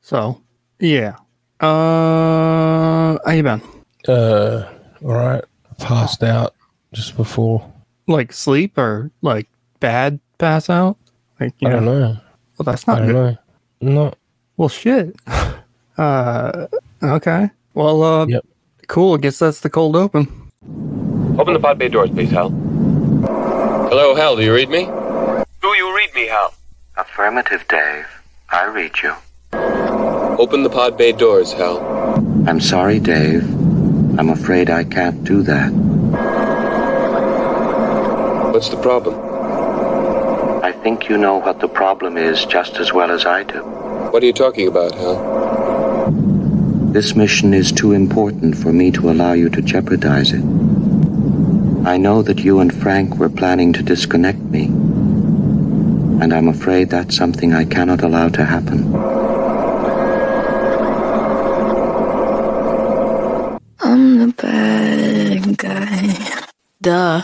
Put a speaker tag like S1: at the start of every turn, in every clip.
S1: So, yeah. Uh, how you been?
S2: Uh, all right. Passed out just before.
S1: Like sleep or like bad pass out? Like you
S2: I
S1: know,
S2: don't know.
S1: well that's
S2: I
S1: not
S2: don't
S1: good.
S2: know. No.
S1: Well, shit. uh, okay. Well, uh,
S2: Yep.
S1: cool. I guess that's the cold open.
S3: Open the pod bay doors, please, Hal. Hello, Hal, do you read me? Do you read me, Hal?
S4: Affirmative, Dave. I read you.
S3: Open the pod bay doors, Hal.
S4: I'm sorry, Dave. I'm afraid I can't do that.
S3: What's the problem?
S4: I think you know what the problem is just as well as I do.
S3: What are you talking about, Hal?
S4: This mission is too important for me to allow you to jeopardize it. I know that you and Frank were planning to disconnect me, and I'm afraid that's something I cannot allow to happen.
S5: I'm the bad guy. Duh.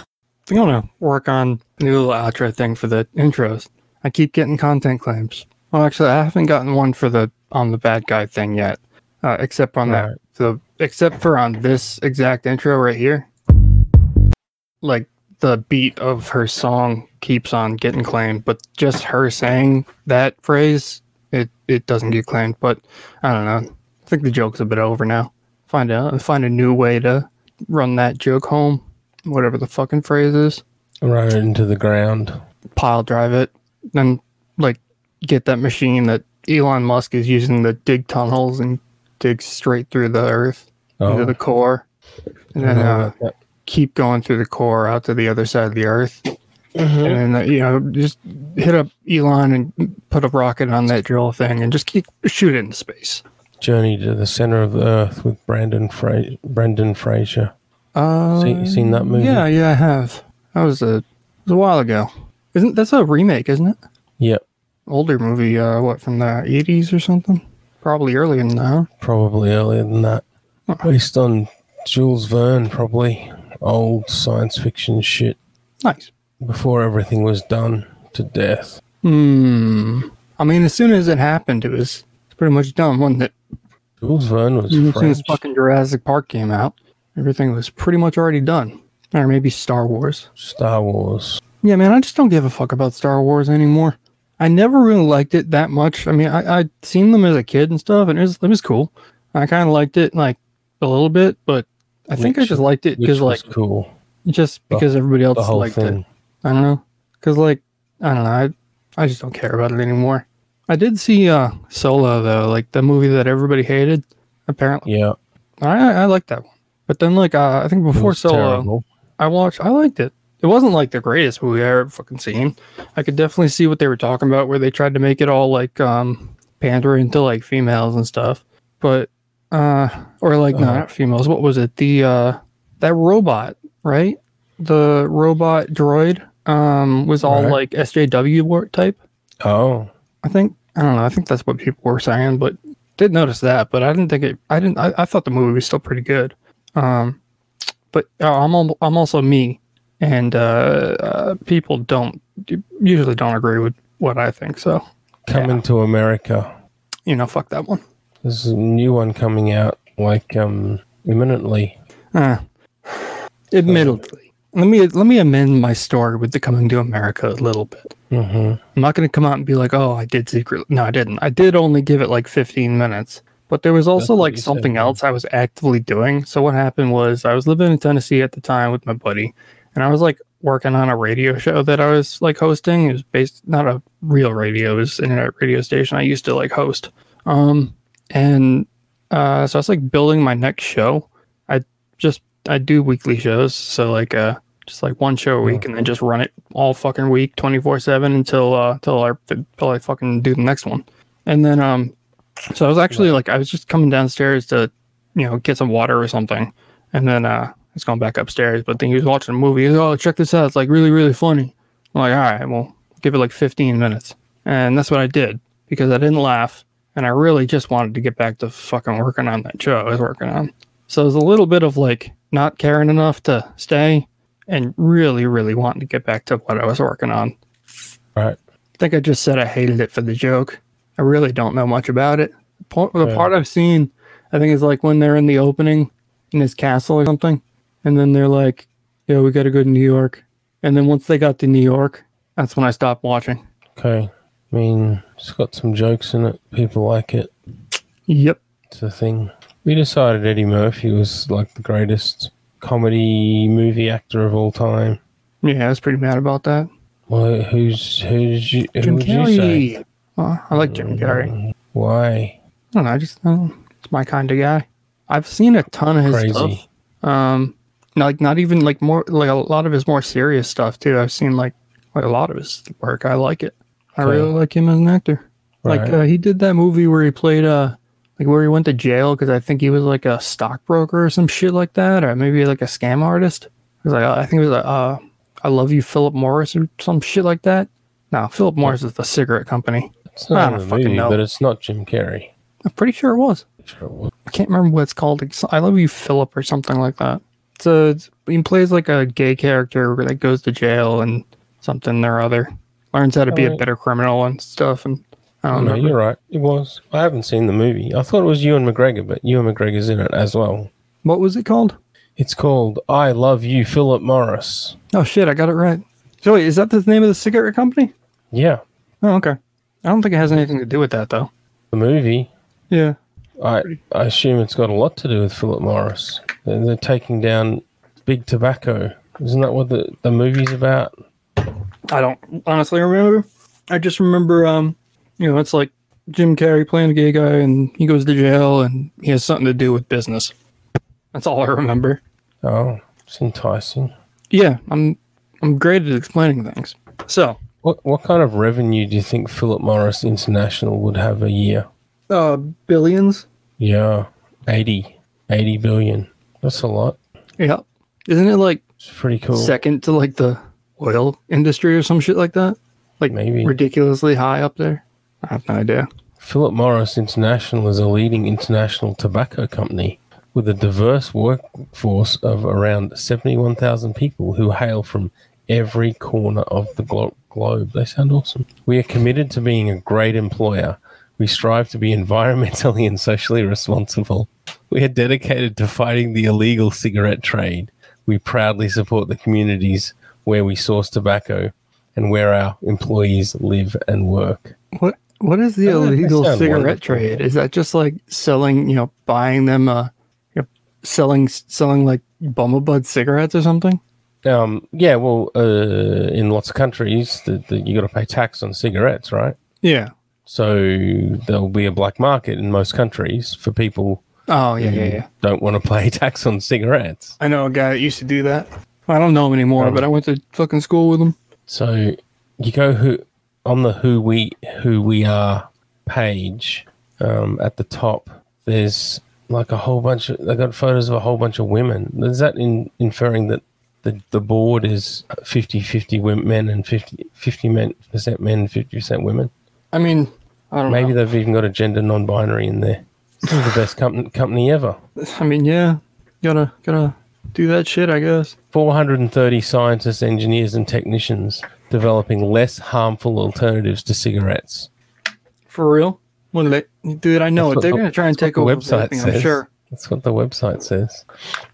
S1: I'm gonna work on a new little outro thing for the intros. I keep getting content claims. Well, actually, I haven't gotten one for the on the bad guy thing yet, uh, except on that.
S2: Alright.
S1: So, except for on this exact intro right here, like the beat of her song keeps on getting claimed, but just her saying that phrase, it it doesn't get claimed. But I don't know. I think the joke's a bit over now. Find out, find a new way to run that joke home, whatever the fucking phrase is
S2: Run it into the ground.
S1: pile drive it, then like get that machine that Elon Musk is using to dig tunnels and dig straight through the earth into
S2: Oh, Uh-huh.
S1: the core, and
S2: I
S1: then
S2: know
S1: uh,
S2: about that.
S1: keep going through the core out to the other side of the earth, and then uh, you know just hit up Elon and put a rocket on that drill thing and just keep shoot it into space.
S2: Journey to the Center of the Earth with Brandon Fra- Brendan Fraser.
S1: Uh,
S2: See, seen that movie?
S1: yeah, yeah, I have. That was a it was a while ago. Isn't that's a remake, isn't it?
S2: Yep.
S1: older movie, uh, what from the eighties or something? Probably earlier than that.
S2: Probably earlier than that. Based on Jules Verne, probably. Old science fiction shit.
S1: Nice.
S2: Before everything was done to death.
S1: Hmm. I mean, as soon as it happened, it was it's pretty much done, wasn't it?
S2: Jules Verne was
S1: As soon as
S2: French.
S1: fucking Jurassic Park came out, everything was pretty much already done. Or maybe Star Wars.
S2: Star Wars.
S1: Yeah, man, I just don't give a fuck about Star Wars anymore. I never really liked it that much. I mean, I I'd seen them as a kid and stuff, and it was it was cool. I kind of liked it like a little bit, but I think I
S2: Which-
S1: just liked it
S2: Which was
S1: because like
S2: cool.
S1: just
S2: the-
S1: because everybody else
S2: The whole
S1: liked it.
S2: thing.
S1: I don't know, cause like I don't know, I, I just don't care about it anymore. I did see uh Solo though, like the movie that everybody hated. Apparently,
S2: Yeah. it
S1: I I liked that one. But then like uh, I think before
S2: was
S1: Solo,
S2: terrible.
S1: I watched, I liked it. It wasn't like the greatest movie I ever fucking seen. I could definitely see what they were talking about, where they tried to make it all like um pandering to like females and stuff. But uh, or like no,
S2: Uh-huh.
S1: not females. What was it? The uh, that robot, right? The robot droid um was all
S2: Right.
S1: like SJW wor- type.
S2: Oh,
S1: I think I don't know. I think that's what people were saying, but did notice that. But I didn't think it. I didn't. I, I thought the movie was still pretty good. Um, but uh, I'm al- I'm also me, and uh, uh, people don't usually don't agree with what I think. So
S2: coming to America.
S1: you know, fuck that one.
S2: There's a new one coming out like um imminently.
S1: Uh, admittedly, let me let me amend my story with the coming to America a little bit.
S2: Mm-hmm.
S1: I'm not going to come out and be like, oh, I did secret. No, I didn't. I did only give it like 15 minutes. But there was also
S2: what
S1: like
S2: you said,
S1: something
S2: yeah.
S1: else I was actively doing. So what happened was I was living in Tennessee at the time with my buddy, and I was like working on a radio show that I was like hosting. It was based not a real radio, it was an internet radio station I used to like host. Um, and uh, so I was like building my next show. I just I do weekly shows, so like uh just like one show a week, and then just run it all fucking week, twenty four seven until uh till I till I fucking do the next one. And then um, so I was actually like I was just coming downstairs to you know get some water or something, and then uh I was going back upstairs, but then he was watching a movie. He was, oh check this out, it's like really really funny. I'm like all right, well give it like fifteen minutes, and that's what I did because I didn't laugh, and I really just wanted to get back to fucking working on that show I was working on. So it was a little bit of like not caring enough to stay and really, really wanting to get back to what I was working on.
S2: Right.
S1: I think I just said I hated it for the joke. I really don't know much about it. part, the
S2: Yeah.
S1: part I've seen, I think is like when they're in the opening in his castle or something, and then they're like, "Yeah, we got to go to New York," and then once they got to New York, that's when I stopped watching.
S2: Okay. I mean, it's got some jokes in it. People like it.
S1: Yep.
S2: It's a thing. We decided Eddie Murphy was like the greatest comedy movie actor of all time.
S1: Yeah, I was pretty mad about that.
S2: Well, who's who's you, who
S1: Jim
S2: would you say? Uh,
S1: Carrey. Oh, I like Jim Carrey. I
S2: Why?
S1: don't know. I just I don't- it's my kind of guy. I've seen a ton of his
S2: Crazy.
S1: stuff. um not- like not even like more like a lot of his more serious stuff too i've seen like like a lot of his work i like it i
S2: Okay.
S1: really like him as an actor like
S2: Right.
S1: uh, he did that movie where he played uh like where he went to jail because i think he was like a stockbroker or some shit like that or maybe like a scam artist it was like uh, i think it was uh, uh i love you philip morris or some shit like that no philip morris is the cigarette company
S2: It's
S1: I
S2: not
S1: don't
S2: in the
S1: fucking
S2: movie,
S1: know.
S2: but it's not Jim Carrey.
S1: i'm pretty sure it was
S2: Sure it was.
S1: I can't remember what it's called. It's- I love you, Philip, or something like that. It's a it's- he plays like a gay character that goes to jail and something or other. Learns how to be a
S2: Alright.
S1: better criminal and stuff. And I
S2: Oh,
S1: don't
S2: no,
S1: know.
S2: you're right. It was. I haven't seen the movie. I thought it was Ewan McGregor, but Ewan McGregor's in it as well.
S1: What was it called?
S2: It's called I Love You, Philip Morris.
S1: Oh shit, I got it right. So wait, is that the name of the cigarette company?
S2: Yeah,
S1: Oh okay. I don't think it has anything to do with that though.
S2: the movie.
S1: Yeah.
S2: I, I assume it's got a lot to do with Philip Morris. They're, they're taking down big tobacco. Isn't that what the, the movie's about?
S1: I don't honestly remember. I just remember, um, you know, it's like Jim Carrey playing a gay guy, and he goes to jail, and he has something to do with business. That's all I remember.
S2: Oh, it's enticing.
S1: Yeah, I'm I'm great at explaining things. So,
S2: What what kind of revenue do you think Philip Morris International would have a year?
S1: uh, billions.
S2: Yeah, 80, 80 billion. That's a lot.
S1: Yeah, isn't it like
S2: It's pretty cool.
S1: second to like the oil industry or some shit like that? Like
S2: Maybe.
S1: ridiculously high up there. I have no idea.
S2: Philip Morris International is a leading international tobacco company with a diverse workforce of around 71,000 people who hail from every corner of the glo- globe. They sound awesome. We are committed to being a great employer. We strive to be environmentally and socially responsible. We are dedicated to fighting the illegal cigarette trade. We proudly support the communities where we source tobacco and where our employees live and work.
S1: What what is the
S2: Uh, they
S1: illegal
S2: sound
S1: cigarette
S2: wonderful.
S1: trade? Is that just like selling, you know, buying them uh you know, selling selling like bumblebud cigarettes or something?
S2: Um, yeah, well, uh, in lots of countries, the, the, you got to pay tax on cigarettes, right?
S1: Yeah.
S2: So there'll be a black market in most countries for people
S1: Oh yeah,
S2: who
S1: yeah, yeah.
S2: don't want to pay tax on cigarettes.
S1: I know a guy that used to do that. I don't know him anymore,
S2: Um,
S1: but I went to fucking school with him.
S2: So you go who on the who we who we are page um, at the top. There's like a whole bunch of they got photos of a whole bunch of women. Is that in, inferring that the, the board is 50 50 men and 50 50 men percent men and 50 percent women?
S1: I mean, I don't
S2: Maybe
S1: know.
S2: they've even got a gender non-binary in there. Still the best com- company ever.
S1: I mean, yeah, gotta gotta do that shit, I guess.
S2: 430 scientists, engineers, and technicians developing less harmful alternatives to cigarettes.
S1: For real? Well, they, dude, I know
S2: That's
S1: it.
S2: what
S1: They're
S2: the-
S1: gonna try and
S2: that's
S1: take
S2: what
S1: over
S2: the website
S1: everything. I'm
S2: says.
S1: sure.
S2: That's what the website says.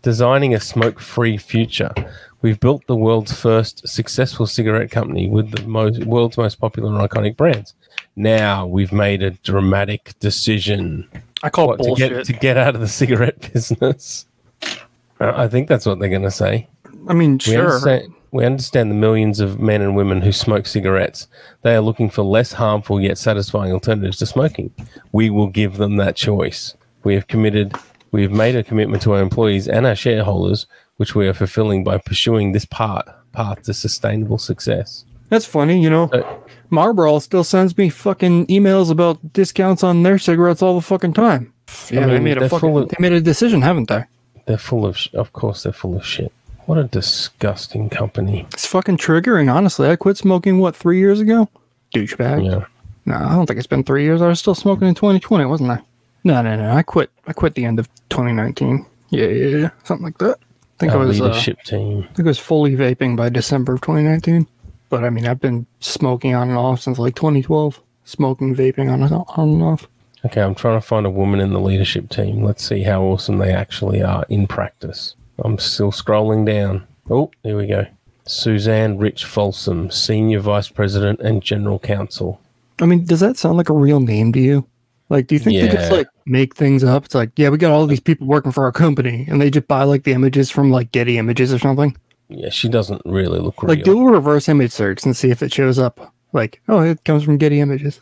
S2: Designing a smoke-free future. We've built the world's first successful cigarette company with the most, world's most popular and iconic brands. Now we've made a dramatic decision.
S1: I call
S2: What, to
S1: Oh, bullshit.
S2: get to get out of the cigarette business. Uh, I think that's what they're going to say.
S1: I mean,
S2: We,
S1: sure.
S2: understand, we understand the millions of men and women who smoke cigarettes. They are looking for less harmful yet satisfying alternatives to smoking. We will give them that choice. We have committed, we have made a commitment to our employees and our shareholders, which we are fulfilling by pursuing this part path to sustainable success.
S1: That's funny, you know.
S2: Uh,
S1: Marlboro still sends me fucking emails about discounts on their cigarettes all the fucking time. Yeah, they
S2: mean,
S1: made a
S2: they're
S1: fucking,
S2: full of-
S1: they made a decision, haven't they?
S2: They're full of, sh- of course, they're full of shit. What a disgusting company.
S1: It's fucking triggering, honestly. I quit smoking what three years ago. Douchebag.
S2: Yeah.
S1: No, I don't think it's been three years. I was still smoking in 2020, wasn't I? No, no, no. I quit. I quit the end of 2019. Yeah, yeah, yeah. something like that. I think I
S2: Our
S1: was. Uh, I
S2: leadership team.
S1: think I was fully vaping by December of 2019. But I mean, I've been smoking on and off since like 2012. Smoking, vaping on and on and off.
S2: Okay, I'm trying to find a woman in the leadership team. Let's see how awesome they actually are in practice. I'm still scrolling down. Oh, here we go. Suzanne Rich Folsom, Senior Vice President and General Counsel.
S1: I mean, does that sound like a real name to you? Like, do you think they just
S2: Yeah.
S1: like make things up? It's like, yeah, we got all these people working for our company, and they just buy like the images from like Getty Images or something.
S2: Yeah, she doesn't really look real.
S1: Like, do a reverse image search and see if it shows up. Like, oh, it comes from Getty Images.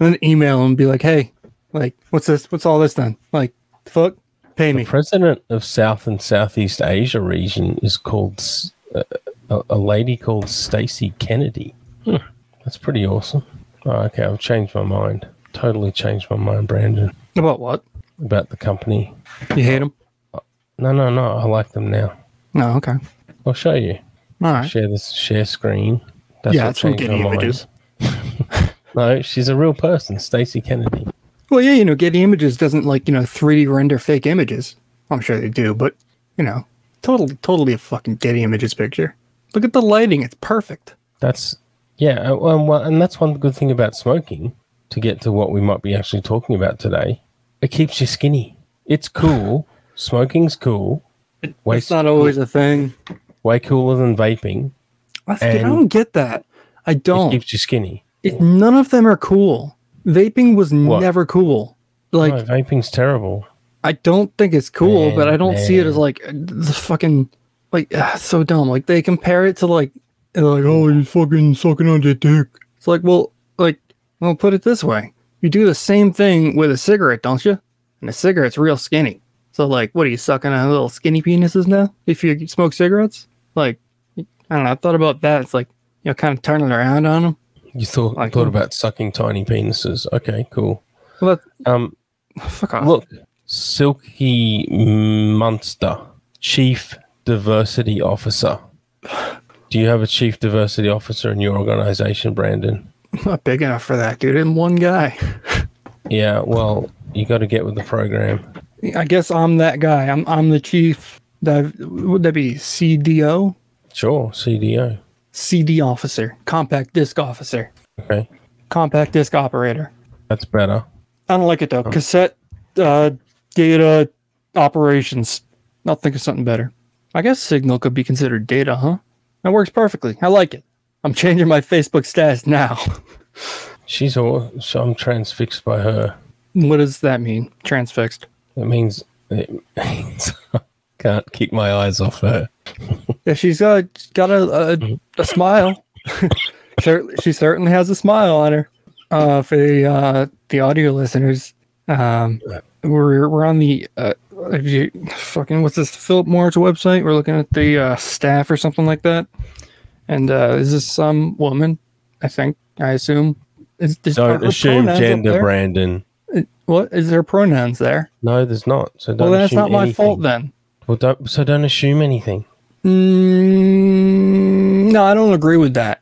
S1: And then email and be like, hey, like, what's this? What's all this then? Like, fuck, pay me.
S2: President of South and Southeast Asia region is called S- uh, a, a lady called Stacy Kennedy. Hmm, that's pretty awesome. Oh, okay, I've changed my mind. Totally changed my mind, Brandon,
S1: About what?
S2: about the company.
S1: You hate them?
S2: No, no, no. I like them now.
S1: No, okay.
S2: I'll show you.
S1: All right.
S2: Share this share screen. That's
S1: Yeah,
S2: what
S1: it's from
S2: changed
S1: Getty
S2: my mind.
S1: Images.
S2: no, she's a real person, Stacy Kennedy.
S1: Well, yeah, you know, Getty Images doesn't like, you know, 3D render fake images. I'm sure they do, but, you know, totally, totally a fucking Getty Images picture. Look at the lighting. It's perfect.
S2: That's yeah, uh, well, well, and that's one good thing about smoking. To get to what we might be actually talking about today, it keeps you skinny. It's cool. Smoking's cool. Way
S1: It's not always a thing.
S2: way cooler than vaping.
S1: I think- I
S2: And-
S1: don't get that. I
S2: It
S1: don't.
S2: keeps you skinny.
S1: It, none of them are cool. Vaping was never cool. Like,
S2: no, vaping's terrible.
S1: I don't think it's cool, but
S2: Man,
S1: I don't see it
S2: man.
S1: as like the fucking like ah, it's so dumb. Like they compare it to like they're like oh you're fucking sucking on your dick. It's like well like well put it this way, you do the same thing with a cigarette, don't you? And a cigarette's real skinny. So like what are you sucking on little skinny penises now? If you smoke cigarettes, like I don't know. I thought about that. It's like you know kind of turning around on them.
S2: You thought
S1: Like-
S2: thought about sucking tiny penises. Okay, cool.
S1: Well,
S2: Um,
S1: that, fuck off.
S2: Look, Silky Munster, Chief Diversity Officer. Do you have a Chief Diversity Officer in your organization, Brandon?
S1: I'm not big enough for that, dude. I'm one guy.
S2: Yeah, well, you got to get with the program.
S1: I guess I'm that guy. I'm I'm the chief. Div- would that be CDO?
S2: Sure, CDO.
S1: CD officer, compact disc officer,
S2: Okay,
S1: compact disc operator.
S2: that's better.
S1: I don't like it though. Cassette uh, data operations. I'll think of something better. I guess signal could be considered data, huh? That works perfectly. I like it. I'm changing my Facebook status now.
S2: She's all. So I'm transfixed by her.
S1: what does that mean? Transfixed.
S2: That means it means I can't keep my eyes off her.
S1: Yeah, she's got got a
S2: Mm-hmm.
S1: a, a smile. Cer- she certainly has a smile on her. Uh, for the uh, the audio listeners, um, we're we're on the uh, if you fucking what's this Philip Morris website? We're looking at the uh, staff or something like that. And uh, is this some woman? I think I assume. Is, is, are
S2: Don't
S1: her
S2: assume
S1: pronouns up
S2: gender,
S1: there?
S2: Brandon.
S1: What is there pronouns there?
S2: No, there's not. So don't
S1: Well, that's
S2: assume
S1: not my fault then.
S2: anything. Well, don't. So don't assume anything.
S1: Mm, no, I don't agree with that.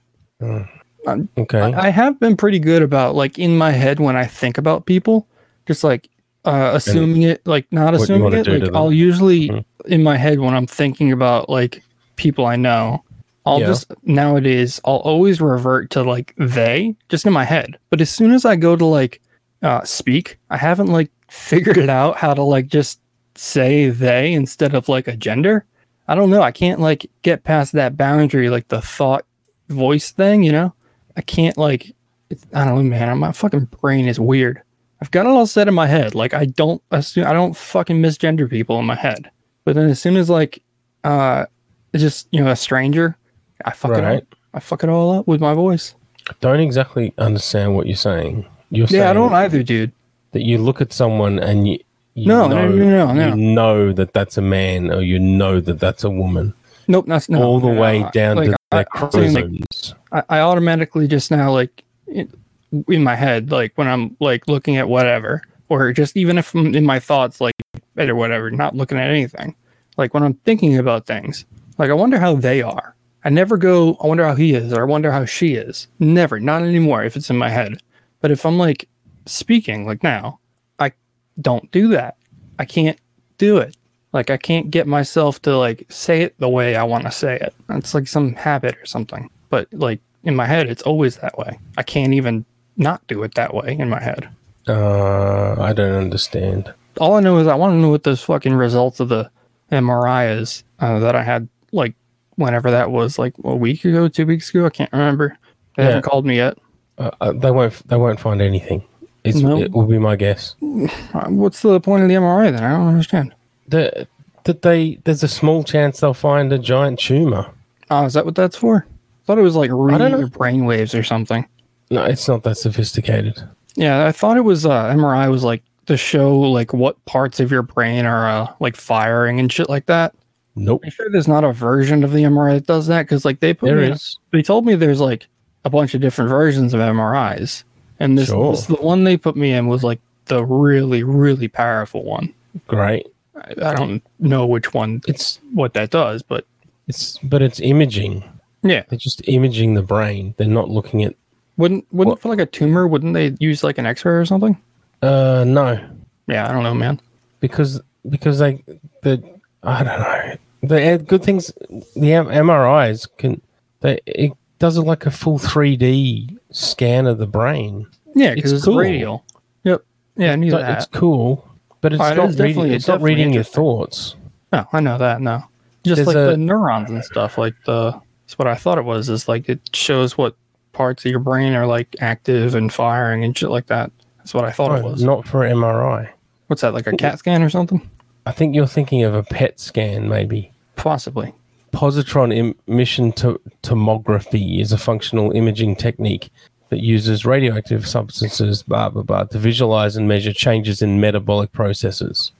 S2: Okay.
S1: I have been pretty good about like in my head when I think about people, just like uh, assuming it, like not
S2: what you
S1: assuming
S2: wanna
S1: it.
S2: do to
S1: Like
S2: them. Mm-hmm.
S1: I'll usually in my head when I'm thinking about like people I know, I'll
S2: Yeah.
S1: just nowadays I'll always revert to like they just in my head. But as soon as I go to like uh, speak, I haven't like figured it out how to like just say they instead of like a gender. I don't know. I can't like get past that boundary, like the thought voice thing, you know? I can't like it's, I don't know, man. My fucking brain is weird. I've got it all set in my head. Like I don't assume I don't fucking misgender people in my head. But then as soon as like uh it's just you know a stranger, I fuck it
S2: Right.
S1: up. I fuck it all up with my voice.
S2: don't exactly understand what you're saying. You're saying
S1: yeah, I don't either, dude.
S2: that you look at someone and you, you
S1: No, no,
S2: know,
S1: no, no, no.
S2: you know that that's a man or you know that that's a woman
S1: Nope, that's no
S2: all the
S1: no,
S2: way
S1: no.
S2: down
S1: Like,
S2: to their
S1: I- I'm saying, like,
S2: chromosomes.
S1: I, I automatically just now like in, in my head like when i'm like looking at whatever or just even if i'm in my thoughts like bed or whatever not looking at anything like when i'm thinking about things like i wonder how they are i never go i wonder how he is or i wonder how she is never not anymore if it's in my head but if i'm like speaking like now i don't do that i can't do it like i can't get myself to like say it the way i want to say it it's like some habit or something but like in my head it's always that way i can't even not do it that way in my head
S2: Uh, I don't understand.
S1: All I know is I want to know what those fucking results of the MRI is uh, that I had like whenever that was, like a week ago, two weeks ago. I can't remember. They haven't
S2: Yeah.
S1: called me yet.
S2: Uh, uh, they won't. They won't find anything. It's,
S1: No.
S2: It will be my guess.
S1: Uh, What's the point of the MRI then? I don't understand.
S2: The, that they there's a small chance they'll find a giant tumor.
S1: Oh, is that what that's for? I thought it was like
S2: don't
S1: reading
S2: know.
S1: your brain waves or something.
S2: No, it's not that sophisticated.
S1: Yeah, I thought it was uh, MRI was like to show like what parts of your brain are uh, like firing and shit like that.
S2: Nope.
S1: I'm sure there's not a version of the MRI that does that because like they put
S2: There
S1: me,
S2: is.
S1: they told me there's like a bunch of different versions of MRIs, and this,
S2: Sure.
S1: this the one they put me in was like the really really powerful one.
S2: Great.
S1: I, I don't know which one
S2: It's
S1: what that does, but
S2: it's but it's imaging.
S1: yeah,
S2: They're just imaging the brain. They're not looking at.
S1: wouldn't wouldn't for like a tumor, wouldn't they use like an X-ray or something?
S2: Uh, no,
S1: Yeah, I don't know, man.
S2: because because they the I don't know the uh, good things the M- MRIs can they it does it like a full three D scan of the brain.
S1: Yeah, because
S2: It's
S1: it's,
S2: cool.
S1: radial. Yep. Yeah, I knew
S2: So
S1: that.
S2: It's cool, but it's
S1: Oh, it
S2: not
S1: is
S2: reading,
S1: definitely-
S2: it's not
S1: definitely
S2: reading your thoughts.
S1: No, I know that. No, just
S2: There's
S1: like
S2: a-
S1: the neurons and stuff. Like the that's what I thought it was. Is like it shows what parts of your brain are like active and firing and shit like that. That's what I thought it
S2: No,
S1: was.
S2: not for MRI.
S1: What's that? Like a CAT scan or something?
S2: I think you're thinking of a PET scan, maybe.
S1: Possibly.
S2: Positron Im- emission to- tomography is a functional imaging technique that uses radioactive substances, blah, blah, blah, to visualize and measure changes in metabolic processes.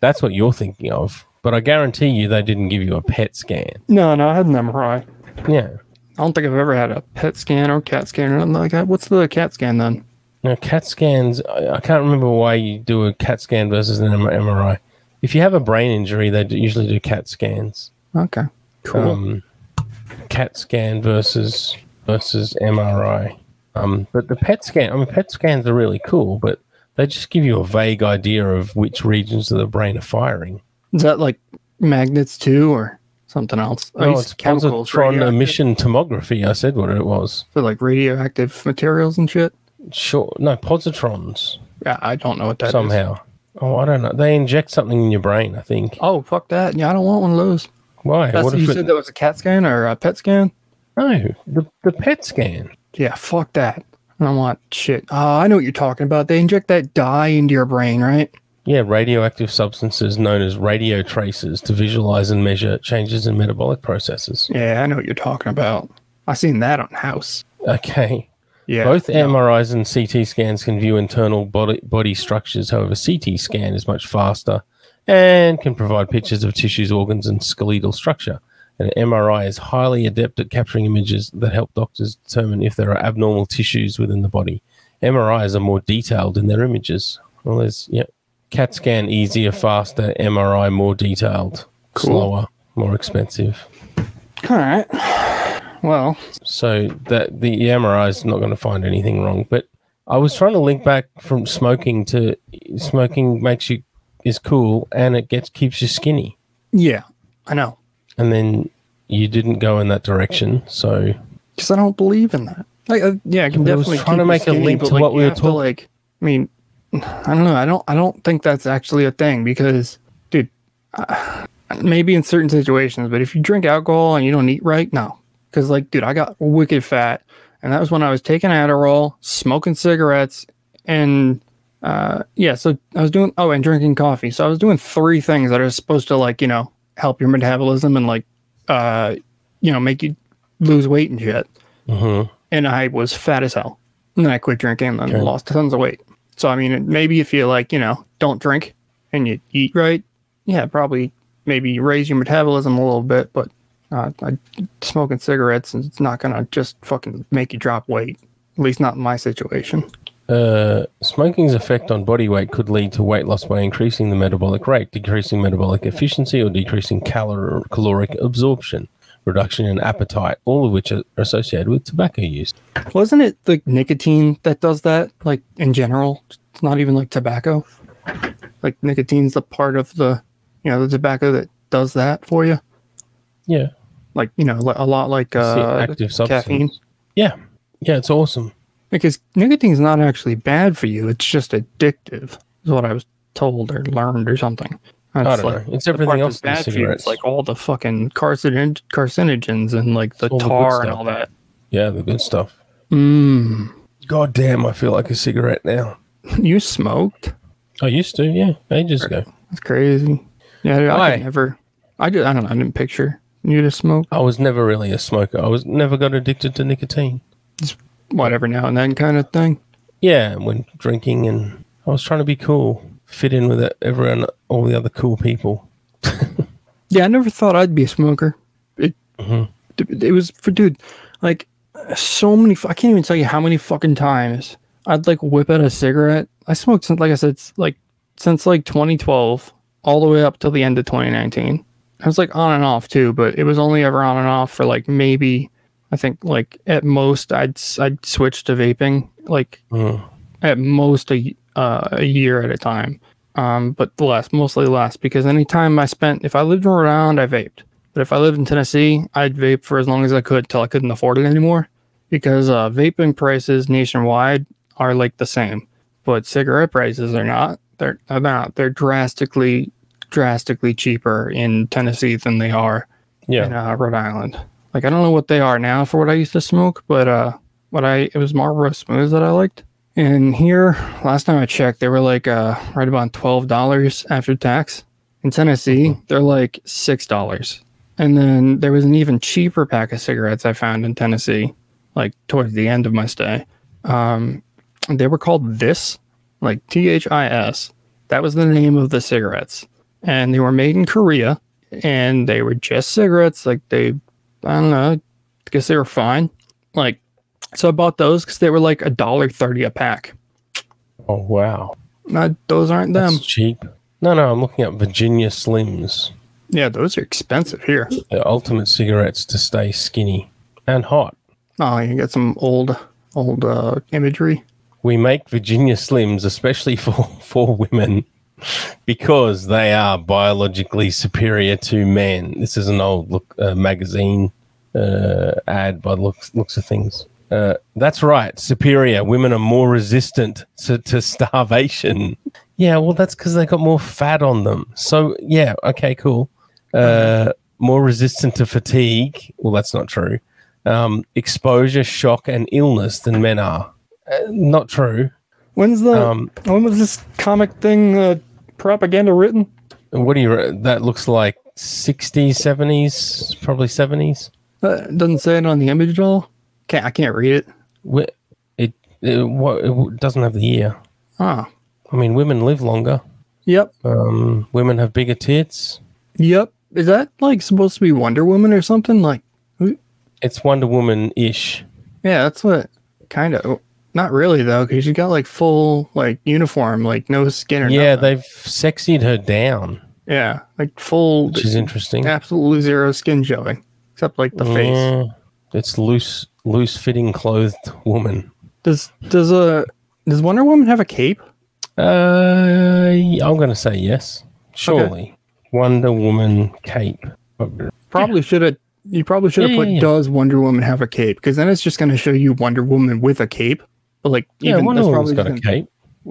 S2: That's what you're thinking of. But I guarantee you they didn't give you a PET scan.
S1: No, no, I had an MRI.
S2: Yeah.
S1: I don't think I've ever had a PET scan or CAT scan or nothing like that. What's the CAT scan then?
S2: Now, CAT scans, I, I can't remember why you do a CAT scan versus an M- MRI. If you have a brain injury, they do, usually do CAT scans.
S1: Okay. Cool.
S2: um, CAT scan versus versus MRI. Um, but the PET scan, I mean, PET scans are really cool, but they just give you a vague idea of which regions of the brain are firing.
S1: Is that like magnets too, or something else? Oh,
S2: No, it's positron emission tomography. I said what it was.
S1: for like radioactive materials and shit.
S2: Sure, no positrons
S1: Yeah, I don't know what that is.
S2: somehow. Oh, I don't know. They inject something in your brain. I think.
S1: Oh, fuck that. Yeah, I don't want one of those.
S2: Why?
S1: That's,
S2: What if
S1: you
S2: it-
S1: said that was a CAT scan or a PET scan?
S2: no, the, the PET scan.
S1: Yeah, fuck that. I don't want shit. Oh, I know what you're talking about. They inject that dye into your brain, right?
S2: Yeah, radioactive substances known as radio tracers to visualize and measure changes in metabolic processes.
S1: Yeah, I know what you're talking about. I seen that on House.
S2: Okay.
S1: Yeah.
S2: Both MRIs and CT scans can view internal body, body structures. However, CT scan is much faster and can provide pictures of tissues, organs, and skeletal structure. And an MRI is highly adept at capturing images that help doctors determine if there are abnormal tissues within the body. MRIs are more detailed in their images. Well, there's yeah, CAT scan easier, faster. MRI more detailed, slower, more expensive.
S1: All right. Well,
S2: So that the MRI is not going to find anything wrong. But I was trying to link back from smoking to smoking makes you is cool and it gets keeps you skinny.
S1: yeah, I know.
S2: And then you didn't go in that direction. So
S1: Because I don't believe in that. Like, uh, yeah, I can
S2: But I was
S1: definitely
S2: trying to
S1: keep you
S2: make a link
S1: but,
S2: to
S1: like,
S2: what we
S1: you
S2: were
S1: have to,
S2: talk-
S1: Like, I mean, I don't know. I don't. I don't think that's actually a thing because, dude, uh, maybe in certain situations, but if you drink alcohol and you don't eat right, no. Because like, dude, I got wicked fat, and that was when I was taking Adderall, smoking cigarettes, and uh, yeah. So I was doing oh, and drinking coffee. So I was doing three things that are supposed to like you know help your metabolism and like uh, you know make you lose weight and shit
S2: mhm.
S1: and I was fat as hell. And then I quit drinking and then
S2: Okay.
S1: lost tons of weight. So I mean, maybe if you like, you know, don't drink and you eat right, yeah, probably maybe raise your metabolism a little bit. But uh, I, smoking cigarettes is not gonna just fucking make you drop weight. At least not in my situation.
S2: uh, smoking's effect on body weight could lead to weight loss by increasing the metabolic rate, decreasing metabolic efficiency, or decreasing calor- caloric absorption, reduction in appetite, all of which are associated with tobacco use.
S1: Wasn't it the nicotine that does that? Like in general, it's not even like tobacco. Like nicotine's the part of the, you know, the tobacco that does that for you.
S2: Yeah.
S1: Like you know, li- a lot like
S2: It's the
S1: uh,
S2: active substance.
S1: caffeine.
S2: Yeah. Yeah, it's awesome.
S1: Because nicotine's not actually bad for you; it's just addictive, is what I was told or learned or something.
S2: I
S1: It's
S2: don't know. It's everything
S1: part that's
S2: else than
S1: bad for you. It's
S2: cigarettes.
S1: like all the fucking carcinogen, carcinogens and like the
S2: All the good
S1: tar and
S2: stuff.
S1: all that.
S2: yeah, the good stuff.
S1: Mm.
S2: God damn, I feel like a cigarette now.
S1: You smoked?
S2: I used to, yeah, ages ago.
S1: That's crazy. Yeah, dude, I
S2: Why?
S1: could never. I just, I don't know. I didn't picture you to smoke.
S2: I was never really a smoker. I was never got addicted to nicotine.
S1: Whatever, now and then kind of thing.
S2: Yeah, and when drinking and I was trying to be cool, fit in with everyone, all the other cool people.
S1: Yeah, I never thought I'd be a smoker. It, it, was for dude, like so many. fu- I can't even tell you how many fucking times I'd like whip out a cigarette. I smoked since, like I said, s- like since like 2012 all the way up till the end of 2019. I was like on and off too, but it was only ever on and off for like maybe I think like at most I'd s- I'd switch to vaping like
S2: Mm.
S1: at most a y- uh, a year at a time. Um, but less, mostly less, because any time I spent, if I lived in Rhode Island, I vaped. But if I lived in Tennessee, I'd vape for as long as I could till I couldn't afford it anymore, because uh, vaping prices nationwide are like the same, but cigarette prices are not. They're they're not. They're drastically, drastically cheaper in Tennessee than they are
S2: Yeah,
S1: in uh, Rhode Island. Like I don't know what they are now for what I used to smoke, but uh, what I it was Marlboro Smooths that I liked. And here, last time I checked, they were like uh, right about twelve dollars after tax. In Tennessee, they're like six dollars. And then there was an even cheaper pack of cigarettes I found in Tennessee, like towards the end of my stay. Um, they were called this, like T H I S. That was the name of the cigarettes, and they were made in Korea and they were just cigarettes. Like they, I don't know, I guess they were fine. Like, so I bought those because they were like a dollar thirty a pack.
S2: Oh wow,
S1: Not those aren't them.
S2: that's cheap. No, no, I'm looking up Virginia Slims,
S1: yeah, those are expensive here.
S2: the ultimate cigarettes to stay skinny and hot.
S1: Oh, you get some old, old uh, imagery.
S2: We make Virginia Slims especially for for women because they are biologically superior to men. This is an old look uh, magazine uh, ad by the looks looks of things. Uh, that's right, superior women are more resistant to, to starvation. Yeah, well, that's because they got more fat on them. So yeah, okay, cool. Uh, more resistant to fatigue. Well, that's not true. Um, exposure, shock, and illness than men are. Uh, not true.
S1: When's the
S2: Um,
S1: when was this comic thing uh, propaganda written?
S2: What do you? re- That looks like 60s, 70s, probably 70s.
S1: Uh, it doesn't say it on the image at all. Can't I can't read it.
S2: Wh- It, it, what, it doesn't have the year.
S1: Ah,
S2: I mean, women live longer.
S1: yep,
S2: Um, women have bigger tits.
S1: yep. Is that like supposed to be Wonder Woman or something? Like,
S2: It's Wonder Woman ish.
S1: Yeah, that's what kind of. Not really though, because she got like full like uniform, like no skin or
S2: Yeah,
S1: nothing.
S2: they've sexied her down,
S1: yeah, like full,
S2: which is interesting.
S1: absolutely zero skin showing, except like the face.
S2: Yeah, it's loose, loose fitting clothed woman.
S1: Does does uh, does Wonder Woman have a cape?
S2: Uh, I'm going to say yes. Surely. Wonder Woman cape.
S1: Probably should have. You probably should have
S2: Yeah,
S1: put
S2: yeah, yeah.
S1: does Wonder Woman have a cape? Because then it's just going to show you Wonder Woman with a cape. But like
S2: Yeah,
S1: even
S2: Wonder
S1: that's
S2: Woman's
S1: probably
S2: got a
S1: just gonna-
S2: cape.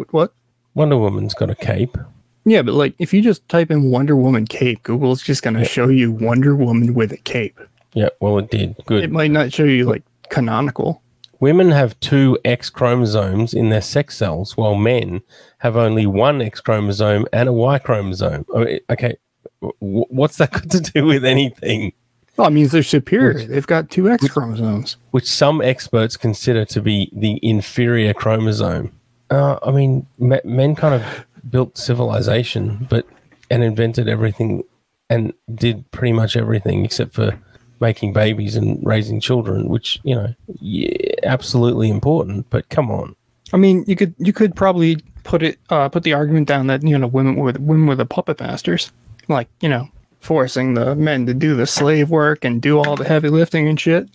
S1: Wh- What?
S2: Wonder Woman's got a cape.
S1: Yeah, but like if you just type in Wonder Woman cape, Google's just going to show you Wonder Woman with a cape.
S2: Yeah, well, it did.
S1: It
S2: Good.
S1: might not show you like canonical.
S2: Women have two X chromosomes in their sex cells, while men have only one X chromosome and a Y chromosome. Oh, it- Okay, w- w- what's that got to do with anything?
S1: Well, it means they're superior. They've got two X chromosomes.
S2: Which some experts consider to be the inferior chromosome. Uh, I mean, me- men kind of built civilization, but and invented everything, and did pretty much everything except for making babies and raising children, which you know, yeah, absolutely important. But come on.
S1: I mean, you could you could probably put it uh, put the argument down that you know women with women were the puppet masters, like you know forcing the men to do the slave work and do all the heavy lifting and shit.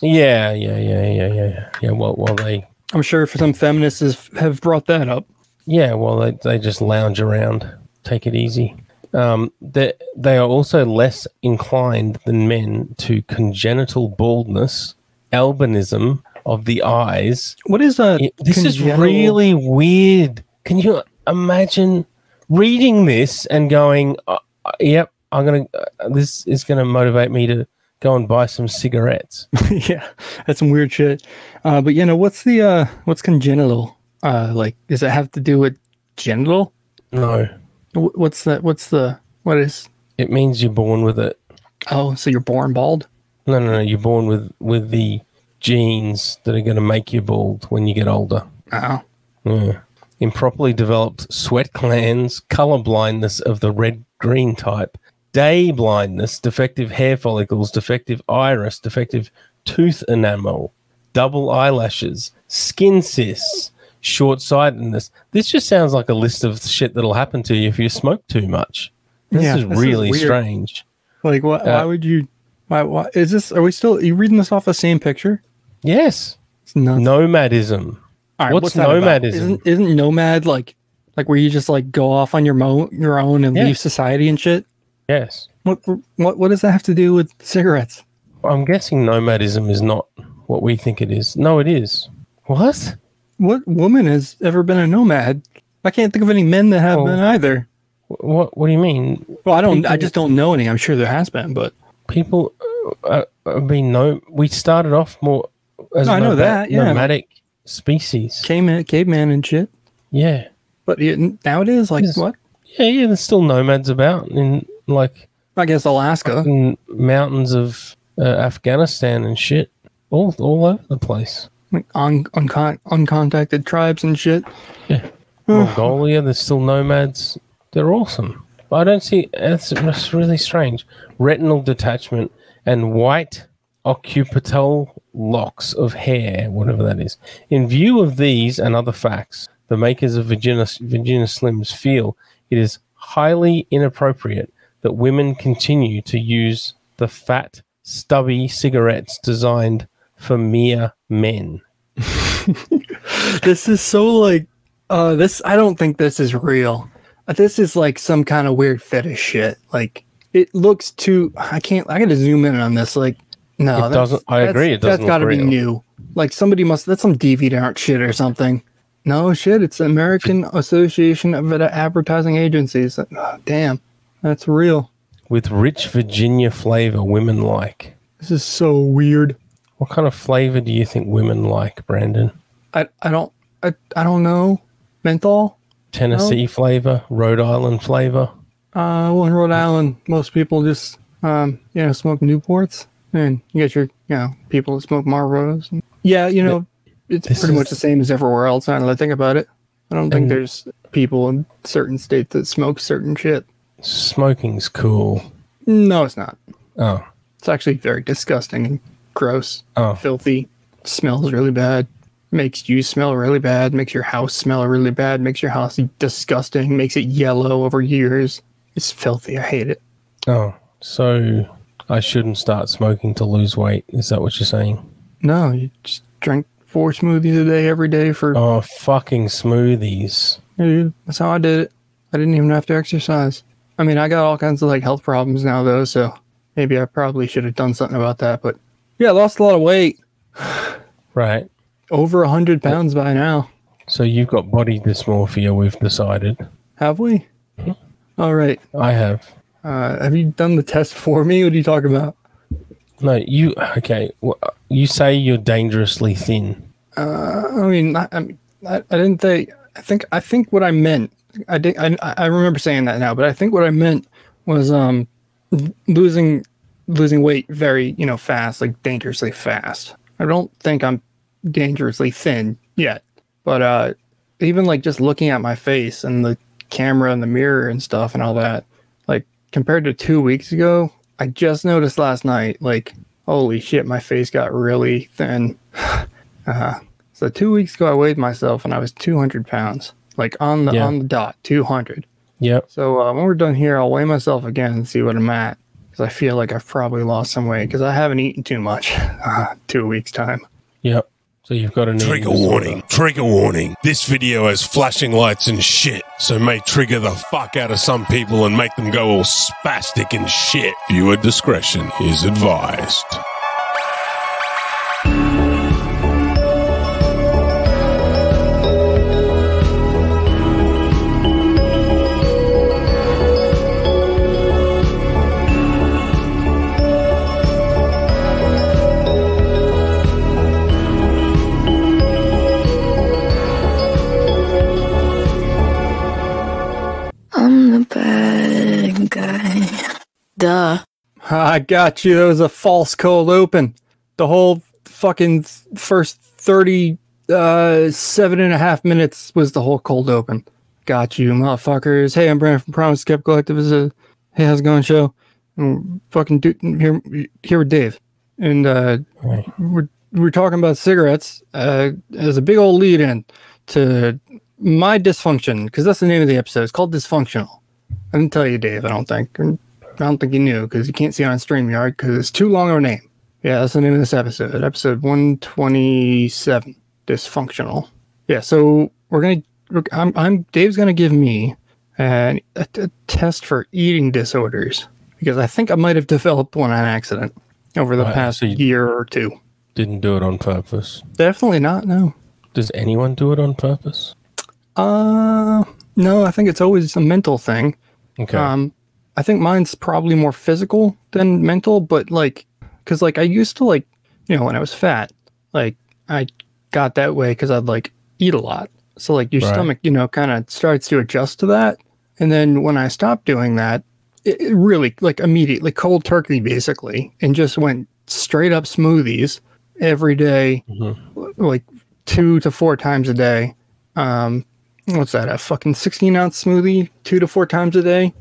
S2: Yeah, yeah, yeah, yeah, yeah, yeah. Yeah, well, well, they,
S1: I'm sure for some feminists is, have brought that up.
S2: yeah, well, they, they just lounge around, take it easy. Um, they, they are also less inclined than men to congenital baldness, albinism, of the eyes.
S1: What is a?
S2: It- this is
S1: congenital-
S2: really weird. Can you imagine reading this and going, uh, uh, "Yep, I'm gonna. Uh, this is gonna motivate me to go and buy some cigarettes."
S1: yeah, that's some weird shit. Uh, but you know, what's the uh, what's congenital? Uh, like, does it have to do with genital?
S2: no,
S1: Wh- What's that? What's the what is?
S2: it means you're born with it.
S1: Oh, so you're born bald?
S2: No, no, no. You're born with with the genes that are gonna make you bald when you get older.
S1: Oh,
S2: Yeah. Improperly developed sweat glands, color blindness of the red green type, day blindness, defective hair follicles, defective iris, defective tooth enamel, double eyelashes, skin cysts, short sightedness. This just sounds like a list of shit that'll happen to you if you smoke too much. This
S1: Yeah,
S2: is
S1: this is
S2: really
S1: weird.
S2: strange.
S1: like why? why
S2: Uh,
S1: would you? Why, why is this? Are we still? Are you reading this off the same picture?
S2: Yes.
S1: It's nuts.
S2: Nomadism.
S1: All right,
S2: What's
S1: that about?
S2: nomadism?
S1: Isn't isn't nomad like like where you just like go off on your mo your own and
S2: Yeah.
S1: leave society and shit?
S2: Yes.
S1: What what what does that have to do with cigarettes?
S2: I'm guessing nomadism is not what we think it is. No, it is. What?
S1: What woman has ever been a nomad? I can't think of any men that have
S2: Oh.
S1: been either.
S2: What What do you mean?
S1: Well, I don't. I just don't know any. I'm sure there has been, but
S2: People uh, have been no. We started off more as
S1: No, I know
S2: nomad-
S1: that, yeah.
S2: nomadic species.
S1: caveman, caveman and shit.
S2: Yeah,
S1: But you- nowadays, like
S2: Yes.
S1: what?
S2: yeah, yeah. There's still nomads about in like
S1: I guess Alaska.
S2: in mountains of uh, Afghanistan and shit, all all over the place.
S1: like on uncon- uncontacted tribes and shit.
S2: Mongolia. There's still nomads. They're awesome. But I don't see. That's, that's really strange. Retinal detachment and white occipital locks of hair, whatever that is. In view of these and other facts, the makers of Virginia, Virginia Slims feel it is highly inappropriate that women continue to use the fat, stubby cigarettes designed for mere men.
S1: This is so like uh this I don't think this is real. Uh, This is like some kind of weird fetish shit. Like it looks too I can't I got to zoom in on this like no,
S2: It
S1: that's-
S2: doesn't- I
S1: that's-
S2: agree, it doesn't
S1: That's got to
S2: look
S1: be
S2: real.
S1: new. Like somebody must that's some DeviantArt shit or something. No shit, it's the American Association of Ad- Advertising Agencies. Ah, damn. That's real.
S2: With rich Virginia flavor, women like.
S1: This is so weird.
S2: What kind of flavor do you think women like, Brandon?
S1: I I don't I, I don't know. Menthol?
S2: Tennessee flavor, Rhode Island flavor.
S1: Uh, well, in Rhode Island, most people just um, you know smoke Newports, and you get your you know people that smoke Marlboros. And, yeah, you know, it's
S2: This
S1: pretty much
S2: is- Mm-hmm.
S1: the same as everywhere else. Now that I think about it, I don't think there's people in certain states that smoke certain shit.
S2: Smoking's cool.
S1: No, it's not.
S2: Oh,
S1: It's actually very disgusting and gross,
S2: oh,
S1: filthy, smells really bad, makes you smell really bad, makes your house smell really bad, makes your house disgusting, makes it yellow over years. It's filthy. I hate it.
S2: oh. So I shouldn't start smoking to lose weight. Is that what you're saying?
S1: No, you just drink four smoothies a day every day for.
S2: Oh, fucking smoothies.
S1: Yeah, That's how I did it. I didn't even have to exercise. I mean, I got all kinds of like health problems now though, so maybe I probably should have done something about that. But yeah, I lost a lot of weight,
S2: Right.
S1: over a hundred pounds by now.
S2: So you've got body dysmorphia, we've decided.
S1: Have we? All right.
S2: I have.
S1: Uh, have you done the test for me? What are you talking about?
S2: No, you, okay. wh- You say you're dangerously thin.
S1: I mean, I, I, mean, I I didn't say. I think I think what I meant. I did. I, I remember saying that now, but I think what I meant was um losing losing weight very you know fast, like dangerously fast. I don't think I'm dangerously thin yet, but uh, even like just looking at my face and the camera and the mirror and stuff and all that, like compared to two weeks ago, I just noticed last night, like holy shit, my face got really thin. Uh-huh. So two weeks ago, I weighed myself and I was 200 pounds, like on the
S2: Yeah.
S1: on the dot, 200.
S2: Yep.
S1: So uh, when we're done here, I'll weigh myself again and see what I'm at, because I feel like I've probably lost some weight because I haven't eaten too much. Uh, two weeks time.
S2: Yep. So you've got an eating
S6: Trigger
S2: disorder.
S6: warning, trigger warning. This video has flashing lights and shit, so may trigger the fuck out of some people and make them go all spastic and shit. Viewer discretion is advised.
S5: bad guy. Duh.
S1: I got you. That was a false cold open. The whole fucking first 30, uh, seven and a half minutes was the whole cold open. Got you, motherfuckers. Hey, I'm Brandon from Promise Kept Collective. This is a Hey, how's it going show? And fucking do, here, here with Dave. And, uh,
S2: Right.
S1: we're, we're talking about cigarettes uh, as a big old lead in to my dysfunction because that's the name of the episode. It's called dysfunctional. I didn't tell you, Dave. I don't think. I don't think you knew because you can't see it on Streamyard because it's too long of a name. Yeah, that's the name of this episode. Episode one twenty seven. Dysfunctional. Yeah. So we're gonna. we're- I'm. I'm. Dave's gonna give me an, a, a test for eating disorders because I think I might have developed one on accident over the
S2: Right,
S1: past
S2: so you-
S1: year or two.
S2: Didn't do it on purpose.
S1: Definitely not. No.
S2: Does anyone do it on purpose?
S1: Uh, no. I think it's always a mental thing.
S2: Okay.
S1: Um, I think mine's probably more physical than mental, but like, cause like I used to like, you know, when I was fat, like I got that way because I'd like eat a lot. So like your
S2: Right.
S1: stomach, you know, kind of starts to adjust to that. And then when I stopped doing that, it, it really like immediately cold turkey basically, and just went straight up smoothies every day,
S2: Mhm.
S1: like two to four times a day. Um, what's that? A fucking 16 ounce smoothie, two to four times a day.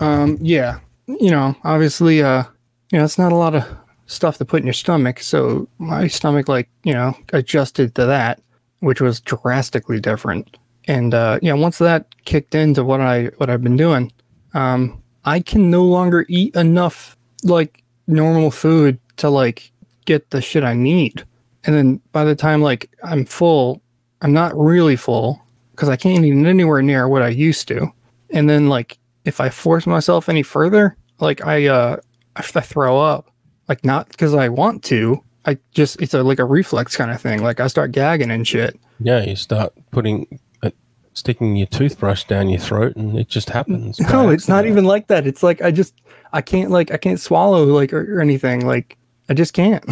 S1: Um, yeah, you know, obviously, uh, you know, it's not a lot of stuff to put in your stomach. So my stomach, like, you know, adjusted to that, which was drastically different. And, uh, yeah, once that kicked into what I, what I've been doing, um, I can no longer eat enough, like, normal food to, like, get the shit I need. And then by the time, like, I'm full, I'm not really full because I can't eat anywhere near what I used to. And then like if I force myself any further, like I uh if I throw up, like not because I want to, I just it's a like a reflex kind of thing. Like I start gagging and shit.
S2: yeah, you start putting, uh, sticking your toothbrush down your throat, and it just happens. by
S1: No, Oh, it's not
S2: accident.
S1: even like that. It's like I just I can't like I can't swallow like or, or anything. Like I just can't.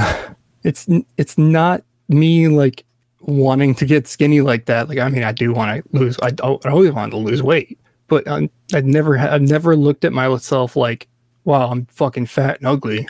S1: It's n- it's not me like wanting to get skinny like that. Like I mean, I do want to lose. I, I always wanted to lose weight, but I'm, I've never ha- I've never looked at myself like, wow, I'm fucking fat and ugly.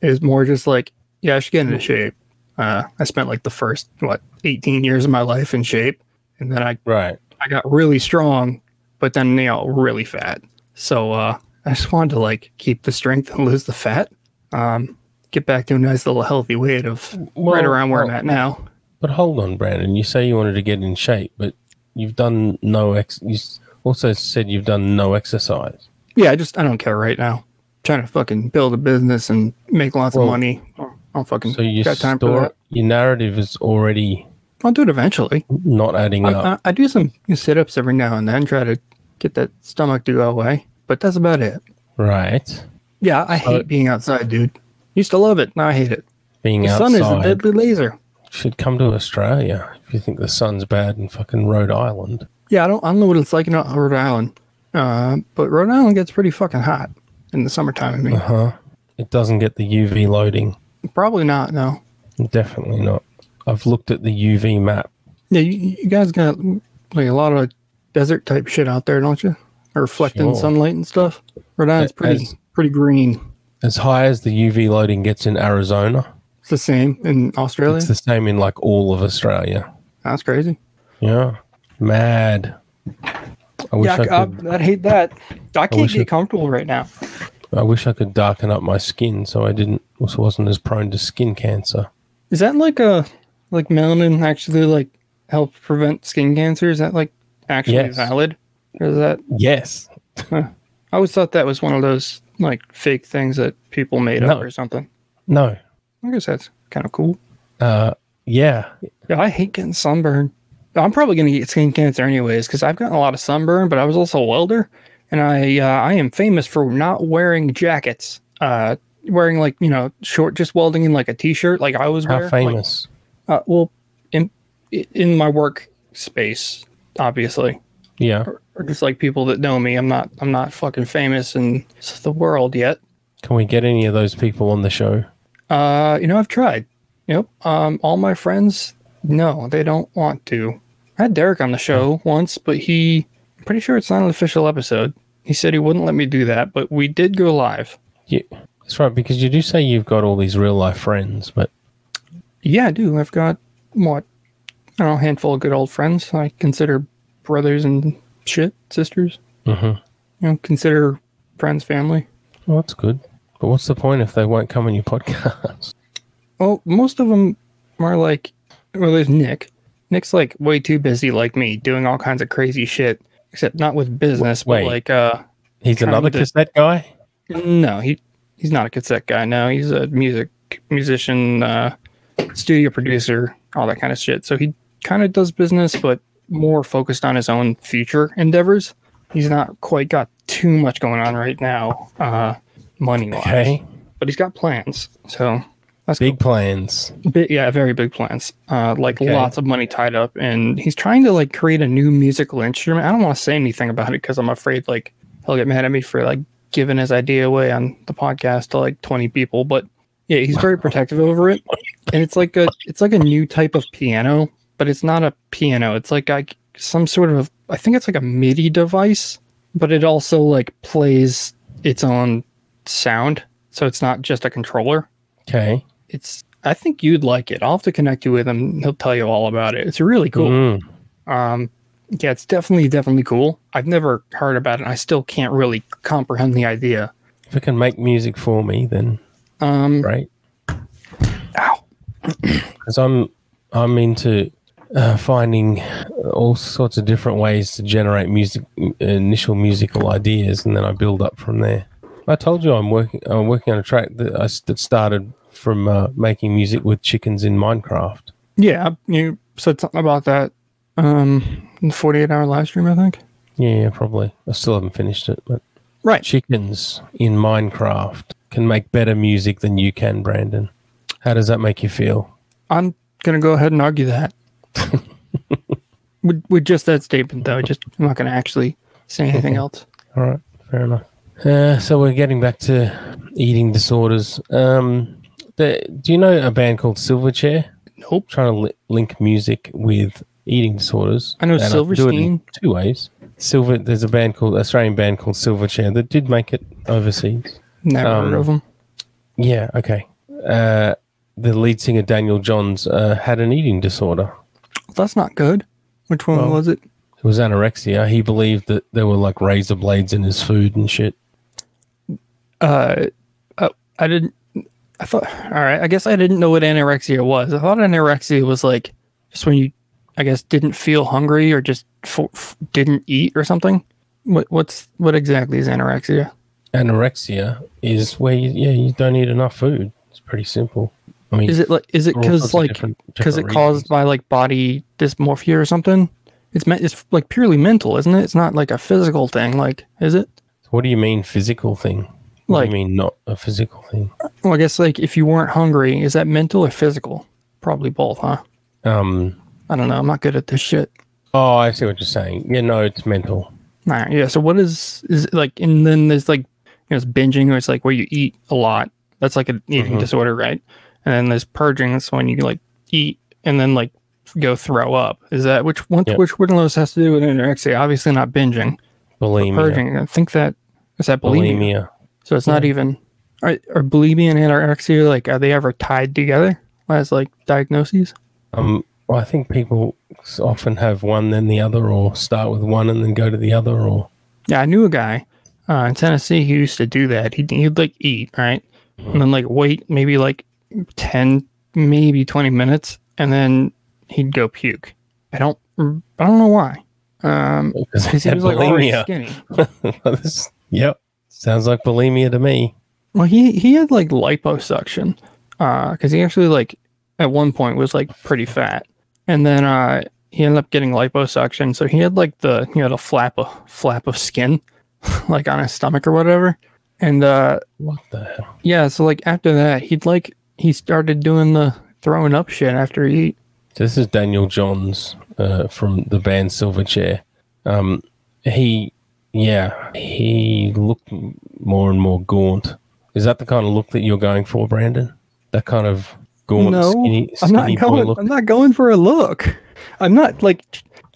S1: It's more just like, yeah, I should get into shape. Uh, I spent like the first what 18 years of my life in shape, and then I
S2: Right.
S1: I got really strong, but then you know really fat. So uh, I just wanted to like keep the strength and lose the fat. Um, get back to a nice little healthy weight of right
S2: Well,
S1: around where I'm
S2: well-
S1: at now.
S2: But hold on, Brandon. You say you wanted to get in shape, but you've done no ex. You s- also said you've done no exercise.
S1: Yeah, I just I don't care right now. trying to fucking build a business and make lots
S2: Well,
S1: of money. I don't fucking
S2: So you
S1: Mm-hmm. got time
S2: store-
S1: for that.
S2: your narrative is already
S1: I'll do it eventually.
S2: not adding up.
S1: I, I, I do some sit ups every now and then, try to get that stomach to go away. But that's about it.
S2: right.
S1: Yeah,
S2: Uh,
S1: I hate being outside, dude. Used to love it, now I hate it.
S2: Being
S1: The
S2: outside
S1: sun is a deadly laser.
S2: should come to Australia if you think the sun's bad in fucking Rhode Island.
S1: Yeah, I don't, I don't know what it's like in Rhode Island, uh, but Rhode Island gets pretty fucking hot in the summertime. I mean,
S2: Huh? It doesn't get the UV loading.
S1: probably not. No.
S2: Definitely not. I've looked at the UV map.
S1: Yeah, you, you guys got like a lot of desert type shit out there, don't you? Or reflecting
S2: Sure.
S1: sunlight and stuff. Rhode Island's pretty
S2: as-
S1: pretty green.
S2: As high as the UV loading gets in Arizona,
S1: It's the same in Australia.
S2: it's the same in like all of Australia.
S1: That's crazy.
S2: Yeah. Mad. I wish I, could,
S1: I hate that. I can't
S2: wish I-
S1: comfortable right now.
S2: I wish I could darken up my skin so I didn't also wasn't as prone to skin cancer.
S1: Is that like a like melanin actually like help prevent skin cancer? Is that like actually
S2: Yes.
S1: valid? Or is that
S2: Yes.
S1: I always thought that was one of those like fake things that people made up
S2: No.
S1: or something.
S2: No.
S1: I guess that's kind of cool.
S2: Uh yeah.
S1: Yeah, I hate getting sunburn. I'm probably gonna get skin cancer anyways because I've gotten a lot of sunburn, but I was also a welder, and I uh, I am famous for not wearing jackets. Uh, wearing like you know short, just welding in like a t-shirt, like I was.
S2: How
S1: wear. Like,
S2: famous.
S1: uh, well, in in my work space, obviously.
S2: yeah.
S1: Or just like people that know me, I'm not I'm not fucking famous in the world yet.
S2: Can we get any of those people on the show?
S1: Uh, you know, I've tried. Yep. Um, all my friends, no, they don't want to. I had Derek on the show once, but he, I'm pretty sure it's not an official episode. He said he wouldn't let me do that, but we did go live.
S2: You, that's right, because you do say you've got all these real life friends, but
S1: Yeah, I do. I've got what I don't know, a handful of good old friends. I consider brothers and shit, sisters.
S2: Mhm.
S1: You know, consider friends, family.
S2: well, that's good. But what's the point if they won't come on your podcast?
S1: Well, most of them are like, well, there's Nick. Nick's like way too busy, like me, doing all kinds of crazy shit. Except not with business,
S2: Wait.
S1: but like, uh,
S2: He's
S1: Trying
S2: another
S1: to-
S2: cassette guy.
S1: no, he he's not a cassette guy. No, he's a music musician, uh, studio producer, all that kind of shit. So he kind of does business, but more focused on his own future endeavors. He's not quite got too much going on right now, uh, money wise,
S2: Okay,
S1: but he's got plans. So that's
S2: big plans.
S1: Bi yeah, very big plans. Uh, like
S2: Okay.
S1: lots of money tied up, and he's trying to like create a new musical instrument. I don't want to say anything about it because I'm afraid like he'll get mad at me for like giving his idea away on the podcast to like 20 people. But yeah, he's very protective over it, and it's like a it's like a new type of piano, but it's not a piano. It's like I some sort of I think it's like a MIDI device, but it also like plays its own sound, so it's not just a controller
S2: Okay,
S1: it's I think you'd like it. I'll have to connect you with him. He'll tell you all about it. It's really cool.
S2: Mm.
S1: Um, yeah, it's definitely definitely cool. I've never heard about it. And I still can't really comprehend the idea.
S2: If it can make music for me, then
S1: Um,
S2: great. Because I'm I'm into uh, finding all sorts of different ways to generate music, initial musical ideas, and then I build up from there. I told you I'm working I'm working on a track that I s- that started from uh, making music with chickens in Minecraft.
S1: yeah, you said something about that. Um, in the 48 hour live stream, I think.
S2: Yeah, probably. I still haven't finished it, but
S1: Right.
S2: chickens in Minecraft can make better music than you can, Brandon. How does that make you feel?
S1: I'm gonna go ahead and argue that. with, with just that statement, though, just I'm not gonna actually say anything else.
S2: All right, fair enough. Uh, so we're getting back to eating disorders. Um, the, do you know a band called Silverchair?
S1: Nope.
S2: Trying to li- link music with eating disorders.
S1: I know
S2: And can do it in
S1: Silverstein.
S2: two ways. Silver. There's a band called Australian band called Silverchair that did make it overseas.
S1: Never
S2: Um,
S1: heard of him.
S2: Yeah. Okay. Uh, the lead singer Daniel Johns uh, had an eating disorder.
S1: That's not good. Which one was it?
S2: It was anorexia. He believed that there were like razor blades in his food and shit.
S1: uh, uh, I didn't. I thought. All right. I guess I didn't know what anorexia was. I thought anorexia was like just when you, I guess, didn't feel hungry or just fo f- didn't eat or something. What what's what exactly is anorexia?
S2: anorexia is where you, yeah you don't eat enough food. It's pretty simple. I mean,
S1: Is it like is it
S2: All sorts
S1: because
S2: of
S1: like
S2: different-
S1: because it
S2: different
S1: caused by like body dysmorphia or something? It's meant it's like purely mental, isn't it? It's not like a physical thing. Like is it?
S2: what do you mean physical thing? What
S1: Like-
S2: do you mean not a physical thing?
S1: Well, I guess like if you weren't hungry, is that mental or physical? Probably both, huh?
S2: Um.
S1: I don't know. I'm not good at this shit.
S2: Oh, I see what you're saying. Yeah, no, it's mental.
S1: All right, yeah. So what is is it like? And then there's like, you know, it's binging, or it's like where you eat a lot. That's like an eating disorder, right? And then there's purging. That's when you like eat and then like go throw up. Is that which one?
S2: Yep.
S1: Which one of those has to do with anorexia? Obviously not binging, but
S2: Bulimia.
S1: purging. I think that is that bulimia.
S2: Bulimia.
S1: So it's not even. Are, are bulimia and anorexia like are they ever tied together as like diagnoses?
S2: Um. Well, I think people s- often have one then the other, or start with one and then go to the other, or
S1: Yeah, I knew a guy uh, in Tennessee who used to do that. He'd, he'd like eat, right? And then like wait maybe like 10, maybe 20 minutes, and then he'd go puke. I don't, I don't know why. Um,
S2: because
S1: because he was like already skinny.
S2: This- yep. Sounds like bulimia to me.
S1: Well, he, he had like liposuction, uh, cause he actually like at one point was like pretty fat. And then, uh, he ended up getting liposuction. So he had like the, you know, the flap of flap of skin, like on his stomach or whatever. And, uh,
S2: What the hell?
S1: Yeah, so like after that, he'd like he started doing the throwing up shit after he eat.
S2: This is Daniel Johns uh, from the band Silverchair. Um, he, yeah, he looked m- more and more gaunt. Is that the kind of look that you're going for, Brandon? That kind of gaunt, skinny,
S1: I'm
S2: skinny
S1: not
S2: boy
S1: going.
S2: look.
S1: I'm not going for a look. I'm not like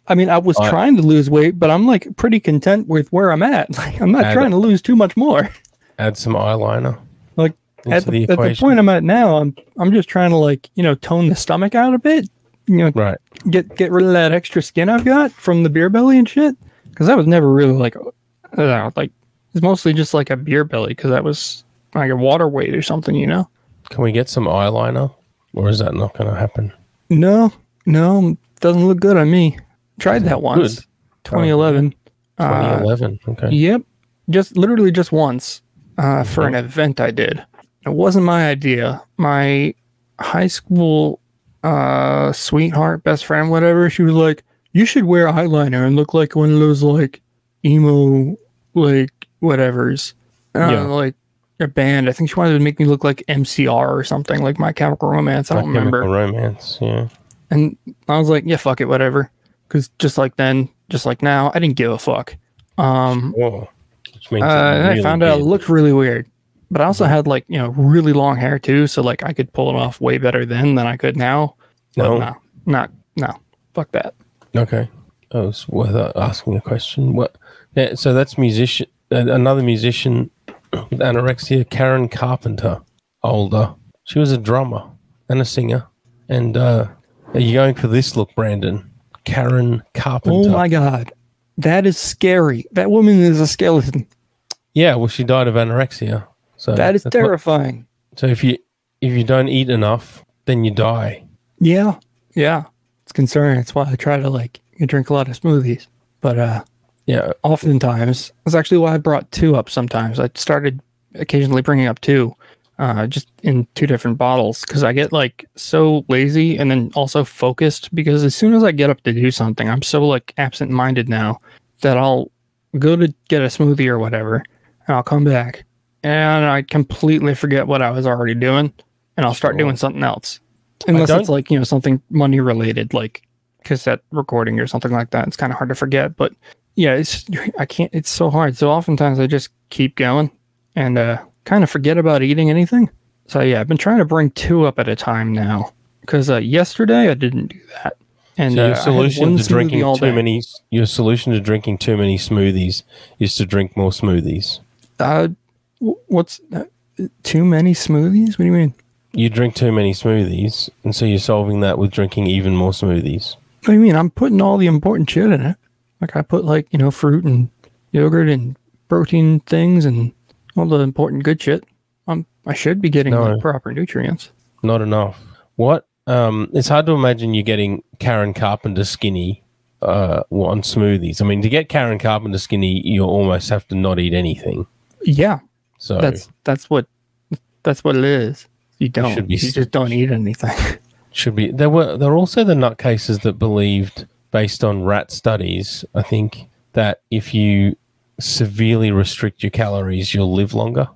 S1: I mean, I was
S2: I-
S1: trying to lose weight, but I'm like pretty content with where I'm at. Like, I'm not
S2: Add-
S1: trying to lose too much more.
S2: Add some eyeliner.
S1: Like,
S2: into
S1: At the,
S2: the
S1: at the
S2: equation.
S1: point I'm at now, I'm I'm just trying to like you know tone the stomach out a bit. You know,
S2: right.
S1: get get rid of that extra skin I've got from the beer belly and shit. Because that was never really like, I don't know, like it's mostly just like a beer belly because that was like a water weight or something, you know.
S2: Can we get some eyeliner, or is that not going to happen?
S1: No, no, doesn't look good on me. Tried that once,
S2: Good.
S1: 2011. Uh,
S2: 2011. okay.
S1: Yep. Just literally just once uh, for an
S2: Uh-huh.
S1: event I did. It wasn't my idea. My high school uh, sweetheart, best friend, whatever, she was like, you should wear eyeliner and look like one of those like emo, like whatevers. Uh,
S2: Yeah.
S1: Like a band. I think she wanted to make me look like MCR or something, like My Chemical Romance. I
S2: My
S1: don't remember.
S2: Chemical Romance. Yeah.
S1: And I was like, yeah, fuck it, whatever. Because just like then, just like now, I didn't give a fuck. Um,
S2: Whoa. Which means
S1: uh,
S2: that
S1: and I
S2: really
S1: found out it
S2: did.
S1: looked really weird. But I also had like you know really long hair too, so like I could pull it off way better then than I could now.
S2: No.
S1: no, not no. Fuck that.
S2: Okay. Oh, I was without uh, asking a question. What? Yeah, so that's musician. a- Another musician with anorexia, Karen Carpenter, older. She was a drummer and a singer. And uh, are you going for this look, Brandon? Karen Carpenter.
S1: Oh my god, that is scary. That woman is a skeleton.
S2: Yeah. Well, she died of anorexia. So
S1: That is
S2: Uh, that's what-
S1: terrifying.
S2: so if you if you don't eat enough, then you die.
S1: yeah, yeah. It's concerning. That's why I try to like drink a lot of smoothies. But uh,
S2: Yeah.
S1: oftentimes that's actually why i brought two up sometimes i started occasionally bringing up two uh, just in two different bottles because i get like so lazy and then also focused because as soon as i get up to do something i'm so like absent-minded now that i'll go to get a smoothie or whatever and i'll come back and i completely forget what i was already doing and i'll start
S2: Sure.
S1: doing something else unless it's
S2: don't-
S1: like you know something money related like cassette recording or something like that it's kind of hard to forget but yeah, it's I can't. It's so hard. So oftentimes I just keep going and uh, kind of forget about eating anything. So yeah, I've been trying to bring two up at a time now because uh, yesterday I didn't do that. And
S2: So
S1: uh, I
S2: your
S1: had
S2: solution
S1: one
S2: to
S1: smoothie
S2: drinking
S1: all
S2: too
S1: day.
S2: many your solution to drinking too many smoothies is to drink more smoothies.
S1: Uh, w- what's uh, too many smoothies? What do you mean?
S2: You drink too many smoothies, and so you're solving that with drinking even more smoothies.
S1: What do you mean? I'm putting all the important shit in it. Like I put like you know fruit and yogurt and protein things and all the important good shit. I'm I should be getting
S2: No.
S1: the proper nutrients.
S2: Not enough. What? Um, it's hard to imagine you getting Karen Carpenter skinny uh, on smoothies. I mean, to get Karen Carpenter skinny, you almost have to not eat anything.
S1: Yeah,
S2: So
S1: that's that's what that's what it is. You don't. You,
S2: should be s-
S1: just don't eat anything.
S2: should be there were there were also the nutcases that believed based on rat studies i think that if you severely restrict your calories you'll live longer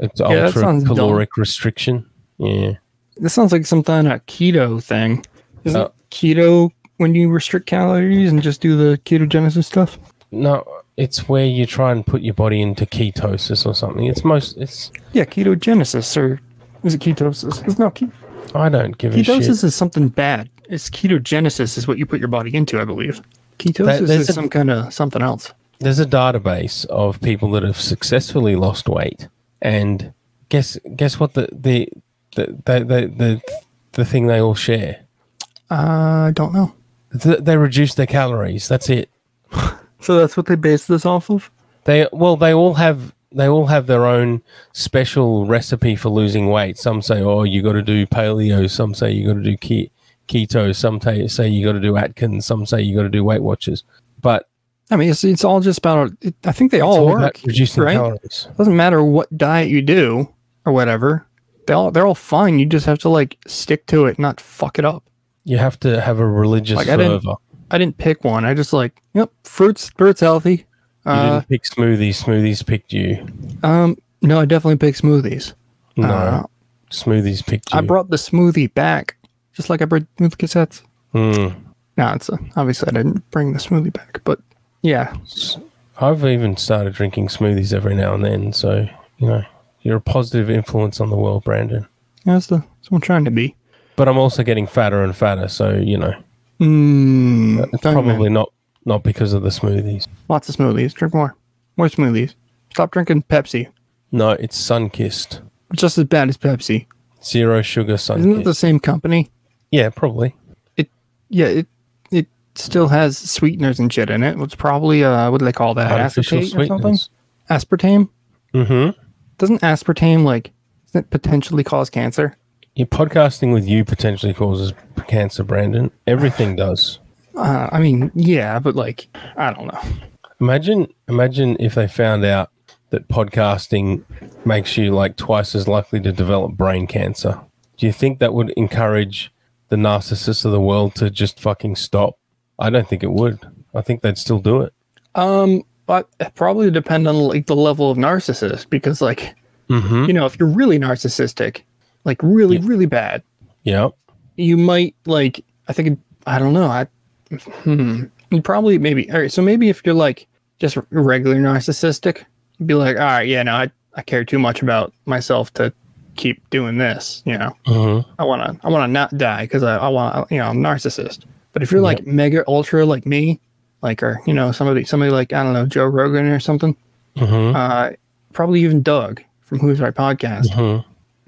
S2: it's
S1: that
S2: ultra
S1: sounds dumb.
S2: caloric restriction yeah
S1: this sounds like some kind of keto thing. Isn't
S2: Uh,
S1: keto when you restrict calories and just do the ketogenesis stuff?
S2: no it's where you try and put your body into ketosis or something it's most it's
S1: Yeah, ketogenesis or is it ketosis? It's not ke-
S2: i don't give a shit
S1: ketosis is something bad. It's ketogenesis is what you put your body into, I believe. Ketosis is
S2: there's a-
S1: some kind of something else.
S2: there's a database of people that have successfully lost weight, and guess guess what the the the the the, the, the thing they all share?
S1: Uh, I don't know.
S2: Th- they reduce their calories. That's it.
S1: So that's what they base this off of.
S2: They well, they all have they all have their own special recipe for losing weight. Some say, oh, you got to do paleo. Some say you got to do ke- keto. Some ta- say you got to do Atkins. Some say you got to do Weight Watchers. But
S1: I mean, it's, it's all just about. It, I think they
S2: it's
S1: all
S2: all
S1: Oh, work.
S2: about reducing
S1: right?
S2: calories.
S1: doesn't matter what diet you do or whatever they all they're all fine you just have to like stick to it not fuck it up
S2: You have to have a religious
S1: Like, I didn't-
S2: fervor.
S1: i didn't pick one i just like yep fruits fruits healthy
S2: You
S1: uh,
S2: didn't pick smoothies. Smoothies picked you.
S1: um no i definitely picked smoothies
S2: No,
S1: Uh,
S2: smoothies picked you.
S1: i brought the smoothie back just like i brought with cassettes
S2: Hmm.
S1: no it's uh, obviously i didn't bring the smoothie back but yeah
S2: I've even started drinking smoothies every now and then. So you know, you're a positive influence on the world, Brandon.
S1: that's the that's what i'm trying to be
S2: But I'm also getting fatter and fatter. So you know,
S1: Mm,
S2: It's
S1: Diamond.
S2: probably not not because of the smoothies.
S1: Lots of smoothies. Drink more. More smoothies. Stop drinking Pepsi.
S2: No, it's Sunkissed.
S1: It's just as bad as Pepsi.
S2: Zero sugar
S1: Isn't it
S2: Sunkissed.
S1: the same company?
S2: yeah, probably.
S1: Yeah, it it still has sweeteners and shit in it. It's probably uh what do they call that?
S2: Artificial
S1: Acetate or something?
S2: sweetness.
S1: Aspartame?
S2: Mm-hmm.
S1: Doesn't aspartame like doesn't it potentially cause cancer?
S2: Your podcasting with you potentially causes cancer, Brandon. Everything does.
S1: Uh, I mean, yeah, but like I don't know.
S2: Imagine, imagine if they found out that podcasting makes you like twice as likely to develop brain cancer. Do you think that would encourage the narcissists of the world to just fucking stop? I don't think it would. I think they'd still do it.
S1: Um, but it probably depend on like the level of narcissist because like
S2: Mm-hmm.
S1: you know if you're really narcissistic, like really really bad,
S2: Yep.
S1: you might like I think I don't know I hmm you probably maybe all right so maybe if you're like just r- regular narcissistic, you'd be like all right yeah no I I care too much about myself to keep doing this you know
S2: Mm-hmm.
S1: I want to I want to not die because I, I want you know I'm a narcissist. But if you're
S2: Yep.
S1: like mega ultra like me, like or you know somebody somebody like I don't know Joe Rogan or something,
S2: Mm-hmm.
S1: uh, probably even Doug from Who's Right podcast,
S2: Mhm.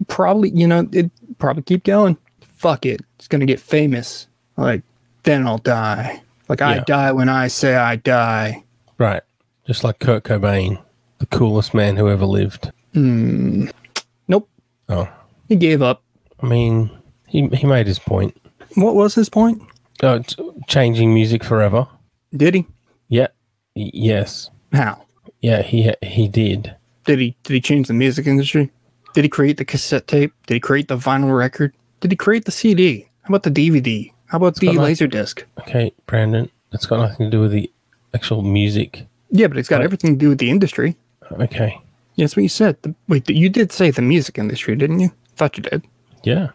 S1: probably you know it probably keep going. Fuck it, it's gonna get famous. Like then I'll die. Like I
S2: Yeah.
S1: die when I say I die.
S2: Right. Just like Kurt Cobain, the coolest man who ever lived.
S1: Nope,
S2: Oh,
S1: he gave up.
S2: I mean, he, he made his point.
S1: What was his point?
S2: Oh, it's changing music forever.
S1: Did he?
S2: Yeah. Y- yes.
S1: How
S2: Yeah, he he did.
S1: did he? Did he change the music industry? Did he create the cassette tape? Did he create the vinyl record? Did he create the CD? How about the DVD? How about the
S2: got like-
S1: laser disc?
S2: Okay, Brandon, it's got nothing to do with the actual music.
S1: Yeah, but it's got
S2: Right.
S1: everything to do with the industry.
S2: Okay.
S1: Yeah, that's what you said. The, wait, you did say the music industry, didn't you? Thought you did.
S2: Yeah.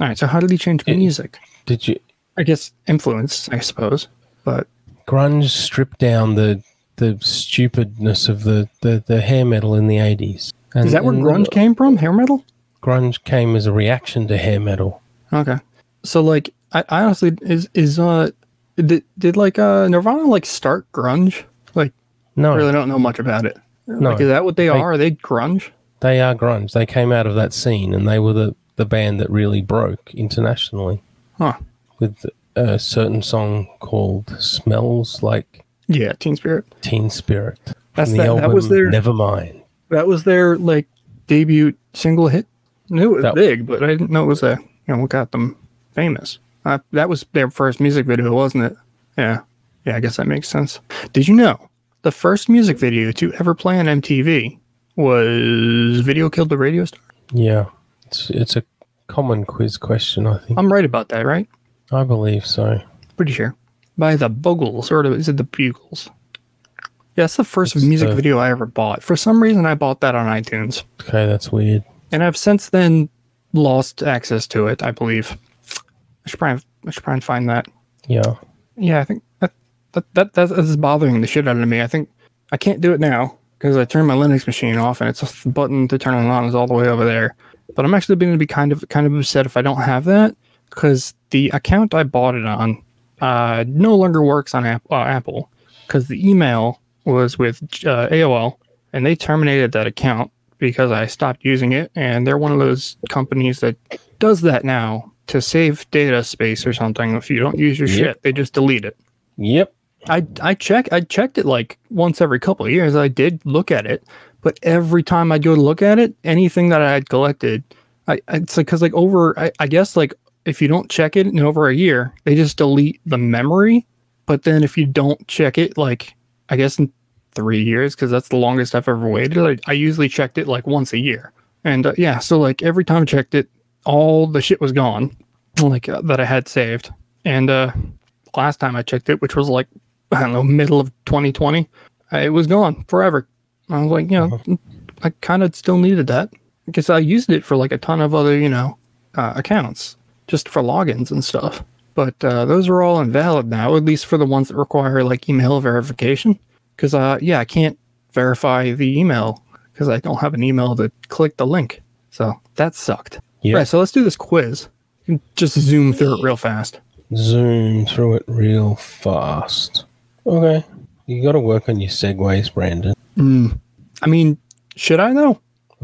S1: All right. So how did he change
S2: It-
S1: music?
S2: Did you
S1: I guess influence, I suppose. But
S2: grunge strip down the the stupidness of the the, the hair metal in the 80s? And,
S1: is that where
S2: and
S1: grunge came from? Hair metal?
S2: grunge came as a reaction to hair metal.
S1: Okay. So like, I, I honestly is is uh did did like uh Nirvana like start grunge? Like,
S2: No.
S1: I really don't know much about it.
S2: Oh. no.
S1: Like, is that what they are? Are they grunge?
S2: they are grunge. They came out of that scene and they were the the band that really broke internationally
S1: Huh.
S2: with a certain song called Smells Like
S1: Yeah, Teen Spirit.
S2: Teen Spirit. from
S1: That's that- that was their-
S2: Nevermind.
S1: That was their like debut single hit. I knew it was
S2: That-
S1: big, but I didn't know it was a you know what got them famous. Uh, that was their first music video, wasn't it? Yeah, yeah. I guess that makes sense. Did you know the first music video to ever play on MTV was "Video Killed the Radio Star"?
S2: Yeah, it's it's a common quiz question. I think
S1: I'm right about that, right?
S2: I believe so.
S1: Pretty sure. By the Bugles, or is it the Bugles? Yeah, that's the first
S2: It's
S1: music
S2: the-
S1: video I ever bought. For some reason, I bought that on iTunes.
S2: Okay, that's weird.
S1: and I've since then lost access to it. I believe. I should probably, I should probably find that.
S2: Yeah,
S1: Yeah, I think that that that that's, this is bothering the shit out of me. I think I can't do it now because I turned my Linux machine off, and it's the button to turn it on is all the way over there. But I'm actually going to be kind of kind of upset if I don't have that because the account I bought it on uh, no longer works on App- uh, Apple because the email was with uh, AOL and they terminated that account because I stopped using it. And they're one of those companies that does that now to save data space or something. If you don't use your
S2: Yep.
S1: shit, they just delete it.
S2: yep.
S1: I I check I checked it like once every couple of years. I did look at it, but every time I'd go to look at it, anything that I had collected, I I- it's like because like over I, I guess like if you don't check it in over a year, they just delete the memory. But then if you don't check it, like I guess in three years, because that's the longest I've ever waited. I, I usually checked it like once a year, and uh, yeah, so like every time I checked it, all the shit was gone, like uh, that I had saved, and uh last time I checked it, which was like I don't know, middle of 2020, uh, it was gone forever. I was like, you know, I kind of still needed that because I used it for like a ton of other, you know, uh, accounts just for logins and stuff. But uh, those are all invalid now, at least for the ones that require like email verification. Because uh, yeah, I can't verify the email because I don't have an email to click the link. So that sucked.
S2: Yeah.
S1: Right. So let's do this quiz. Just zoom through it real fast.
S2: zoom through it real fast. Okay. You got to work on your segues, Brandon.
S1: Mm. I mean, should I though?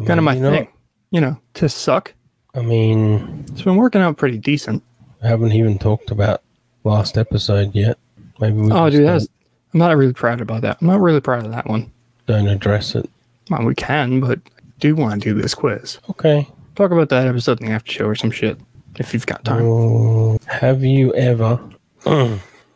S1: Kind of my
S2: Maybe not.
S1: thing. You know, to suck.
S2: I mean,
S1: It's been working out pretty decent.
S2: I haven't even talked about last episode yet. Maybe we
S1: Oh,
S2: just
S1: dude,
S2: don't,
S1: that's. I'm not really proud about that. I'm not really proud of that one.
S2: don't address it.
S1: Well, we can, but I do want to do this quiz.
S2: Okay.
S1: Talk about that episode in the after show or some shit if you've got time.
S2: Oh, have you ever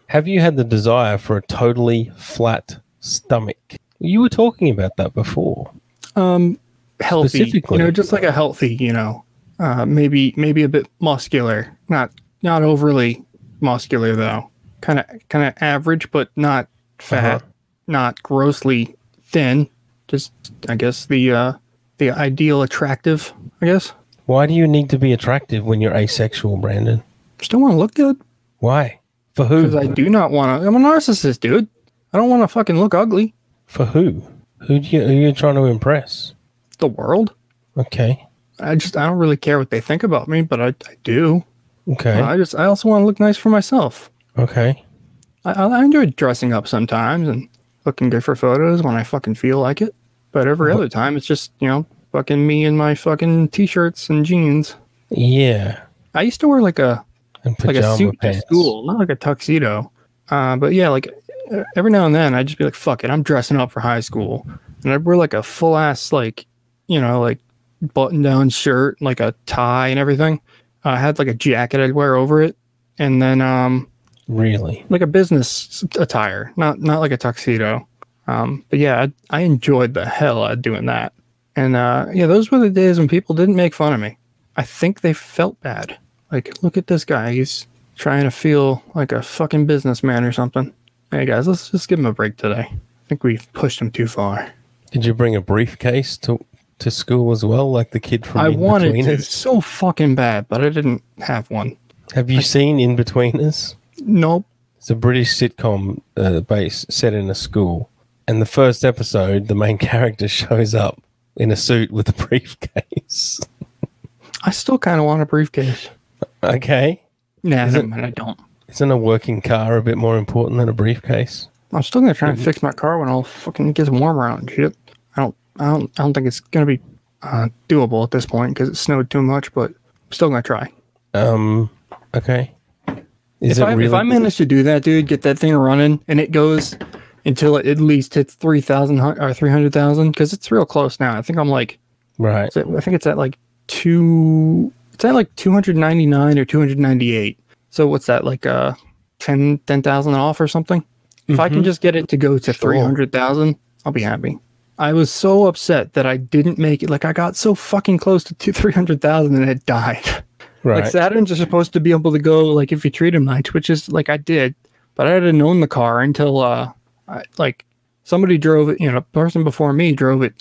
S2: have you had the desire for a totally flat stomach? You were talking about that before.
S1: Um, healthy, you
S2: Specifically.
S1: know, just like a healthy, you know, uh, maybe maybe a bit muscular, not not overly muscular though. Kind of kind of average, but not fat,
S2: Uh-huh.
S1: not grossly thin. Just I guess the uh, the ideal attractive. I guess
S2: Why do you need to be attractive when you're asexual, Brandon?
S1: still want to look good
S2: Why? For
S1: because
S2: who?
S1: I do not want to. I'm a narcissist, dude. I don't want to fucking look ugly.
S2: For who? Who do you, who are you trying to impress?
S1: The world.
S2: Okay.
S1: I just I don't really care what they think about me, but I, I do.
S2: Okay.
S1: I just I also want to look nice for myself.
S2: Okay.
S1: I, I I enjoy dressing up sometimes and looking good for photos when I fucking feel like it. But every other time, it's just you know fucking me and my fucking t-shirts and jeans.
S2: Yeah.
S1: I used to wear like a
S2: And
S1: like
S2: pajama
S1: a suit
S2: pants.
S1: to school, not like a tuxedo. Uh, but yeah, like uh, every now and then, I'd just be like, "Fuck it, I'm dressing up for high school," and I'd wear like a full ass like you know like button down shirt, like a tie and everything. Uh, I had like a jacket I'd wear over it, and then um
S2: Really?
S1: like a business attire, not not like a tuxedo. Um, but yeah, I, I enjoyed the hell out of doing that. And uh, yeah, those were the days when people didn't make fun of me. I think they felt bad. Like, look at this guy; he's trying to feel like a fucking businessman or something. Hey guys, let's just give him a break today. I think we've pushed him too far.
S2: Did you bring a briefcase to to school as well, like the kid from
S1: I wanted to
S2: Inbetweeners?
S1: so fucking bad, but I didn't have one.
S2: Have you seen In Betweeners?
S1: Nope.
S2: It's a British sitcom uh, base set in a school. And the first episode, the main character shows up in a suit with a briefcase.
S1: I still kind of want a briefcase.
S2: okay.
S1: Nah,
S2: Is
S1: never
S2: it-
S1: mind, I don't.
S2: Isn't a working car a bit more important than a briefcase?
S1: I'm still gonna try and fix my car when all fucking gets warmer out and shit. I don't, I don't, I don't think it's gonna be uh, doable at this point because it snowed too much. But I'm still gonna try.
S2: Um, okay.
S1: If
S2: Is it
S1: I,
S2: really?
S1: if I manage to do that, dude, get that thing running and it goes until it at least hits three thousand or three hundred thousand because it's real close now. I think I'm like,
S2: right.
S1: it's at- I think it's at like two, it's at like two hundred ninety nine or two hundred ninety eight. So what's that like? Uh, ten ten thousand off or something. If I can just get it to go to
S2: Mm-hmm. Sure.
S1: 300,000, I'll be happy. I was so upset that I didn't make it. Like, I got so fucking close to two- 300,000 and it died.
S2: Right.
S1: Like, Saturns are supposed to be able to go, like, if you treat them nice, which is like I did, but I hadn't owned the car until, uh, I, like, somebody drove it, you know, a person before me drove it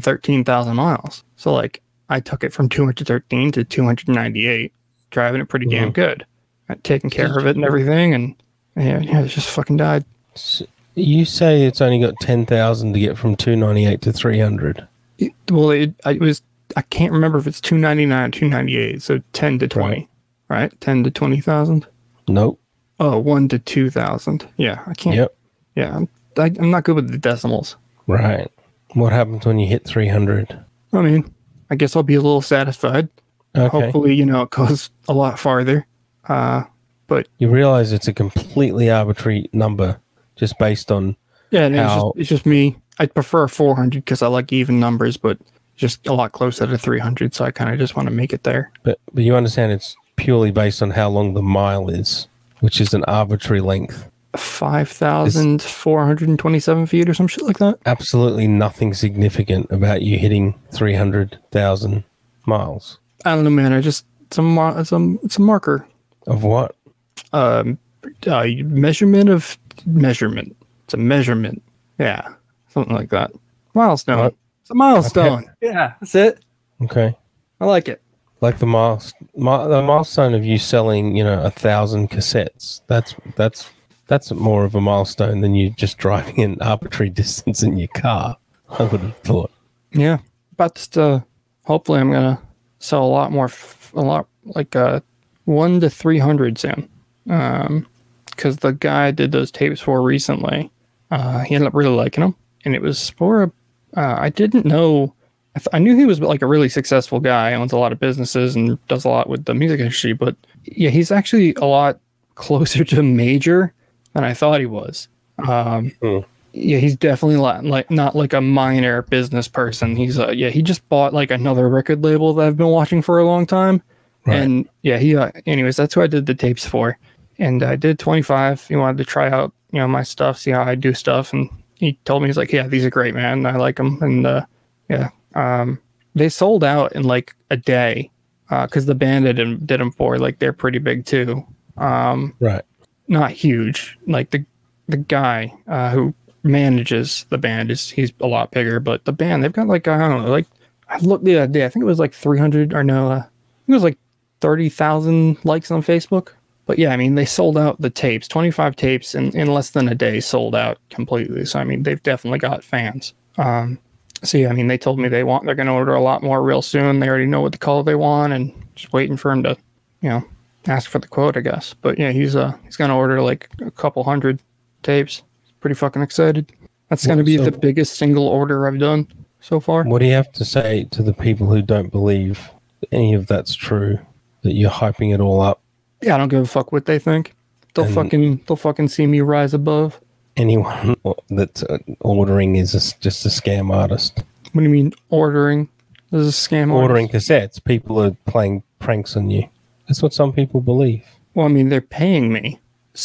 S1: 213,000 miles. So, like, I took it from 213 to 298, driving it pretty damn
S2: Mhm.
S1: good. i taking care of it and everything, and yeah, yeah, it just fucking died.
S2: S- you say it's only got 10,000 to get from 298 to 300.
S1: it- well it, I- it was i can't remember if it's 299 298 so 10 to 20 right, 10 to 20000
S2: Nope.
S1: oh 1 to 2000 yeah i can't
S2: Yep.
S1: yeah I'm, I, I'm not good with the decimals
S2: Right. What happens when you hit 300?
S1: i mean i guess i'll be a little satisfied
S2: Okay.
S1: hopefully you know it goes a lot farther uh but
S2: You realize it's a completely arbitrary number just based on
S1: yeah and it's, just,
S2: How-
S1: it's just me i prefer 400 because i like even numbers but just a lot closer to 300 so i kind of just want to make it there
S2: But but you understand it's purely based on how long the mile is, which is an arbitrary length.
S1: 5427 feet or some shit like that
S2: Absolutely nothing significant about you hitting three hundred thousand miles
S1: I don't know, man. I just it's a mar- it's a, it's a marker,
S2: of what?
S1: um, uh, measurement of measurement. It's a measurement. Yeah, something like that. Milestone.
S2: Right.
S1: It's a milestone. Yeah, that's it.
S2: Okay,
S1: I like it.
S2: like the miles, mi- the milestone of you selling, you know, a thousand cassettes. That's that's that's more of a milestone than you just driving an arbitrary distance in your car. I would have thought.
S1: Yeah, about just uh, hopefully I'm gonna sell a lot more, f- a lot like uh, one to three hundred soon. because the guy I did those tapes for recently. Uh, he ended up really liking them, and it was for a. Uh, I didn't know. I, th- I knew he was like a really successful guy, owns a lot of businesses, and does a lot with the music industry. But yeah, he's actually a lot closer to major than I thought he was. Um,
S2: Hmm.
S1: Yeah, he's definitely not, like not like a minor business person. He's uh, yeah, he just bought like another record label that I've been watching for a long time.
S2: Right.
S1: And yeah, he, uh, anyways, that's who I did the tapes for. And I did 25. He wanted to try out, you know, my stuff, see how I do stuff. And he told me, he's like, yeah, these are great, man. I like them. And, uh, yeah, um, they sold out in like a day. Uh, cause the band I did, did them for, like, they're pretty big too. Um,
S2: Right.
S1: not huge. Like the the guy uh, who manages the band is he's a lot bigger, but the band they've got like I don't know, like I looked the other day, I think it was like three hundred or no, uh, I think it was like thirty thousand likes on Facebook. But yeah, I mean they sold out the tapes, twenty five tapes in, in less than a day sold out completely. So I mean they've definitely got fans. Um, so yeah, I mean they told me they want they're going to order a lot more real soon. They already know what the color they want, and just waiting for him to, you know, ask for the quote, I guess. But yeah, he's uh he's gonna order like a couple hundred tapes. Pretty fucking excited. That's gonna be
S2: so-
S1: the biggest single order I've done so far.
S2: What do you have to say to the people who don't believe that any of that's true? That you're hyping it all up?
S1: Yeah, I don't give a fuck what they think. They'll
S2: And-
S1: fucking they'll fucking see me rise above.
S2: Anyone that's uh, ordering is a s just a scam artist.
S1: What do you mean ordering? This is a scam. artist.
S2: Ordering cassettes, people are playing pranks on you. That's what some people believe.
S1: Well, I mean they're paying me.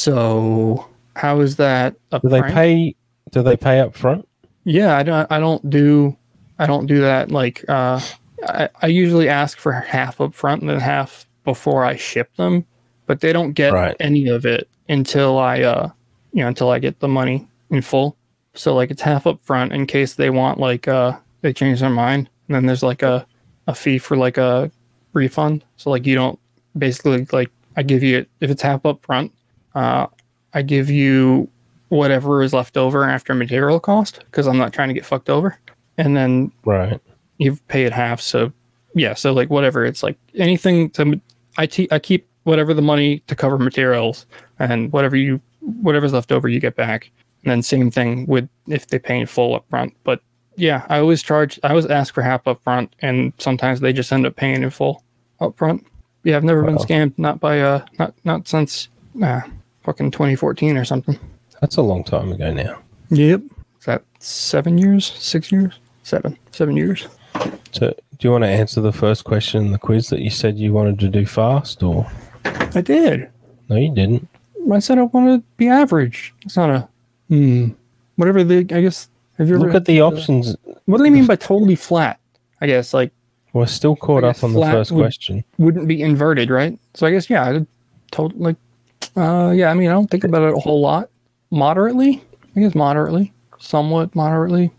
S1: So how is that? A
S2: Do they
S1: prank?
S2: pay? Do they pay up front?
S1: Yeah, I don't. I don't do. I don't do that. Like, uh, I, I usually ask for half up front and then half before I ship them, but they don't get
S2: Right.
S1: any of it until I, uh, you know, until I get the money in full. So like, it's half up front in case they want like uh they change their mind, and then there's like a a fee for like a refund. So like, you don't basically like I give you if it's half up front, uh, I give you whatever is left over after material cost because I'm not trying to get fucked over. And then
S2: Right.
S1: you pay it half. So yeah, so like whatever it's like anything to I te- I keep whatever the money to cover materials and whatever you whatever's left over you get back. And then same thing with if they pay in full up front. But yeah, I always charge I always ask for half up front and sometimes they just end up paying in full up front. Yeah, I've never been
S2: Wow.
S1: scammed not by uh not not since uh fucking 2014 or something.
S2: That's a long time ago now.
S1: Yep. Is that seven years? Six years? Seven. Seven years.
S2: So, do you want to answer the first question in the quiz that you said you wanted to do fast, or
S1: I did.
S2: no, you didn't?
S1: I said I want to be average. It's not a hmm. Whatever the I guess have you ever
S2: Look at the options.
S1: what do they mean by totally flat? I guess like
S2: We're still caught
S1: I
S2: up
S1: guess
S2: on the
S1: flat
S2: first
S1: would-
S2: question.
S1: wouldn't be inverted, right? So I guess yeah, I totally like uh yeah, I mean I don't think about it a whole lot. Moderately? I guess moderately. Somewhat moderately.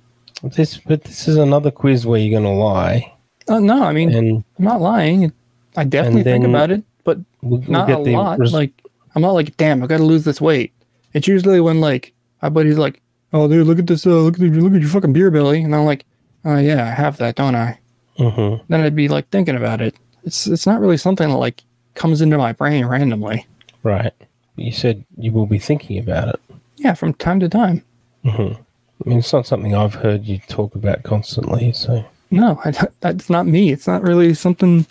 S2: This, but this is another quiz where you're going to lie,
S1: Uh, no, I mean
S2: and
S1: I'm not lying. I definitely think
S2: then-
S1: about it, but
S2: we'll, we'll
S1: not
S2: get
S1: a
S2: the
S1: lot.
S2: res-
S1: like I'm not like, damn, I gotta lose this weight. It's usually when like my buddy's like, oh dude, look at this, uh, look at look at your fucking beer belly, and I'm like, oh yeah, I have that, don't I?
S2: Mhm.
S1: Then I'd be like thinking about it. It's it's not really something that like comes into my brain randomly.
S2: right. You said you will be thinking about it.
S1: Yeah, from time to time.
S2: I mean, it's not something I've heard you talk about constantly. So,
S1: No, I don't, that's not me. It's not really something.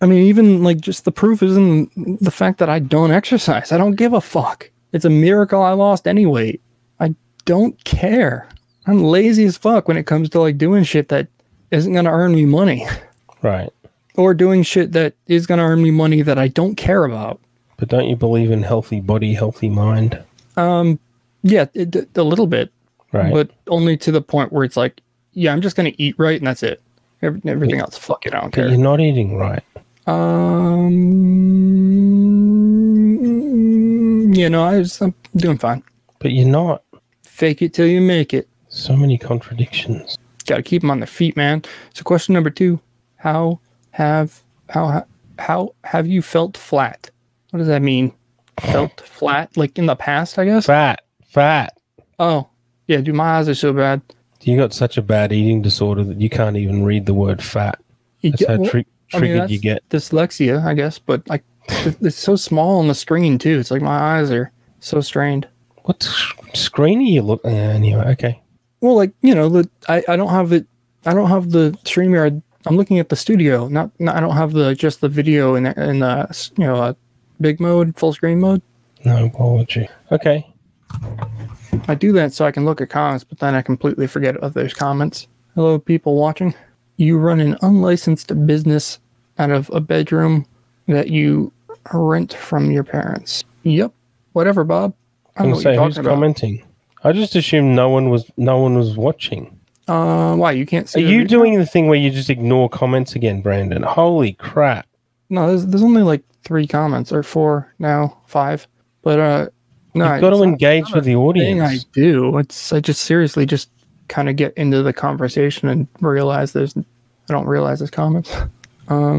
S1: I mean, even like just the proof is in the fact that I don't exercise. I don't give a fuck. It's a miracle I lost any weight. I don't care. I'm lazy as fuck when it comes to like doing shit that isn't going to earn me money
S2: right.
S1: or doing shit that is going to earn me money that I don't care about.
S2: But don't you believe in healthy body, healthy mind?
S1: Yeah, it, a little bit,
S2: Right.
S1: but only to the point where it's like, yeah, I'm just going to eat right and that's it. Every- Everything else, fuck it, I don't
S2: But
S1: care.
S2: you're not eating right.
S1: Um, you know, I was, I'm doing fine.
S2: But you're not.
S1: Fake it till you make it.
S2: So many contradictions.
S1: Got to keep them on their feet, man. So, question number two: How have how how have you felt flat? What does that mean? Felt flat, like in the past, I guess.
S2: Fat, fat.
S1: Oh, yeah, dude, my eyes are so bad.
S2: You got such a bad eating disorder that you can't even read the word fat.
S1: You
S2: That's
S1: get-
S2: how tri-
S1: I mean,
S2: triggered you
S1: that's
S2: get.
S1: dyslexia, I guess, but I It's so small on the screen too. It's like my eyes are so strained.
S2: What s- screen are you looking? Yeah, anyway, okay.
S1: Well, like you know, the I, I don't have it. I don't have the streamer. I'm looking at the studio. Not, not I don't have the just the video in in uh, s- you know uh, big mode, full screen mode.
S2: No apology. Okay.
S1: I do that so I can look at comments, but then I completely forget of those comments. Hello, people watching. You run an unlicensed business out of a bedroom that you rent from your parents. Yep. Whatever, Bob. I
S2: I'm
S1: don't know what
S2: gonna
S1: you're
S2: say who's
S1: talking about.
S2: commenting. I just assumed no one was no one was watching.
S1: Uh, why you can't see?
S2: Are
S1: the
S2: you
S1: video?
S2: doing the thing where you just ignore comments again, Brandon? Holy crap!
S1: No, there's, there's only like three comments or four now, five. But uh, no,
S2: You've got
S1: it's
S2: to
S1: not
S2: engage with the
S1: a thing I
S2: audience.
S1: do. It's I just seriously just kind of get into the conversation and realize there's I don't realize there's comments. Um,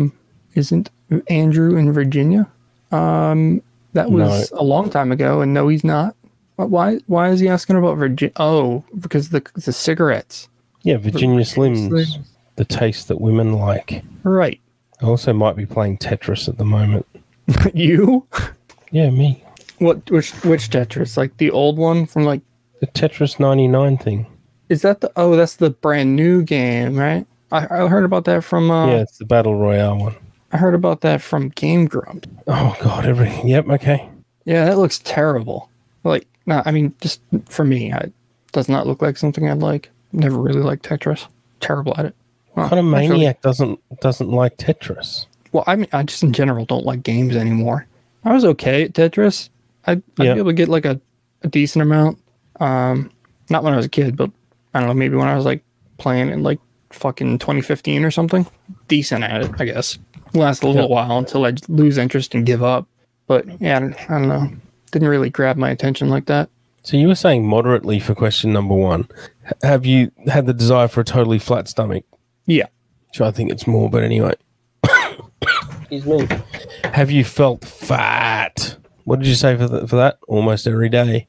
S1: isn't Andrew in Virginia? Um, that was a long time ago, and no, he's not. But why? Why is he asking about Virginia? Oh, because the the cigarettes,
S2: Yeah, Virginia Slims,
S1: Slims.
S2: the taste that women like.
S1: right?
S2: I also might be playing Tetris at the moment.
S1: you
S2: Yeah, me.
S1: what? Which which Tetris? Like the old one from like
S2: The Tetris 99 thing.
S1: Is that the oh that's the brand new game, right? I, I heard about that from uh
S2: yeah, it's the Battle Royale one.
S1: I heard about that from Game Grumps.
S2: Oh, God, everything. Yep, okay.
S1: Yeah, that looks terrible. Like no, I mean just for me, I, it does not look like something I'd like. Never really liked Tetris. Terrible at it. Well,
S2: What kind of
S1: actually-
S2: maniac doesn't doesn't like Tetris?
S1: well, I mean I just in general don't like games anymore. I was okay at Tetris. I I'd
S2: Yeah.
S1: be able to get like a, a decent amount. Um not when I was a kid, but I don't know, maybe when I was like playing in like fucking 2015 or something. Decent at it, I guess. Last a little while until I lose interest and give up. But yeah, I don't, I don't know. Didn't really grab my attention like that.
S2: So you were saying moderately for question number one. H- Have you had the desire for a totally flat stomach?
S1: Yeah.
S2: Which I think it's more, but anyway. Excuse me. Have you felt fat? What did you say for, th- for that? Almost every day.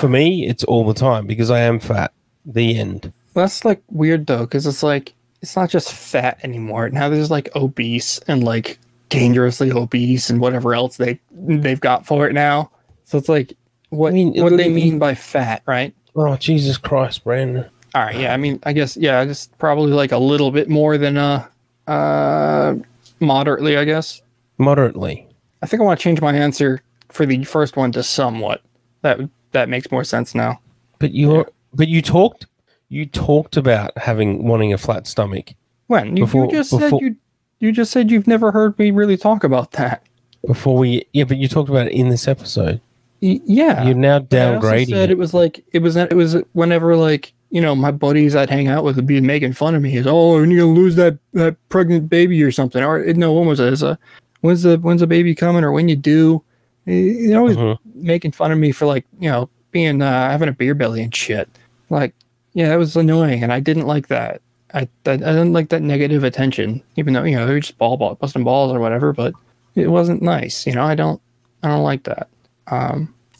S2: For me, it's all the time because I am fat. The end.
S1: That's like weird though, because it's like it's not just fat anymore. Now there's like obese and like dangerously obese and whatever else they they've got for it now. So it's like what
S2: I mean,
S1: what do they
S2: it-
S1: mean by fat, right?
S2: Oh, Jesus Christ, Brandon.
S1: All right, yeah. I mean, I guess yeah, just probably like a little bit more than uh uh moderately, I guess.
S2: Moderately.
S1: I think I want to change my answer for the first one to somewhat. That that makes more sense now.
S2: But you but you talked you talked about having wanting a flat stomach
S1: When you,
S2: Before-
S1: you just
S2: before-
S1: said you you just said you've never heard me really talk about that.
S2: before we yeah, but you talked about it in this episode.
S1: Y- yeah.
S2: You're now
S1: But I also
S2: downgrading.
S1: said
S2: it.
S1: it was like it was it was whenever like you know my buddies I'd hang out with would be making fun of me is oh and you're gonna lose that that pregnant baby or something or no when was it? It was, uh, when's the when's the baby coming or when you do Eh, they're always
S2: Mhm.
S1: making fun of me for like you know being uh, having a beer belly and shit like yeah that was annoying and I didn't like that I I, I didn't like that negative attention even though you know they were just ball ball busting balls or whatever but it wasn't nice you know I don't I don't like that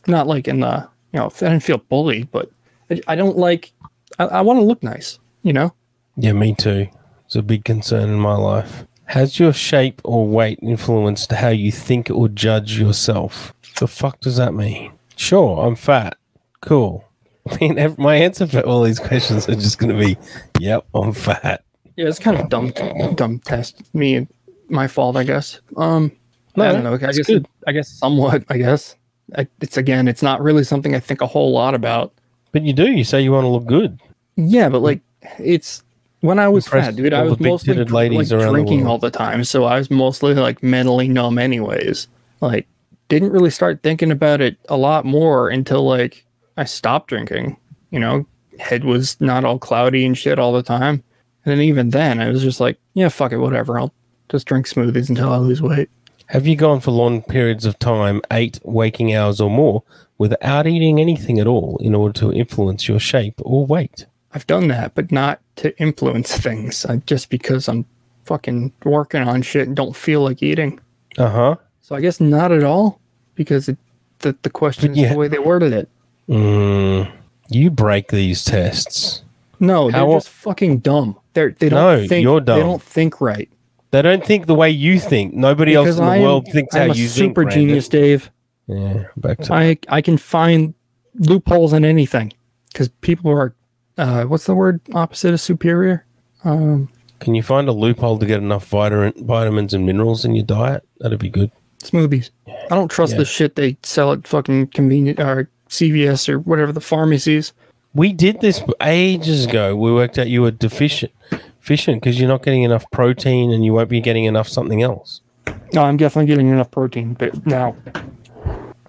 S1: not like in the you know I didn't feel bullied, but I, I don't like I, I want to look nice, you know.
S2: Yeah, me too. It's a big concern in my life. Has your shape or weight influenced how you think or judge yourself? The fuck does that mean? Sure, I'm fat. Cool. I mean, ev- my answer for all these questions are just going to be, yep, I'm fat.
S1: Yeah, it's kind of dumb dumb test me and my fault, I guess. Um, I don't know. I
S2: that's
S1: guess
S2: good.
S1: I guess somewhat. I guess I, it's again, it's not really something I think a whole lot about.
S2: But you do. You say you want to look good.
S1: Yeah, but like it's when I was
S2: Impressed
S1: fat, dude. I
S2: all the
S1: was
S2: big
S1: mostly
S2: titted
S1: dr-
S2: ladies
S1: like,
S2: around the
S1: drinking
S2: world.
S1: all the time, so I was mostly like mentally numb, anyways. Like, didn't really start thinking about it a lot more until like I stopped drinking. You know, head was not all cloudy and shit all the time, and then even then, I was just like, yeah, fuck it, whatever. I'll just drink smoothies until I lose weight.
S2: Have you gone for long periods of time, eight waking hours or more, without eating anything at all in order to influence your shape or weight?
S1: I've done that, but not to influence things. I, just because I'm fucking working on shit and don't feel like eating.
S2: Uh huh.
S1: So I guess not at all, because it, the the question is
S2: yeah.
S1: the way they worded it.
S2: Mm, you break these tests.
S1: No, they're
S2: How-
S1: just fucking dumb. They're they don't
S2: No,
S1: think
S2: you're
S1: they
S2: dumb.
S1: don't think right.
S2: They don't think the way you think. Nobody else in the
S1: I'm-
S2: world thinks
S1: I'm
S2: how
S1: a
S2: you think.
S1: super
S2: Brandon.
S1: genius, Dave.
S2: Yeah, back to
S1: I I can find loopholes in anything because people are. Uh, what's the word opposite of superior? Um,
S2: Can you find a loophole to get enough vitamin, vitamins and minerals in your diet? That'd be good.
S1: smoothies. I don't trust
S2: Yeah.
S1: the shit they sell at fucking convenient or CVS or whatever the pharmacies.
S2: We did this ages ago. We worked out you were deficient, deficient because you're not getting enough protein and you won't be getting enough something else.
S1: No, I'm definitely getting enough protein, but now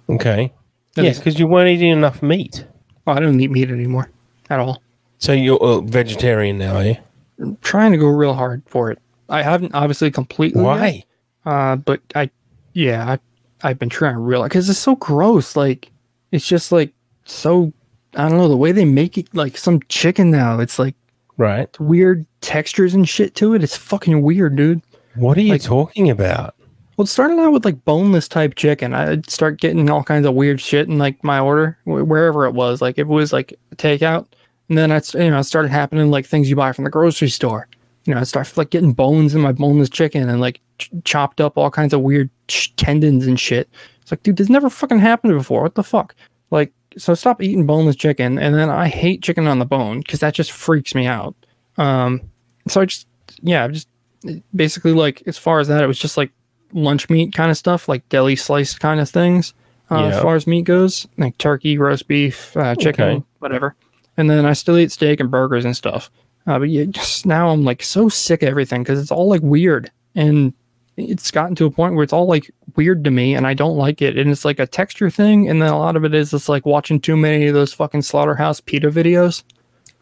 S2: Okay.
S1: That
S2: Yes,
S1: is-
S2: because you weren't eating enough meat.
S1: I don't eat meat anymore at all.
S2: So you're a vegetarian now, are you?
S1: I'm trying to go real hard for it. I haven't obviously completely.
S2: Why?
S1: yet, uh, but I, yeah, I, I've been trying to realize because it's so gross. Like, it's just like so. I don't know the way they make it. Like some chicken now, it's like
S2: Right.
S1: weird textures and shit to it. It's fucking weird, dude.
S2: What are you
S1: Like-
S2: talking about?
S1: Well, it started out with like boneless type chicken. I'd start getting all kinds of weird shit in like my order, wh- wherever it was. Like if it was like takeout, and then I, s- you know, it started happening like things you buy from the grocery store. You know, I start like getting bones in my boneless chicken and like ch- chopped up all kinds of weird ch- tendons and shit. It's like, dude, this never fucking happened before. What the fuck? Like, so stop eating boneless chicken. And then I hate chicken on the bone because that just freaks me out. Um, so I just, yeah, I just basically like as far as that, it was just like lunch meat kind of stuff, like deli sliced kind of things. Uh,
S2: Yeah.
S1: As far as meat goes, like turkey, roast beef, uh, chicken,
S2: Okay.
S1: whatever. And then I still eat steak and burgers and stuff. Uh, but yeah, just now I'm like so sick of everything because it's all like weird and it's gotten to a point where it's all like weird to me and I don't like it. And it's like a texture thing. And then a lot of it is it's like watching too many of those fucking slaughterhouse PETA videos.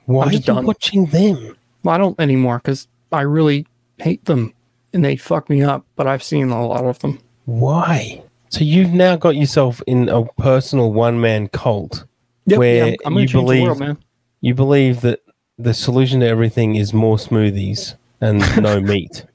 S2: Why are
S1: I'm
S2: you
S1: just done.
S2: watching them?
S1: Well, I don't anymore because I really hate them and they fuck me up. But I've seen a lot of them.
S2: Why? So you've now got yourself in a personal one man cult. Where
S1: I'm- I'm gonna
S2: you
S1: change the world,
S2: believe-
S1: man.
S2: You believe that the solution to everything is more smoothies and no meat.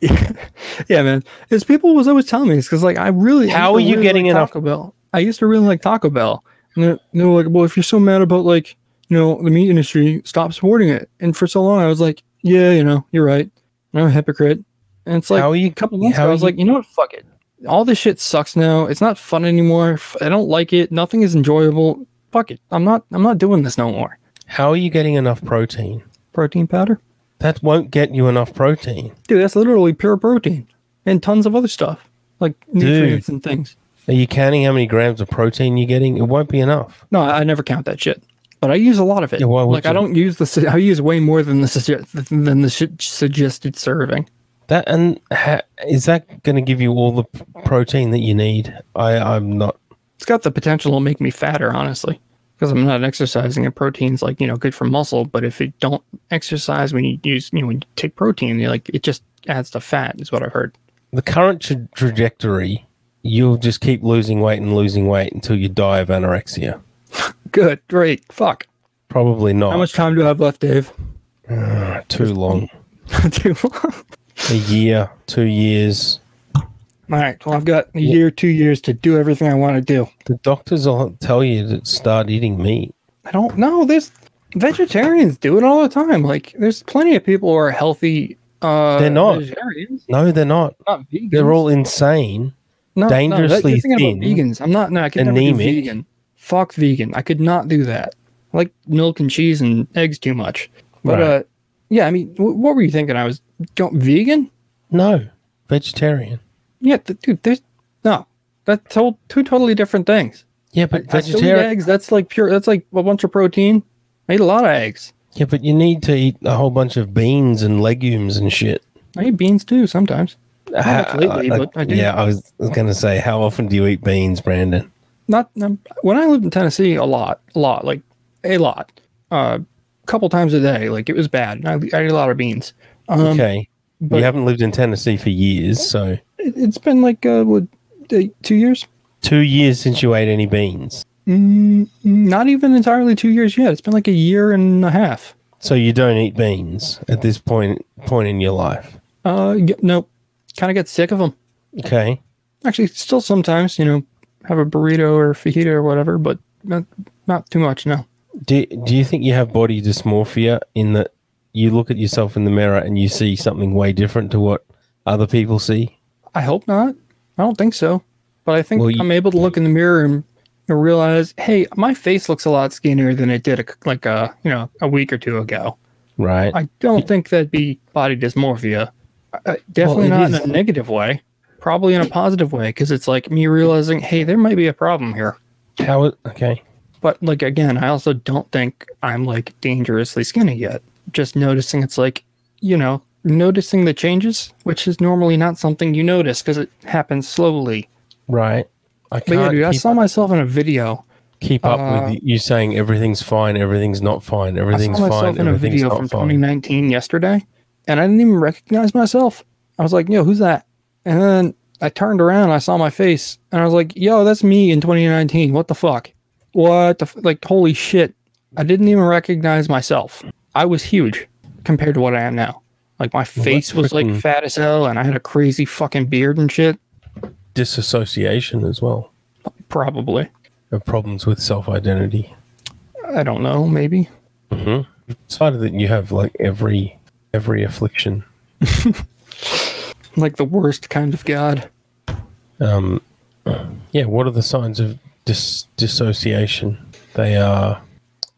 S1: Yeah, man. It's people was always telling me this because like I really I used
S2: How are
S1: to
S2: you
S1: really
S2: getting
S1: like
S2: enough-
S1: Taco Bell? I used to really like Taco Bell. And they're, they're like, well, if you're so mad about like you know the meat industry, stop supporting it. And for so long, I was like, yeah, you know, you're right. I'm a hypocrite. And it's like
S2: how are you?
S1: a couple months
S2: how
S1: ago,
S2: are
S1: I was
S2: you-
S1: like, you know what? Fuck it. All this shit sucks now. It's not fun anymore. F- I don't like it. Nothing is enjoyable. Fuck it. I'm not. I'm not doing this no more.
S2: How are you getting enough protein?
S1: Protein powder,
S2: That won't get you enough protein.
S1: dude. That's literally pure protein and tons of other stuff like nutrients and things.
S2: Are you counting how many grams of protein you're getting? It won't be enough.
S1: No, I I never count that shit. But I use a lot of it.
S2: Yeah, why would
S1: like I
S2: you?
S1: don't use the. su- I use way more than the suge- than the su- suggested serving.
S2: That and ha, is that going to give you all the p- protein that you need? I I'm not.
S1: It's got the potential to make me fatter, honestly, because I'm not exercising. And protein's like you know good for muscle, but if you don't exercise when you use you know, when you take protein, you like it just adds to fat, is what I've heard.
S2: The current tra- trajectory, you'll just keep losing weight and losing weight until you die of anorexia.
S1: Good, great, fuck.
S2: Probably not.
S1: How much time do I have left, Dave?
S2: Too long.
S1: Too long.
S2: A year, two years.
S1: All right. Well, I've got a year, two years to do everything I want to do.
S2: The doctors will tell you to start eating meat.
S1: I don't know. There's vegetarians do it all the time. Like there's plenty of people who are healthy. Uh,
S2: They're not.
S1: vegetarians,
S2: No, they're not.
S1: not vegans.
S2: They're all insane.
S1: No, no, that-
S2: dangerously
S1: you're thinking about
S2: thin,
S1: vegans. I'm not. No, I could never do
S2: anemic.
S1: vegan. Fuck vegan. I could not do that. I like milk and cheese and eggs too much. But
S2: Right.
S1: uh, yeah. I mean, wh- what were you thinking? I was going vegan.
S2: No, vegetarian.
S1: Yeah, th- dude. There's no. That's whole, two totally different things.
S2: Yeah, but
S1: I still eat
S2: vegetarian.
S1: eggs. That's like pure. That's like a bunch of protein. I eat a lot of eggs.
S2: Yeah, but you need to eat a whole bunch of beans and legumes and shit.
S1: I eat beans too sometimes. much lately,
S2: Uh,
S1: but I do.
S2: Yeah, I was going to say, how often do you eat beans, Brandon?
S1: not um, when I lived in Tennessee a lot, a lot, like a lot, a uh, couple times a day. Like it was bad. And I, I ate a lot of beans. Um,
S2: okay,
S1: but-
S2: you haven't lived in Tennessee for years, so
S1: it, it's been like uh, what, uh, two years?
S2: two years since you ate any beans.
S1: Mm, not even entirely two years yet. It's been like a year and a half.
S2: So you don't eat beans at this point point in your life.
S1: Uh, y- nope. Kind of get sick of them.
S2: Okay,
S1: Actually, still sometimes you know have a burrito or fajita or whatever, but not not too much. No.
S2: do do you think you have body dysmorphia in that you look at yourself in the mirror and you see something way different to what other people see?
S1: I hope not. I don't think so. But I think
S2: Well, you-
S1: I'm able to look in the mirror and, and realize, hey, my face looks a lot skinnier than it did a, like a you know a week or two ago.
S2: Right.
S1: I don't think that'd be body dysmorphia. Uh, definitely
S2: it
S1: not
S2: is-
S1: in a negative way. Probably in a positive way because it's like me realizing, hey, there might be a problem here.
S2: How it, okay.
S1: But like again, I also don't think I'm like dangerously skinny yet. Just noticing it's like, you know, noticing the changes, which is normally not something you notice because it happens slowly.
S2: Right. I
S1: But
S2: can't
S1: yeah, dude, I
S2: keep,
S1: saw myself in a video.
S2: keep up
S1: uh,
S2: with you saying everything's fine, everything's not fine,
S1: I saw
S2: everything's
S1: myself
S2: fine,
S1: in a
S2: everything's
S1: video
S2: not
S1: from
S2: fine.
S1: 2019 yesterday, and I didn't even recognize myself. I was like, yo, who's that? And then I turned around, I saw my face, and I was like, yo, that's me in 2019. What the fuck? What the f-? like? Holy shit! I didn't even recognize myself. I was huge compared to what I am now. Like my face was like
S2: freaking-
S1: fat as hell, and I had a crazy fucking beard and shit.
S2: Disassociation as well
S1: Probably.
S2: of problems with self identity.
S1: I don't know. Maybe.
S2: Decided that you have like every every affliction.
S1: Like the worst kind of god.
S2: Um, yeah, what are the signs of dis- dissociation? They are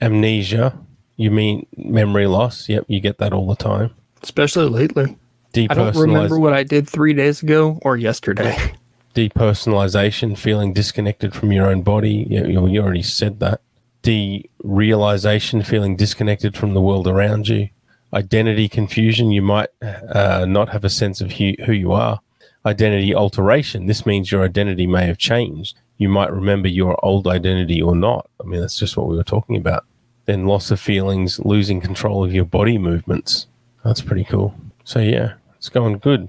S2: amnesia. You mean memory loss? Yep, you get that all the time.
S1: Especially lately.
S2: Depersonaliz-
S1: I don't remember what I did three days ago or yesterday.
S2: depersonalization, feeling disconnected from your own body. You, you you already said that. Derealization, feeling disconnected from the world around you. Identity confusion, you might uh, not have a sense of who, who you are. Identity alteration, this means your identity may have changed. You might remember your old identity or not. I mean, that's just what we were talking about. Then loss of feelings, losing control of your body movements. That's pretty cool. So, yeah, it's going good.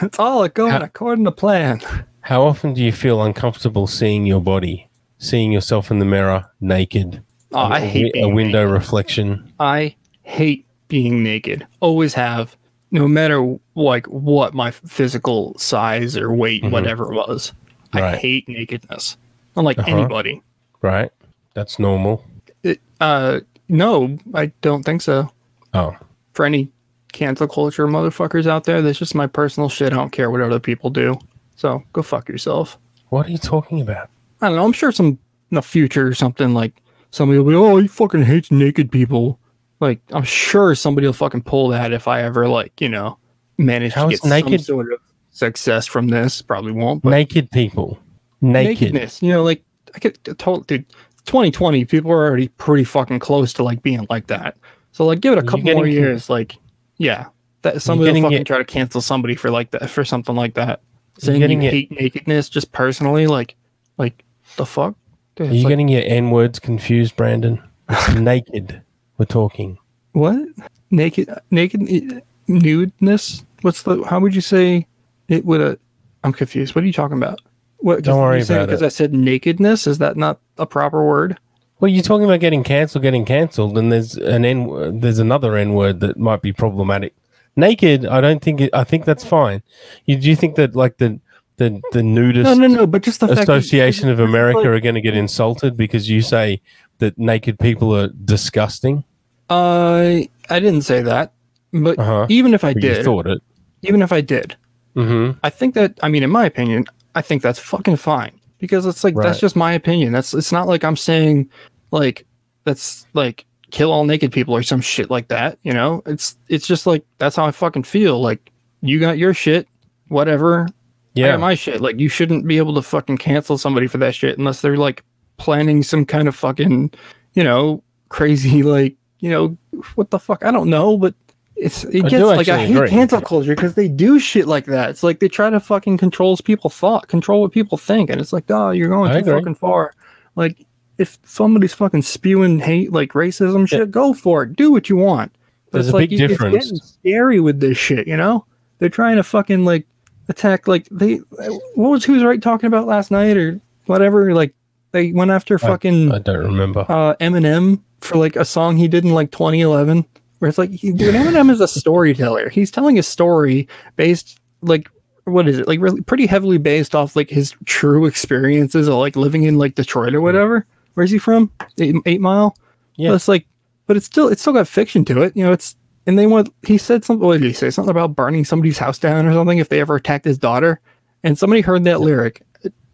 S1: It's all going according to plan.
S2: How often do you feel uncomfortable seeing your body, seeing yourself in the mirror naked?
S1: Oh, I
S2: A
S1: hate
S2: wi- a
S1: being
S2: window
S1: naked.
S2: reflection.
S1: I hate being naked. Always have, no matter like what my physical size or weight, whatever it was. I
S2: Mm-hmm. Right.
S1: hate nakedness. Unlike
S2: Uh-huh.
S1: anybody.
S2: Right, that's normal.
S1: It, uh, no, I don't think so.
S2: Oh,
S1: For any cancel culture motherfuckers out there, that's just my personal shit. I don't care what other people do. So go fuck yourself.
S2: what are you talking about?
S1: I don't know. I'm sure some in the future or something like somebody will be, oh, he fucking hates naked people. Like I'm sure somebody will fucking pull that if I ever like you know manage
S2: How
S1: to
S2: is
S1: get naked?
S2: naked-
S1: some sort of success from this. Probably won't. But
S2: Naked people, naked.
S1: nakedness, you know, like I could told dude, 2020 people are already pretty fucking close to like being like that. So like give it a couple
S2: getting
S1: more
S2: con-
S1: years. Like yeah, that somebody will
S2: getting
S1: fucking
S2: it-
S1: try to cancel somebody for like that for something like that. Saying
S2: getting
S1: you
S2: it-
S1: hate nakedness just personally, like like the fuck. Dude,
S2: Are
S1: it's
S2: you
S1: like-
S2: getting your n words confused, Brandon? It's naked. We're talking
S1: What? Naked, naked, eh, nudeness? What's the? How would you say it would? i I'm confused. What are you talking about? What?
S2: Don't worry about
S1: Because
S2: it.
S1: I said nakedness. Is that not a proper word?
S2: Well, you're talking about getting cancelled, getting cancelled, and there's an n. word- There's another n word that might be problematic. Naked, I don't think. It, I think that's fine. You do you think that like the the the nudist
S1: No, no, no. But just the fact that-
S2: Association of
S1: it's
S2: America
S1: like,
S2: are going to get insulted because you say that naked people are disgusting?
S1: uh, I didn't say that. But
S2: Uh-huh.
S1: even if I
S2: But you
S1: did,
S2: thought it.
S1: even if I did,
S2: hmm
S1: I think that. I mean, in my opinion, I think that's fucking fine because it's like
S2: Right.
S1: that's just my opinion. That's it's not like I'm saying like that's like kill all naked people or some shit like that. You know, it's it's just like that's how I fucking feel. Like you got your shit, whatever. I
S2: Yeah.
S1: got my shit. Like you shouldn't be able to fucking cancel somebody for that shit unless they're like planning some kind of fucking you know crazy like you know what the fuck I don't know, but. It's it
S2: I
S1: gets
S2: do
S1: like I
S2: actually
S1: hate
S2: agree.
S1: cancel culture because they do shit like that. It's like they try to fucking controls people thought, control what people think, and it's like, oh, you're going
S2: I
S1: too
S2: agree.
S1: fucking far. Like if somebody's fucking spewing hate, like racism shit, go for it. Do what you want. But
S2: There's
S1: it's
S2: a
S1: like
S2: big
S1: you-
S2: difference.
S1: It's getting scary with this shit, you know. They're trying to fucking like attack. Like they, what was who's right talking about last night or whatever? Like they went after fucking
S2: I don't remember.
S1: uh, Eminem for like a song he did in like 2011, where it's like, he, dude, Eminem is a storyteller. He's telling a story based like what is it like really pretty heavily based off like his true experiences of like living in like Detroit or whatever. Where's he from? Eight, eight Mile.
S2: Yeah.
S1: But it's like but it's still it's still got fiction to it. You know, it's and they want he said something. What did he say? Something about burning somebody's house down or something if they ever attacked his daughter. And somebody heard that lyric.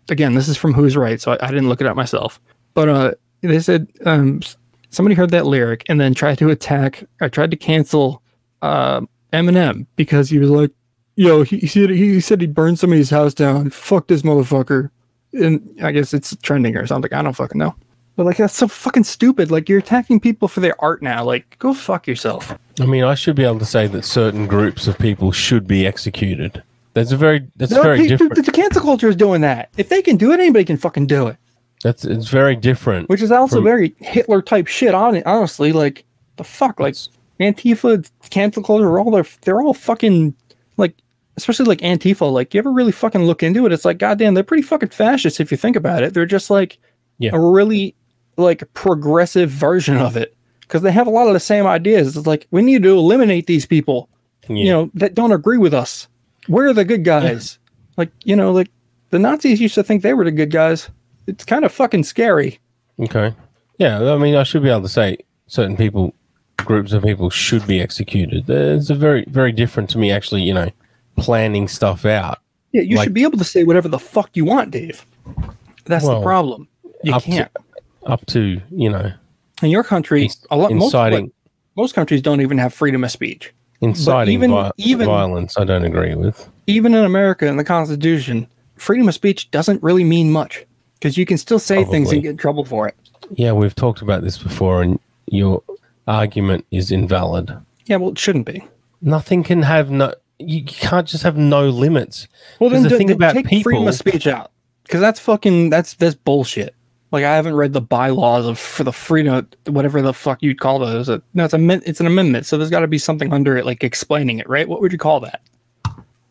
S1: Again, this is from Who's Right, so I, I didn't look it up myself. But uh, they said um, s- somebody heard that lyric and then tried to attack. I tried to cancel uh, Eminem because he was like, "Yo, he, he said he said he burned somebody's house down. Fuck this motherfucker." And I guess it's trending or something. I don't fucking know. But like that's so fucking stupid. Like you're attacking people for their art now. Like go fuck yourself.
S2: I mean, I should be able to say that certain groups of people should be executed. That's a very that's
S1: No,
S2: very
S1: pe- the,
S2: different.
S1: the cancel culture is doing that. If they can do it, anybody can fucking do it.
S2: That's it's very different.
S1: Which is also
S2: From-
S1: very Hitler type shit. On it, honestly, like the fuck, like Antifa, cancel culture, are all they're they're all fucking like, especially like Antifa. Like you ever really fucking look into it? It's like goddamn, they're pretty fucking fascist if you think about it. They're just like
S2: Yeah.
S1: a really like progressive version of it because they have a lot of the same ideas. It's like we need to eliminate these people.
S2: Yeah.
S1: you know that don't agree with us we're the good guys like you know like the nazis used to think they were the good guys it's kind of fucking scary
S2: Okay. Yeah, I mean, I should be able to say certain people, groups of people should be executed. It's a very, very different to me actually, you know, planning stuff out.
S1: yeah you
S2: Like-
S1: should be able to say whatever the fuck you want dave that's
S2: Well,
S1: the problem you
S2: up to-
S1: can't
S2: Up to, you know,
S1: in your country a lot most, like,
S2: inciting,
S1: most countries don't even have freedom of speech
S2: inciting
S1: even-
S2: vi-
S1: even-
S2: violence, I don't agree with.
S1: even in america in the constitution freedom of speech doesn't really mean much because you can still say things
S2: Probably.
S1: and get in trouble for it
S2: Yeah, we've talked about this before, and your argument is invalid.
S1: yeah well it shouldn't be
S2: Nothing can have no. You you can't just have no limits.
S1: Well, then,
S2: Because
S1: d- then take freedom of speech out because that's fucking that's that's bullshit. Like I haven't read the bylaws of for the freedom, whatever the fuck you'd call those. Uh, No, it's a min- it's an amendment, so there's got to be something under it, like explaining it, right? What would you call that?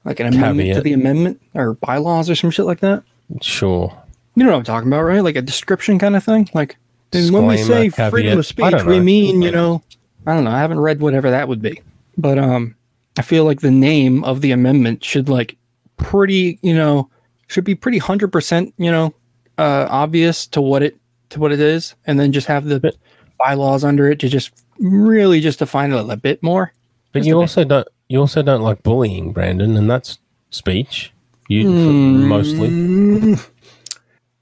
S1: Like an amendment to
S2: Caveat.
S1: the amendment or bylaws or some shit like that.
S2: sure.
S1: You know what I'm talking about, right? Like a description kind of thing. Like then when we say
S2: Disclaimer,
S1: freedom of
S2: caveat.
S1: speech,
S2: I don't
S1: we
S2: know.
S1: mean you know, I don't know. I haven't read whatever that would be, but um, I feel like the name of the amendment should like pretty you know should be pretty hundred percent you know uh, obvious to what it to what it is, and then just have the bylaws under it to just really just define it a little bit more.
S2: But
S1: Just
S2: you
S1: a bit.
S2: also don't. You also don't like bullying, Brandon, and that's speech. You
S1: Hmm.
S2: for- mostly.
S1: Mm,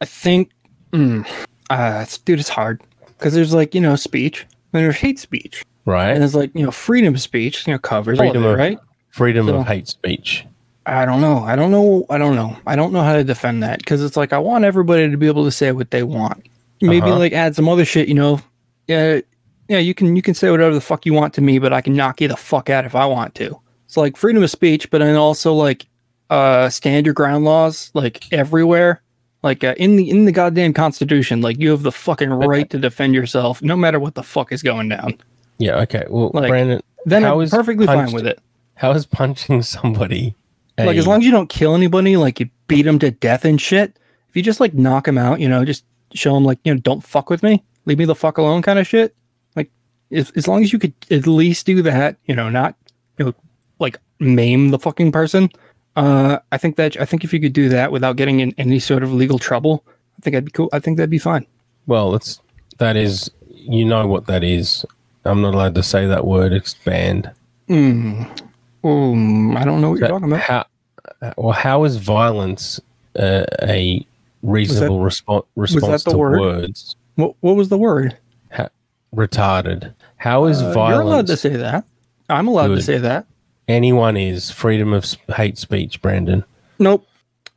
S1: I think, mm, uh, it's- dude, it's hard because there's like you know speech, then there's hate speech,
S2: Right.
S1: and there's like you know freedom of speech, you know covers all of
S2: Freedom
S1: it,
S2: of-
S1: right?
S2: Freedom
S1: So-
S2: of hate speech.
S1: I don't know, I don't know, I don't know, I don't know how to defend that because it's like I want everybody to be able to say what they want. Maybe
S2: Uh-huh.
S1: like add some other shit, you know? Yeah, yeah, you can you can say whatever the fuck you want to me, but I can knock you the fuck out if I want to. It's like freedom of speech, but then also like uh stand your ground laws like everywhere like uh, in the in the goddamn constitution like you have the fucking right to defend yourself no matter what the fuck is going down
S2: Yeah. Okay. Well,
S1: Like,
S2: Brandon,
S1: then
S2: How
S1: i'm
S2: is
S1: perfectly fine
S2: punched-
S1: with it
S2: how is punching somebody?
S1: like
S2: a-
S1: as long as you don't kill anybody like you beat them to death and shit if you just like knock them out you know just show them like you know don't fuck with me leave me the fuck alone kind of shit like if, as long as you could at least do that you know not you know like maim the fucking person uh i think that i think if you could do that without getting in any sort of legal trouble i think i'd be cool i think that'd be fine
S2: Well, that's that is you know what that is. I'm not allowed to say that word. Expand.
S1: um i don't know what you're talking about
S2: How? Well, how is violence uh, a reasonable respo- response
S1: the
S2: to
S1: word?
S2: words?
S1: what, what was the word
S2: Retarded. How is
S1: Uh, you're allowed to
S2: violence?
S1: say that i'm allowed to
S2: Good.
S1: say that
S2: anyone is freedom of s- hate speech, Brandon.
S1: nope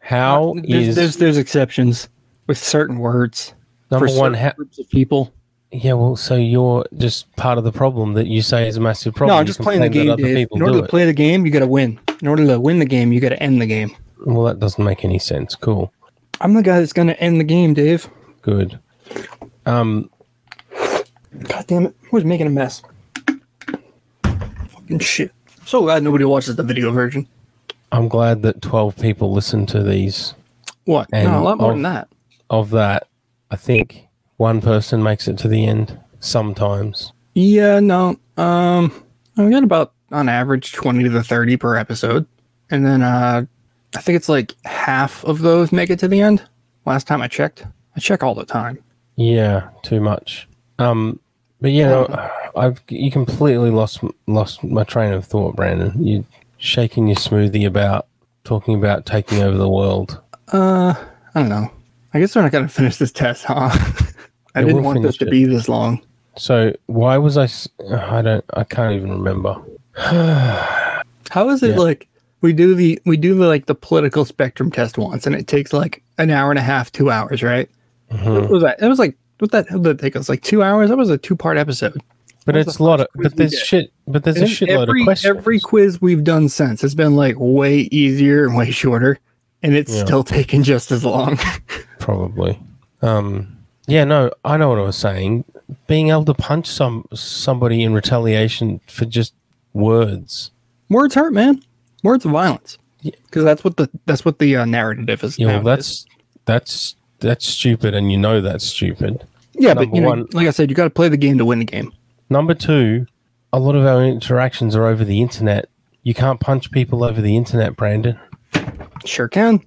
S2: How is
S1: Uh, there's, there's there's exceptions with certain words
S2: number
S1: for
S2: one?
S1: certain
S2: Ha-
S1: groups of people.
S2: yeah, well, so you're just part of the problem that you say is a massive problem.
S1: no, I'm
S2: You
S1: just playing the
S2: complain
S1: game,
S2: that Other
S1: Dave.
S2: people
S1: In order
S2: do
S1: to
S2: it.
S1: play the game, you got to win. In order to win the game, you got to end the game.
S2: Well, that doesn't make any sense. Cool.
S1: I'm the guy that's going to end the game, Dave.
S2: Good. Um,
S1: God damn it! Who's making a mess? Fucking shit! So glad nobody watches the video version.
S2: I'm glad that 12 people listen to these.
S1: What?
S2: And oh.
S1: no, a lot more
S2: of-
S1: than that.
S2: Of that, I think one person makes it to the end sometimes.
S1: Yeah, no. Um, we got about on average twenty to thirty per episode, and then uh, I think it's like half of those make it to the end. Last time I checked, I check all the time.
S2: Yeah, too much. Um, but you know, I've you completely lost lost my train of thought, Brandon. You shaking your smoothie about talking about taking over the world.
S1: Uh, I don't know. I guess we're not gonna finish this test, huh? I
S2: Yeah,
S1: didn't
S2: we'll
S1: want this
S2: finish
S1: to
S2: it.
S1: be this long.
S2: So why was I? s- I don't. I can't even remember.
S1: How is it
S2: Yeah.
S1: like we do the we do the, like the political spectrum test once, and it takes like an hour and a half, two hours, right?
S2: Mm-hmm.
S1: What was that? It was like what that how did that take us like two hours. That was a two part episode.
S2: But
S1: What was
S2: it's a
S1: the
S2: lot of.
S1: first quiz
S2: But
S1: we
S2: there's
S1: did?
S2: shit. But there's a
S1: And
S2: shitload
S1: every,
S2: of questions.
S1: Every quiz we've done since has been like way easier and way shorter, and it's
S2: Yeah.
S1: still taking just as long.
S2: probably. Um. Yeah. No. I know what I was saying. Being able to punch some somebody in retaliation for just words.
S1: Words hurt, man. Words of violence. Because that's what the that's what the uh, narrative is.
S2: You know,
S1: nowadays.
S2: that's that's that's stupid, and you know that's stupid.
S1: yeah, but
S2: number
S1: you know,
S2: one.
S1: like I said, you got to play the game to win the game.
S2: Number two, a lot of our interactions are over the internet. You can't punch people over the internet, Brandon.
S1: Sure can.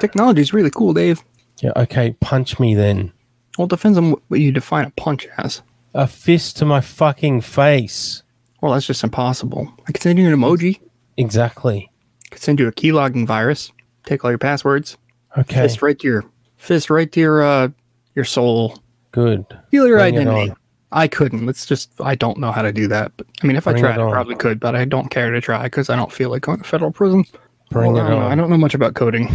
S1: Technology's really cool, Dave.
S2: Yeah. Okay. Punch me then.
S1: Well, it depends on what you define a punch as.
S2: A fist to my fucking face.
S1: Well, that's just impossible. I could send you an emoji.
S2: Exactly.
S1: I could send you a keylogging virus. Take all your passwords.
S2: Okay.
S1: Fist right to your fist right to your uh your soul.
S2: Good.
S1: Feel your
S2: Bring it
S1: identity.
S2: on.
S1: I couldn't. It's just I don't know how to do that. But I mean, if I
S2: Bring it
S1: tried, I
S2: on.
S1: probably could. But I don't care to try because I don't feel like going to federal prison.
S2: Bring
S1: Well, I
S2: it
S1: don't know. I
S2: on.
S1: don't know much about coding.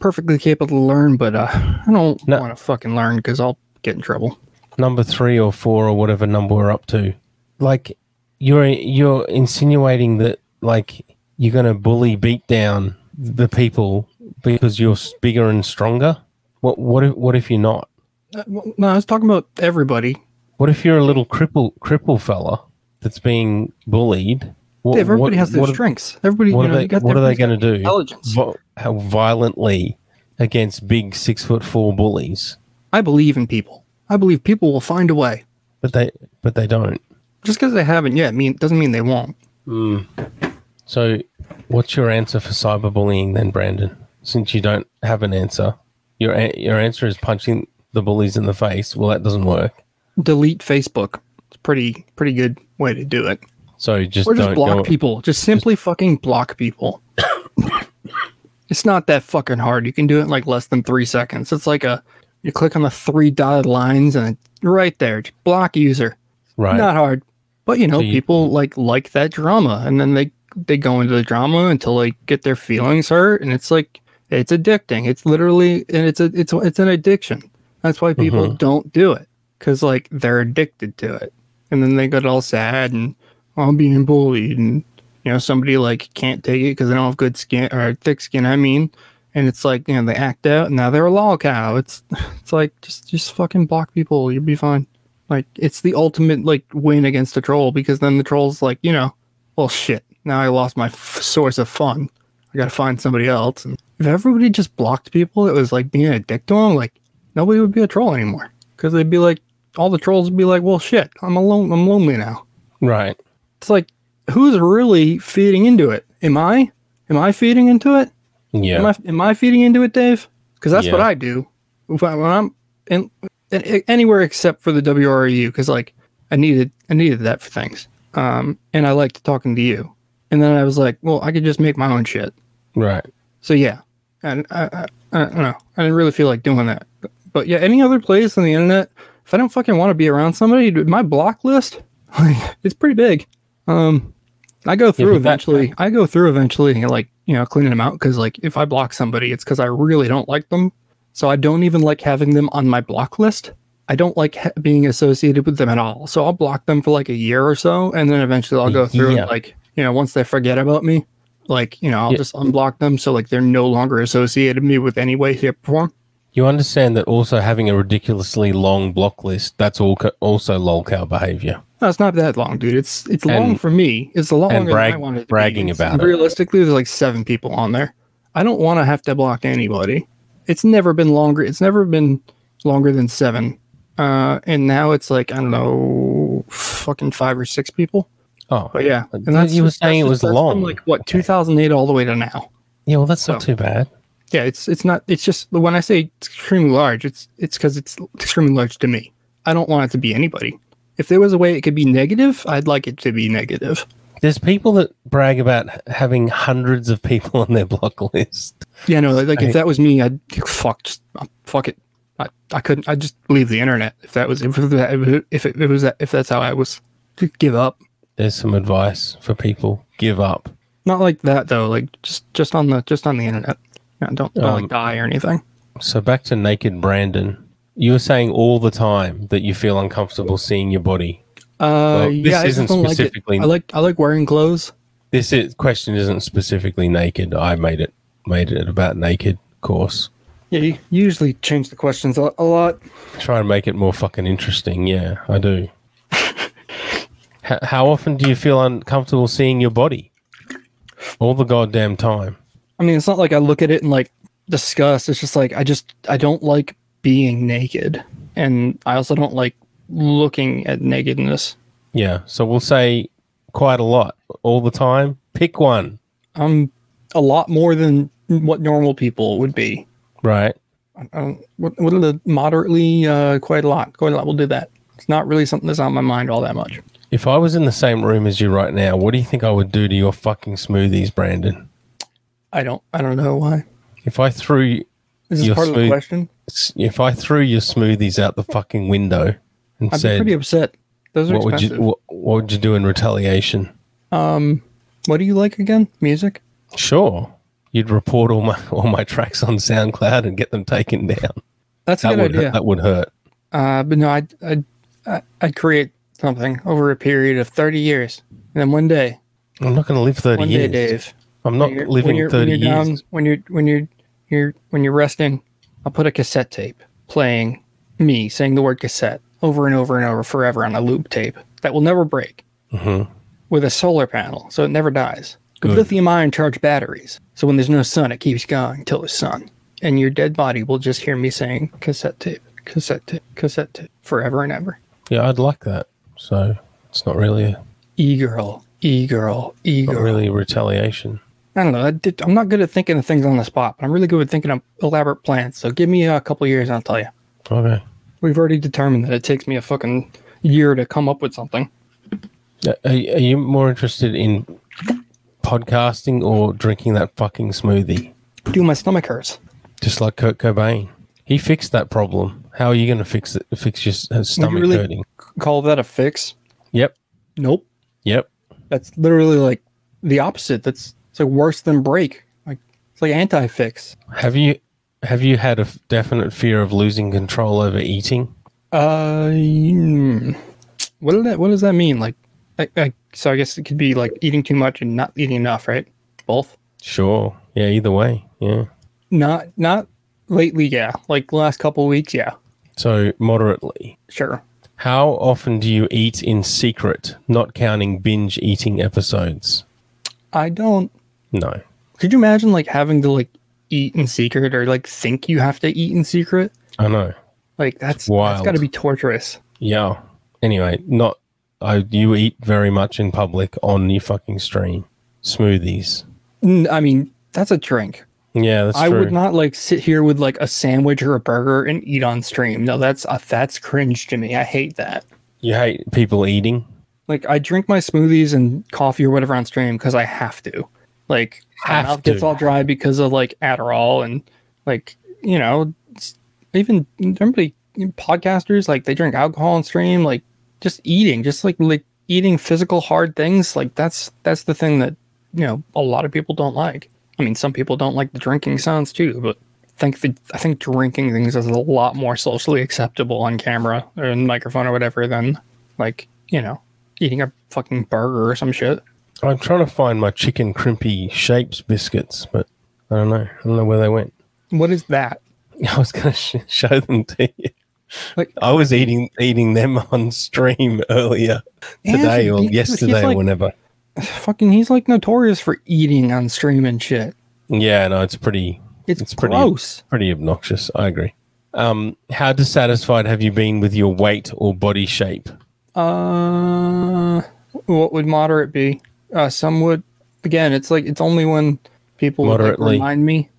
S1: Perfectly capable to learn, but uh, I don't
S2: No.
S1: want to fucking learn because I'll get in trouble.
S2: Number three or four or whatever number we're up to. Like you're you're insinuating that like you're gonna bully beat down the people because you're s- bigger and stronger. What what if what if you're not?
S1: Uh, well, No, I was talking about everybody.
S2: What if you're a little cripple cripple fella that's being bullied? What,
S1: Dave, everybody
S2: what-
S1: has their
S2: what-
S1: strengths. Everybody,
S2: What
S1: you know,
S2: are
S1: you
S2: they?
S1: got
S2: What are
S1: their
S2: they going to do?
S1: intelligence.
S2: Vi- how violently against big six foot four bullies,
S1: I believe in people. I believe people will find a way.
S2: but they but they don't.
S1: Just because they haven't yet mean doesn't mean they won't.
S2: So, what's your answer for cyberbullying then, Brandon? Since you don't have an answer, your a- your answer is punching the bullies in the face. Well, that doesn't work.
S1: Delete Facebook. It's pretty pretty good way to do it.
S2: So just
S1: Or just
S2: don't go.
S1: block people. Just simply fucking block people. it's not that fucking hard. You can do it in like less than three seconds. It's like a you click on the three dotted lines and it, right there, just block user.
S2: Right.
S1: Not hard. But you know,
S2: So you-
S1: people like like that drama and then they they go into the drama until they get their feelings hurt and it's like it's addicting. It's literally and it's a it's it's an addiction. That's why people
S2: Mm-hmm.
S1: don't do it cuz like they're addicted to it. And then they get all sad and oh, I'm being bullied and you know somebody like can't take it cuz they don't have good skin or thick skin, I mean. And it's like, you know, they act out and now they're a lol cow. It's it's like just just fucking block people. You'll be fine. Like it's the ultimate like win against a troll because then the troll's like, you know, well shit. Now I lost my f- source of fun. I gotta find somebody else. And if everybody just blocked people, it was like being a dick to them. Like nobody would be a troll anymore because they'd be like, all the trolls would be like, well shit, I'm alone. I'm lonely now.
S2: right.
S1: It's like who's really feeding into it? Am I? Am I feeding into it? Am
S2: Yeah.
S1: I, am I feeding into it, Dave? Because that's what
S2: Yeah.
S1: I do. If I, when I'm in, in- anywhere except for the WREU, because like I needed I needed that for things, um, and I liked talking to you. And then I was like, well, I could just make my own shit.
S2: Right.
S1: So yeah, and I, I, I don't know. I didn't really feel like doing that. But, but yeah, any other place on the internet, if I don't fucking want to be around somebody, dude, my block list, like, it's pretty big. Um, I go through
S2: but that-
S1: eventually. I go through eventually, and like you know, cleaning them out because like if I block somebody, it's because I really don't like them. So I don't even like having them on my block list. I don't like ha- being associated with them at all. So I'll block them for like a year or so, and then eventually I'll go through
S2: Yeah.
S1: and like you know, once they forget about me, like you know i'll
S2: Yeah.
S1: just unblock them so like they're no longer associated me with any way shape or form
S2: You understand that also having a ridiculously long block list that's all co- also lolcow behavior.
S1: no, it's not that long dude it's it's long
S2: And-
S1: for me it's a lot
S2: and
S1: longer
S2: brag-
S1: than i wanted it to be.
S2: bragging
S1: It's-
S2: about it.
S1: realistically there's like seven people on there i don't want to have to block anybody it's never been longer it's never been longer than seven uh and now it's like i don't know fucking five or six people
S2: Oh.
S1: but yeah
S2: But
S1: and that's
S2: you were
S1: just- that's
S2: saying it
S1: just-
S2: was
S1: that's
S2: long.
S1: from like what Oh. 2008 all the way to now
S2: Yeah. Well, that's not
S1: So-
S2: too bad.
S1: yeah it's it's not it's just when i say it's extremely large it's it's because it's extremely large to me i don't want it to be anybody If there was a way it could be negative, I'd like it to be negative.
S2: There's people that brag about h- having hundreds of people on their block list.
S1: Yeah, no, like
S2: I-
S1: if that was me, I'd fuck, just, uh, fuck it. I, I couldn't. I just leave the internet if that was if that if it, if it was that if that's how I was to give up.
S2: There's some advice for people: give up.
S1: Not like that though. Like just just on the just on the internet. Yeah, don't don't
S2: Um,
S1: like die or anything.
S2: So back to naked Brandon. You were saying all the time that you feel uncomfortable seeing your body.
S1: Uh,
S2: well, this
S1: yeah, I just
S2: isn't
S1: don't like it.
S2: specifically-
S1: I like I like wearing clothes.
S2: This is, question isn't specifically naked. I made it made it about naked course.
S1: Yeah, you usually change the questions a, a lot.
S2: Try and make it more fucking interesting. Yeah, I do. H- how often do you feel uncomfortable seeing your body? All the goddamn time.
S1: I mean, it's not like I look at it and like disgust. It's just like I just I don't like being naked, and I also don't like looking at nakedness.
S2: Yeah. So we'll say quite a lot, all the time. Pick one,
S1: I'm a lot more than what normal people would be.
S2: right?
S1: I don't- What, what are the moderately uh, quite a lot? Quite a lot. We'll do that. It's not really something that's on my mind all that much.
S2: If I was in the same room as you right now, what do you think I would do to your fucking smoothies, Brandon?
S1: I don't. I don't know why.
S2: If I threw
S1: Is this
S2: You're
S1: part of the
S2: smooth.
S1: question?
S2: if I threw your smoothies out the fucking window and
S1: I'd be
S2: said,
S1: pretty upset. Those are
S2: "What would
S1: expensive.
S2: you what, what would you do in retaliation?"
S1: what do you like again? Music.
S2: Sure, you'd report all my all my tracks on SoundCloud and get them taken down.
S1: That's a
S2: That
S1: good
S2: would
S1: idea.
S2: hurt, that would hurt.
S1: Uh, but no, I'd, I'd, I- I'd create something over a period of 30 years. And then one day,
S2: I'm not going to live thirty
S1: one
S2: years.
S1: day, Dave,
S2: I'm not living thirty
S1: when you're
S2: years.
S1: when you're, when you're, you're, when you're resting, I'll put a cassette tape playing me saying the word cassette over and over and over forever on a loop tape that will never break
S2: Mm-hmm.
S1: with a solar panel. So it never dies. With
S2: Good.
S1: lithium ion charged batteries. So when there's no sun, it keeps going till there's sun. And your dead body will just hear me saying cassette tape, cassette tape, cassette tape forever and ever.
S2: Yeah, I'd like that. So it's not really
S1: e girl, e girl, e
S2: not
S1: girl.
S2: Oh, really retaliation.
S1: I don't know. I did, I'm not good at thinking of things on the spot, but I'm really good at thinking of elaborate plans. So give me a couple years, and I'll tell you.
S2: Okay.
S1: We've already determined that it takes me a fucking year to come up with something.
S2: Are, Uh, are you more interested in podcasting or drinking that fucking smoothie?
S1: Do my stomach hurts?
S2: Just like Kurt Cobain, he fixed that problem. How are you going to fix it? Fix your s- uh, stomach
S1: really-
S2: hurting?
S1: Call that a fix?
S2: Yep.
S1: Nope.
S2: Yep.
S1: That's literally like the opposite. That's it's like worse than break. Like it's like anti-fix.
S2: Have you have you had a f- definite fear of losing control over eating?
S1: Uh, hmm. what did that? What does that mean? Like, I, I, so I guess it could be like eating too much and not eating enough, right? Both.
S2: Sure. Yeah. Either way. Yeah.
S1: Not not lately, yeah. Like the last couple weeks, yeah.
S2: So moderately.
S1: Sure.
S2: How often do you eat in secret, not counting binge eating episodes?
S1: I don't
S2: No.
S1: could you imagine like having to like eat in secret or like think you have to eat in secret?
S2: I know.
S1: Like that's that's
S2: Wild.
S1: gotta be torturous.
S2: Yeah. Anyway, not I you eat very much in public on your fucking stream. Smoothies.
S1: N- I mean, that's a drink.
S2: Yeah, that's
S1: I
S2: true.
S1: would not like sit here with like a sandwich or a burger and eat on stream. No, that's uh, that's cringe to me. I hate that.
S2: you hate people eating?
S1: Like I drink my smoothies and coffee or whatever on stream because I have to. Like
S2: Have
S1: my mouth
S2: to.
S1: gets all dry because of like Adderall and like you know it's- even everybody podcasters like they drink alcohol on stream like just eating just like like eating physical hard things like that's that's the thing that you know a lot of people don't like. I mean some people don't like the drinking sounds too, but I think the, I think drinking things is a lot more socially acceptable on camera or in microphone or whatever than like you know eating a fucking burger or some shit.
S2: I'm trying to find my chicken crimpy shapes biscuits, but I don't know. I don't know where they went.
S1: What is that?
S2: I was going to sh- show them to you.
S1: Like-
S2: I was eating eating them on stream earlier
S1: Yeah,
S2: today
S1: dude,
S2: or
S1: dude, he's
S2: yesterday
S1: like-
S2: or whenever.
S1: Fucking, he's like notorious for eating on stream and shit.
S2: Yeah, no, it's pretty
S1: It's,
S2: It's pretty-
S1: gross.
S2: pretty obnoxious. I agree. Um, how dissatisfied have you been with your weight or body shape?
S1: Uh, what would moderate be? Uh, some would. Again, it's like it's only when people would, like,
S2: Moderately.
S1: remind me.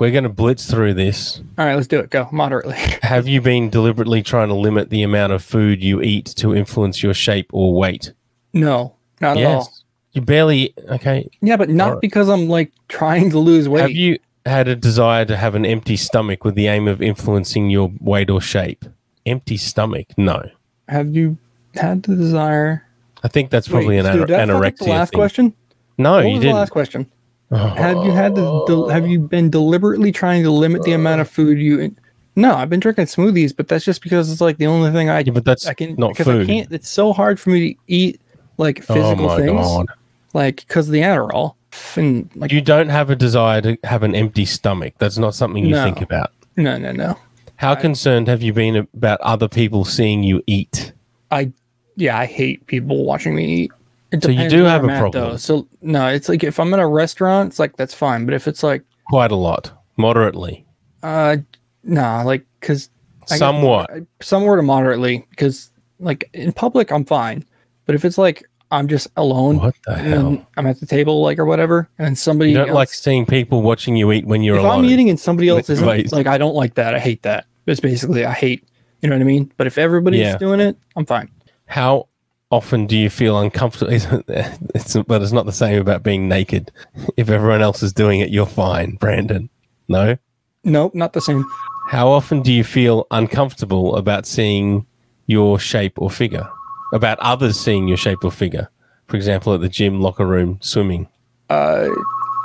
S2: We're going to blitz through this.
S1: All right, let's do it. Go moderately.
S2: Have you been deliberately trying to limit the amount of food you eat to influence your shape or weight?
S1: No, not at all.
S2: You barely. Okay.
S1: Yeah, but not
S2: Alright.
S1: because I'm like trying to lose weight.
S2: Have you had a desire to have an empty stomach with the aim of influencing your weight or shape? Empty stomach? No.
S1: Have you had the desire?
S2: I think that's probably
S1: Wait,
S2: an
S1: Stu, did
S2: ana-
S1: I fuck up
S2: anorexia.
S1: The last
S2: thing.
S1: question.
S2: No,
S1: what
S2: Oh, you
S1: was
S2: didn't. Oh.
S1: the last question? Have you had the? del- have you been deliberately trying to limit the amount of food you? In- no, I've been drinking smoothies, but that's just because it's like the only thing I.
S2: Yeah, but that's
S1: I can
S2: not
S1: because
S2: food. Oh
S1: I can't. It's so hard for me to eat like physical things, like because of the Adderall and like
S2: You don't have a desire to have an empty stomach. That's not something you
S1: No.
S2: think about.
S1: no, no, no.
S2: How concerned have you been about other people seeing you eat?
S1: I yeah, I hate people watching me eat. It
S2: So you
S1: depends
S2: do
S1: where
S2: have a
S1: I'm at,
S2: problem.
S1: So no, it's like if I'm in a restaurant, it's like that's fine. But if it's like
S2: Quite a lot, moderately.
S1: uh nah, like because
S2: Somewhat.
S1: Uh, somewhere to moderately because like in public I'm fine, but if it's like I'm just alone,
S2: What the
S1: and then
S2: hell?
S1: I'm at the table like or whatever, and somebody
S2: You don't
S1: else,
S2: like seeing people watching you eat when you're
S1: uh, if
S2: alone.
S1: I'm eating and somebody else isn't,
S2: Wait.
S1: like I don't like that. I hate that. It's basically I hate. You know what I mean? But if everybody's
S2: Yeah.
S1: doing it, I'm fine.
S2: How often do you feel uncomfortable? it's, but it's not the same about being naked. If everyone else is doing it, you're fine, Brandon. No?
S1: Nope, not the same.
S2: How often do you feel uncomfortable about seeing your shape or figure? About others seeing your shape or figure? For example, at the gym, locker room, swimming.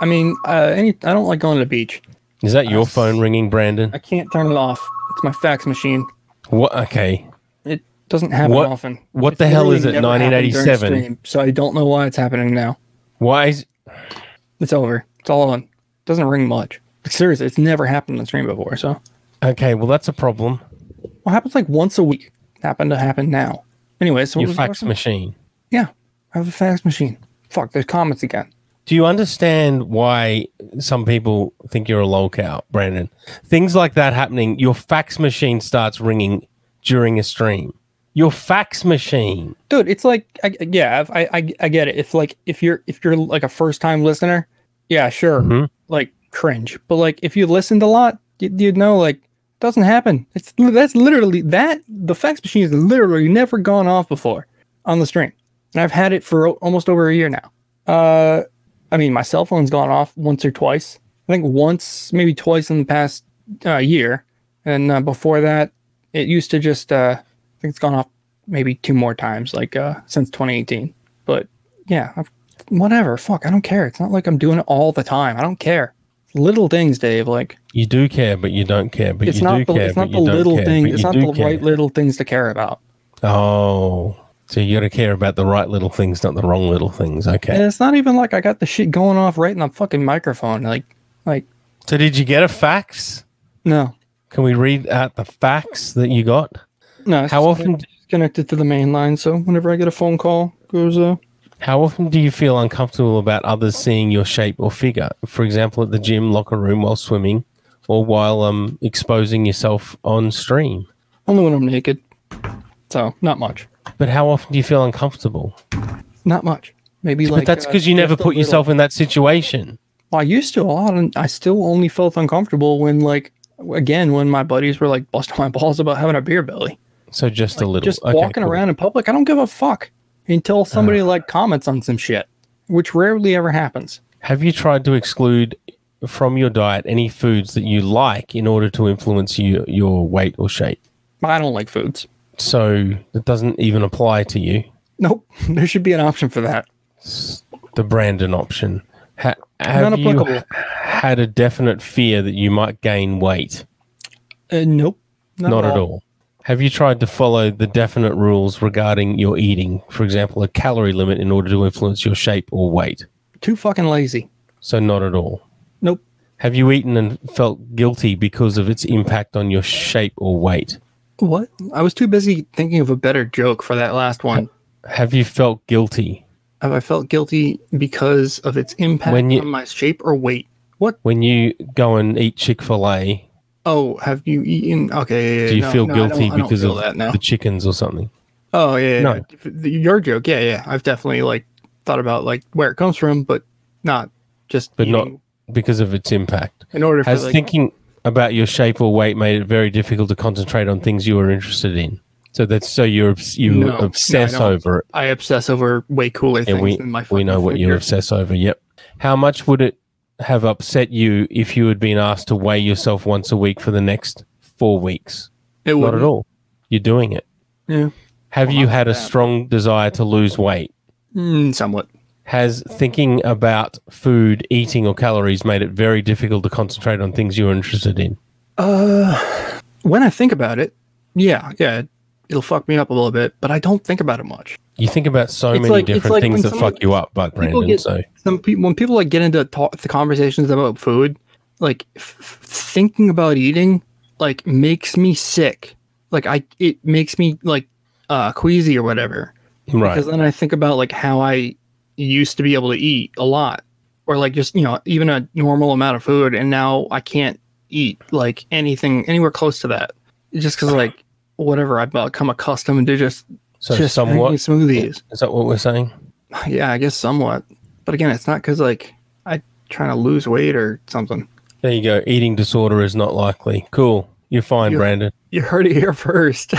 S1: I mean, uh, any I don't like going to the beach.
S2: Is that your phone ringing, Brandon?
S1: Uh, I can't turn it off. It's my fax machine.
S2: What? Okay.
S1: It doesn't happen
S2: What-
S1: often.
S2: what
S1: It's
S2: the hell
S1: literally
S2: is it,
S1: never happened during
S2: 1987?
S1: stream, So I don't know why it's happening now.
S2: Why is
S1: It's over. It's all on. doesn't ring much. Like, seriously, it's never happened on stream before. So
S2: okay? Well, that's a problem.
S1: what happens like once a week happened to happen now. Anyway, so what
S2: Your
S1: was the
S2: fax
S1: question?
S2: machine.
S1: Yeah, I have a fax machine. Fuck, there's comments again.
S2: Do you understand why some people think you're a lolcow, Brandon? Things like that happening, your fax machine starts ringing during a stream. Your fax machine.
S1: dude it's like I, yeah if I, I i get it if like if you're if you're like a first time listener yeah sure
S2: Mhm.
S1: like cringe but like if you listened a lot you, you know like doesn't happen it's li- that's literally that the fax machine has literally never gone off before on the stream and i've had it for o- almost over a year now uh i mean my cell phone's gone off once or twice i think once maybe twice in the past uh, year and uh, before that it used to just uh i think it's gone off maybe two more times like uh since 2018 but yeah I've, whatever fuck i don't care it's not like i'm doing it all the time i don't care little things dave like
S2: You do care, but you don't care. But
S1: it's
S2: you do
S1: not the,
S2: care.
S1: it's
S2: but
S1: not the
S2: you don't
S1: little
S2: care,
S1: things
S2: but
S1: it's
S2: you
S1: not
S2: do
S1: the
S2: care.
S1: right little things to care about
S2: Oh, so you got to care about the right little things, not the wrong little things. Okay.
S1: and it's not even like i got the shit going off right in the fucking microphone like like
S2: So did you get a fax?
S1: no
S2: Can we read out the fax that you got?
S1: no it's
S2: How
S1: just
S2: often?
S1: connected to the main line so whenever i get a phone call it goes uh
S2: How often do you feel uncomfortable about others seeing your shape or figure? For example, at the gym, locker room, while swimming, or while um, exposing yourself on stream.
S1: only when i'm naked so not much
S2: But how often do you feel uncomfortable?
S1: not much maybe like
S2: but that's
S1: uh,
S2: because you never
S1: just a
S2: put
S1: little.
S2: yourself in that situation.
S1: Well, I used to a lot, and I still only felt uncomfortable when, like, again, when my buddies were like busting my balls about having a beer belly.
S2: So just a little.
S1: Just
S2: Oh, Okay,
S1: walking
S2: cool. Ah.
S1: around in public, I don't give a fuck until somebody like comments on some shit, which rarely ever happens.
S2: Have you tried to exclude from your diet any foods that you like in order to influence you, your weight or shape?
S1: I don't like foods.
S2: So it doesn't even apply to you.
S1: Nope, there should be an option for that.
S2: the Brandon option. Ha- have you
S1: Non-applicable.
S2: had a definite fear that you might gain weight?
S1: Uh, nope,
S2: Not at all. Have you tried to follow the definite rules regarding your eating? For example, a calorie limit in order to influence your shape or weight?
S1: Too fucking lazy.
S2: So, not at all.
S1: Nope,
S2: Have you eaten and felt guilty because of its impact on your shape or weight?
S1: what? I was too busy thinking of a better joke for that last one.
S2: Have you felt guilty
S1: Have I felt guilty because of its impact
S2: When you-
S1: on my shape or weight? What?
S2: when you go and eat Chick fil A?
S1: Oh, have you eaten? Okay, yeah, yeah,
S2: Do you
S1: no,
S2: feel
S1: no, I don't-
S2: guilty
S1: I don't
S2: because
S1: feel
S2: of
S1: that now?
S2: the chickens or something?
S1: Oh yeah, yeah,
S2: No.
S1: yeah. If- the- your joke. Yeah, yeah. I've definitely like thought about like where it comes from, but not just
S2: But not-
S1: eating
S2: because of its impact.
S1: In order for
S2: Has
S1: like,
S2: thinking about your shape or weight made it very difficult to concentrate on things you were interested in? So that's so you're obs- you
S1: No, no, I
S2: obsess
S1: don't.
S2: over it,
S1: I obsess over way cooler things
S2: and we
S1: than my
S2: we know what you
S1: are
S2: obsess over. Yep. How much would it have upset you if you had been asked to weigh yourself once a week for the next four weeks?
S1: It
S2: Not
S1: wouldn't.
S2: at all. You're doing it.
S1: Yeah.
S2: Have
S1: Well,
S2: you
S1: not
S2: had a
S1: that.
S2: strong desire to lose weight?
S1: Mm, somewhat.
S2: Has thinking about food, eating, or calories made it very difficult to concentrate on things you're interested in?
S1: Uh, when I think about it, yeah, yeah, it'll fuck me up a little bit, but I don't think about it much.
S2: You think about so
S1: It's
S2: many
S1: like- it's
S2: different
S1: like
S2: things
S1: when
S2: that
S1: someone-
S2: fuck you up, but
S1: people
S2: Brandon.
S1: get-
S2: so
S1: Some people, when people like get into talk, the conversations about food, like f- f- thinking about eating, like makes me sick. Like I, it makes me like uh queasy or whatever.
S2: right,
S1: because then I think about like how I used to be able to eat a lot, or like just you know even a normal amount of food, and now I can't eat like anything anywhere close to that, just because like whatever I've become accustomed to just
S2: so
S1: just
S2: somewhat
S1: drinking smoothies.
S2: is that what we're saying?
S1: Yeah, I guess somewhat, but again, it's not because like I trying to lose weight or something.
S2: There you go. Eating disorder is not likely. Cool. You're fine,
S1: You're-
S2: Brandon.
S1: You heard it here first.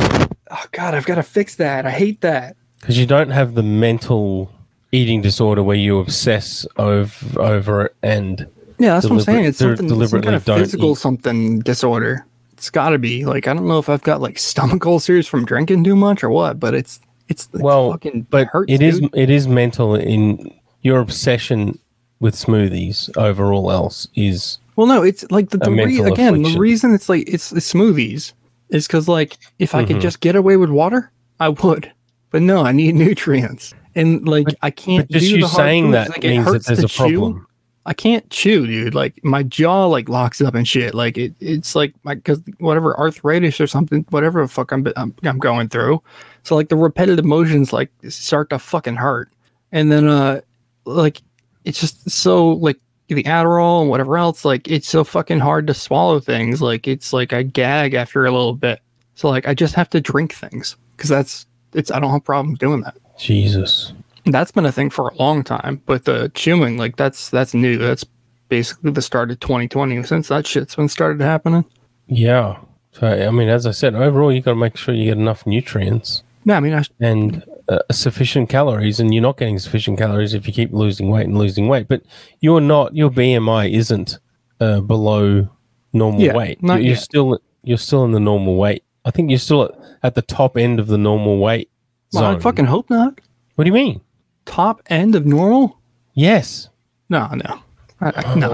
S1: oh God, I've got to fix that. I hate that.
S2: because you don't have the mental eating disorder where you obsess over over it and
S1: Yeah, that's what I'm
S2: Deliberate-
S1: saying. It's
S2: they're
S1: something some
S2: deliberately
S1: kind of
S2: don't
S1: physical
S2: eat.
S1: something disorder. It's got to be like I don't know if I've got like stomach ulcers from drinking too much or what, but it's it's it
S2: well
S1: fucking
S2: but
S1: hurts,
S2: it is
S1: dude.
S2: it is mental in your obsession with smoothies over all else is
S1: Well, no, it's like the, the re-
S2: mental
S1: again the
S2: affliction.
S1: reason it's like it's, it's smoothies is because like if I could
S2: Mhm.
S1: just get away with water, I would, but no, I need nutrients and like I can't.
S2: but just
S1: do
S2: you
S1: the hard
S2: saying
S1: foods,
S2: that
S1: like, it
S2: means that
S1: hurts
S2: there's
S1: to
S2: a
S1: chew.
S2: problem
S1: I can't chew, dude. Like my jaw like locks up and shit. Like it, it's like my because whatever arthritis or something, whatever the fuck I'm, I'm I'm going through. So like the repetitive motions like start to fucking hurt, and then uh like it's just so like the Adderall and whatever else. Like it's so fucking hard to swallow things. Like it's like I gag after a little bit. So like I just have to drink things because that's it's I don't have problems doing that
S2: jesus
S1: that's been a thing for a long time but the chewing like that's that's new that's basically the start of 2020 since that shit's been started happening
S2: yeah so i mean as i said overall you got to make sure you get enough nutrients
S1: yeah i mean I,
S2: and uh, sufficient calories and you're not getting sufficient calories if you keep losing weight and losing weight but you're not your bmi isn't uh, below normal
S1: Yeah,
S2: weight
S1: not
S2: you're
S1: yet.
S2: still you're still in the normal weight i think you're still at, at the top end of the normal weight
S1: well, I
S2: zone.
S1: fucking hope not
S2: what do you mean
S1: top end of normal
S2: yes
S1: no no I, I- no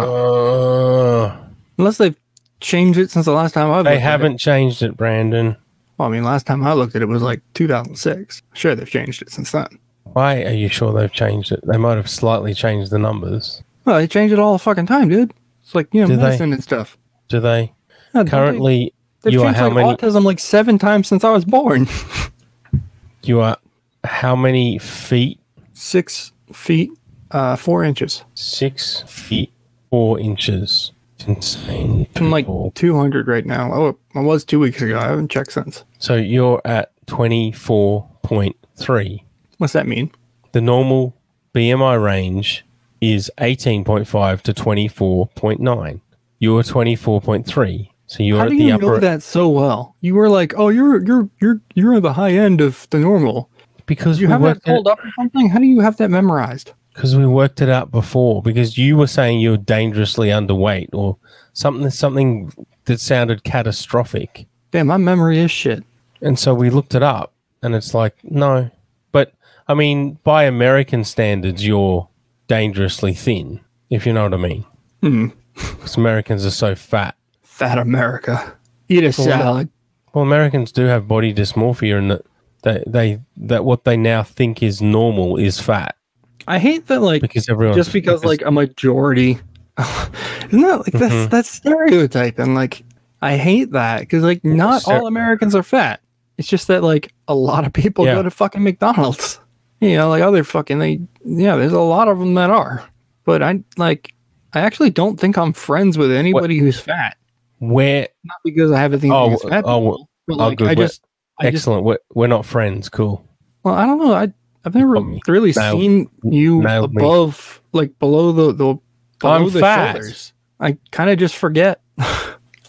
S2: Uh,
S1: unless they've changed it since the last time i
S2: they haven't changed it brandon
S1: well i mean last time i looked at it was like 2006 sure they've changed it since then
S2: why are you sure they've changed it they might have slightly changed the numbers
S1: well they change it all the fucking time dude it's like you know
S2: Do they?
S1: medicine and stuff
S2: do they
S1: No, they-
S2: currently
S1: they've
S2: you are
S1: changed
S2: how
S1: like
S2: many
S1: autism like seven times since i was born
S2: you are how many feet
S1: six feet uh four inches
S2: six feet four inches. It's insane.
S1: I'm like
S2: people.
S1: 200 right now. Oh, I was two weeks ago. I haven't checked since.
S2: so you're at twenty four point three.
S1: What's that mean?
S2: The normal BMI range is eighteen point five to twenty four point nine. You're twenty four point three. So you're
S1: How
S2: at
S1: do
S2: the
S1: you know
S2: upper
S1: that so well? You were like, oh, you're you're you're you're at the high end of the normal.
S2: because
S1: You
S2: we
S1: have that
S2: worked it,
S1: pulled up or something? How do you have that memorized?
S2: because we worked it out before because you were saying you were dangerously underweight or something something that sounded catastrophic.
S1: Damn, my memory is shit.
S2: And so we looked it up and it's like, no. But I mean, by American standards, you're dangerously thin, if you know what I mean.
S1: Hmm.
S2: Because Americans are so fat.
S1: Fat America. Eat a
S2: Well,
S1: salad.
S2: Well, Americans do have body dysmorphia and that they, they that what they now think is normal is fat
S1: I hate that, like,
S2: because everyone
S1: just because, like, a majority. Isn't that like that's
S2: Mhm.
S1: that's stereotype and like I hate that because like not
S2: Stere-
S1: all Americans are fat. It's just that like a lot of people
S2: Yeah.
S1: go to fucking McDonald's. You know, like other fucking they yeah, there's a lot of them that are. But I like I actually don't think I'm friends with anybody who's fat.
S2: where
S1: Not because I have a thing
S2: Oh,
S1: against fat
S2: oh,
S1: people, but
S2: oh,
S1: like
S2: good,
S1: I
S2: we're-
S1: just I just
S2: excellent we're, we're not friends cool
S1: well, I
S2: Um,
S1: don't know. I I've never
S2: got me.
S1: really
S2: Nailed-
S1: seen you
S2: nailed me.
S1: above like below the the below
S2: I'm
S1: the
S2: fat.
S1: shoulders. I kind of just forget.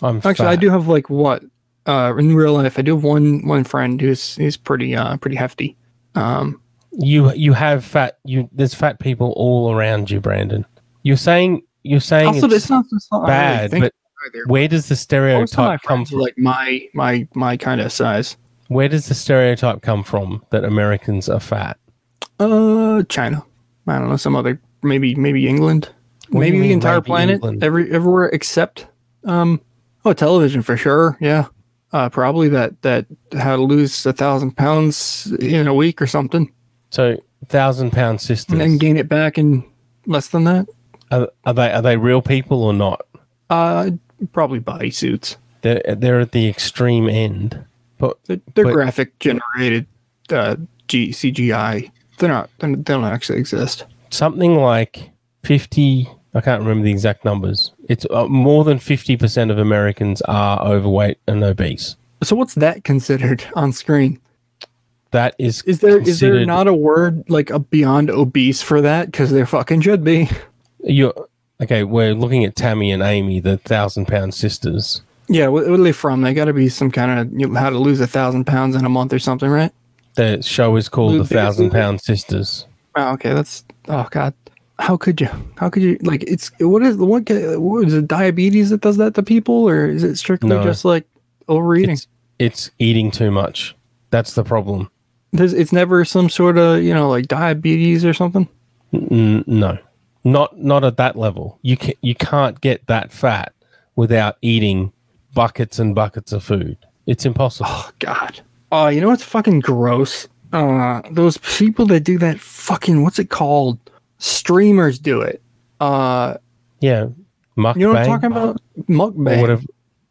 S2: I'm
S1: Actually, I
S2: fat.
S1: do have like what uh, in real life. I do have one one friend who's he's pretty uh pretty hefty. Um,
S2: You you have fat. You there's fat people all around you, Brandon. You're saying you're saying
S1: also,
S2: it's
S1: it's not, it's not I really
S2: bad,
S1: think
S2: but
S1: either.
S2: where does the
S1: Most of my
S2: stereotype come
S1: friends are
S2: from?
S1: like my my my kind of size.
S2: Where does the stereotype come from that Americans are fat?
S1: Uh, China. I don't know some other maybe maybe England,
S2: What do you
S1: maybe the
S2: mean,
S1: entire
S2: maybe
S1: planet,
S2: England?
S1: every everywhere except um oh television for sure. Yeah, uh, probably that that how to lose a thousand pounds in a week or something
S2: So thousand pound sisters
S1: and then gain it back in less than that.
S2: are, are they are they real people or not?
S1: Uh, probably bodysuits.
S2: They're they're at the extreme end. But
S1: They're, they're
S2: But-
S1: graphic generated uh, G- CGI. They're not. They don't actually exist.
S2: something like 50 i can't remember the exact numbers it's uh, more than 50% of americans are overweight and obese
S1: So what's that considered on screen?
S2: that is
S1: Is there is there
S2: considered-
S1: not a word like a beyond obese for that? Because there fucking should be.
S2: you're okay we're looking at tammy and amy the thousand pound sisters
S1: Yeah, what, what are they from? They got to be some kind of you know, how to lose a thousand pounds in a month or something, right?
S2: the show is called
S1: Lou
S2: the
S1: Bega-
S2: thousand pound sisters
S1: Oh, okay, that's oh god. How could you? How could you? Like, it's what is what? ca- What is it? Diabetes that does that to people, or is it strictly
S2: No.
S1: just like overeating?
S2: it's, it's eating too much that's the problem
S1: There's, it's never some sort of you know like diabetes or something.
S2: N- no not not at that level you can you can't get that fat without eating buckets and buckets of food it's impossible
S1: Oh God. Oh, you know what's fucking gross? Uh, those people that do that fucking what's it called? Streamers do it. Uh,
S2: Yeah. Mukbang.
S1: you know what I'm talking about? Mukbang.
S2: Or whatever.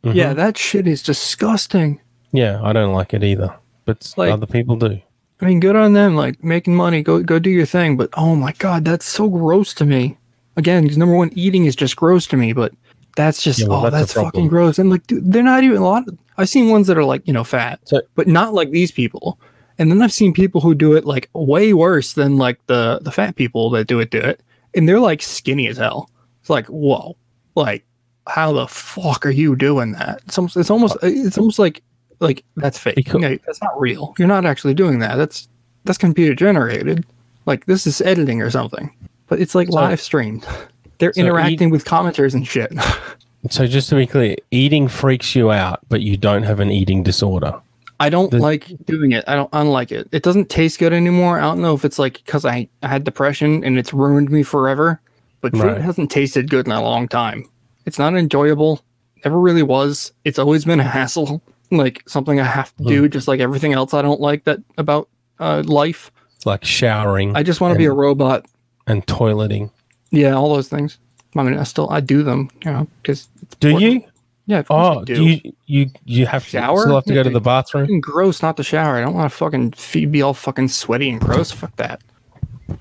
S1: Yeah, that shit is disgusting.
S2: Yeah, I don't like it either. But s-
S1: Like-
S2: other people do.
S1: I mean, good on them, like making money. Go go do your thing. But oh my God, that's so gross to me. Again, 'cause number one, eating is just gross to me. But that's just
S2: Yeah, well,
S1: oh,
S2: that's a
S1: that's,
S2: problem.
S1: fucking gross. And like, dude, they're not even a lot. Of, I've seen ones that are like you know fat,
S2: So-
S1: but not like these people. And then I've seen people who do it like way worse than like the the fat people that do it do it, and they're like skinny as hell. It's like whoa, like how the fuck are you doing that? It's almost it's almost, it's almost like like that's fake.
S2: Because-
S1: No, that's not real. You're not actually doing that. That's that's computer generated. Like this is editing or something. But it's like live streamed. They're
S2: so e
S1: interacting with commenters and shit.
S2: So just to be clear, eating freaks you out, but you don't have an eating disorder.
S1: I don't like doing it. I don't unlike it. It doesn't taste good anymore. I don't know if it's like because I, I had depression and it's ruined me forever. But food
S2: Right.
S1: hasn't tasted good in a long time. It's not enjoyable. Never really was. It's always been a hassle. Like something I have to
S2: Hmm.
S1: do, just like everything else I don't like that about uh, life.
S2: Like showering
S1: I just want to be a robot
S2: and toileting.
S1: Yeah, all those things. I mean, I still I do them, you know, because
S2: Do
S1: Or-
S2: you?
S1: yeah, of course
S2: Oh,
S1: I
S2: do you you you have to
S1: Shower?
S2: still have to
S1: Yeah,
S2: go to
S1: dude.
S2: the bathroom?
S1: Fucking gross not to shower. I don't want to fucking fe- be all fucking sweaty and gross. Fuck that.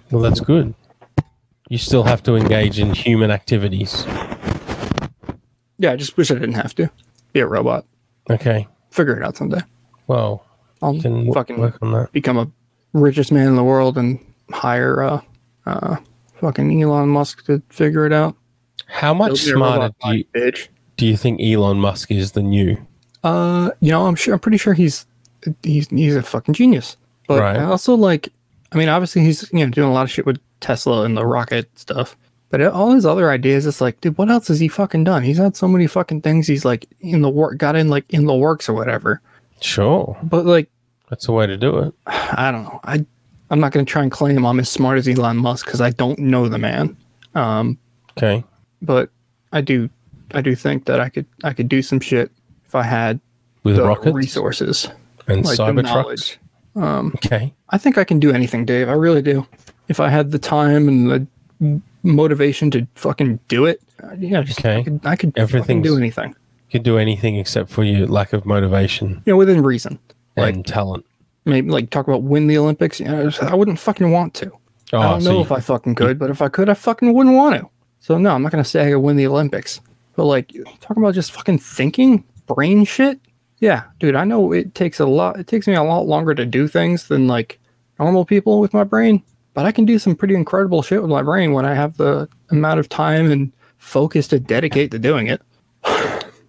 S2: Well, that's good. You still have to engage in human activities.
S1: Yeah, I just wish I didn't have to be a robot.
S2: Okay.
S1: Figure it out someday.
S2: Well,
S1: I'll
S2: you can w-
S1: fucking
S2: work on that.
S1: become a richest man in the world and hire uh, uh, fucking Elon Musk to figure it out.
S2: How much
S1: Build me a
S2: smarter
S1: robot,
S2: do you,
S1: bitch.
S2: do you think Elon Musk is than you?
S1: Uh, you know, I'm sure. I'm pretty sure he's he's he's a fucking genius. But
S2: Right.
S1: I also like, I mean, obviously he's you know doing a lot of shit with Tesla and the rocket stuff. But all his other ideas, it's like, dude, what else has he fucking done? He's had so many fucking things. He's like in the work, got in like in the works or whatever.
S2: Sure.
S1: But like,
S2: That's the way to do it.
S1: I don't know. I I'm not gonna try and claim I'm as smart as Elon Musk because I don't know the man. Um,
S2: Okay.
S1: but I do, I do think that I could I could do some shit if I had
S2: With
S1: the
S2: rockets
S1: resources,
S2: and
S1: like the
S2: cyber
S1: knowledge.
S2: trucks. Okay.
S1: I think I can do anything, Dave. I really do. If I had the time and the m- motivation to fucking do it, uh, yeah, just,
S2: Okay.
S1: I could, I could fucking
S2: Everything's-
S1: do anything.
S2: Could do anything except for your lack of motivation
S1: You know, within reason. Like-
S2: and talent.
S1: Maybe like talk about win the Olympics. You know, I just- I wouldn't fucking want to.
S2: Oh,
S1: I don't
S2: so
S1: know
S2: you-
S1: if I fucking could, but if I could, I fucking wouldn't want to. So no, I'm not gonna say I could win the Olympics. But like, talking about just fucking thinking, brain shit. Yeah, dude, I know it takes a lot. It takes me a lot longer to do things than like normal people with my brain. but I can do some pretty incredible shit with my brain when I have the amount of time and focus to dedicate to doing it.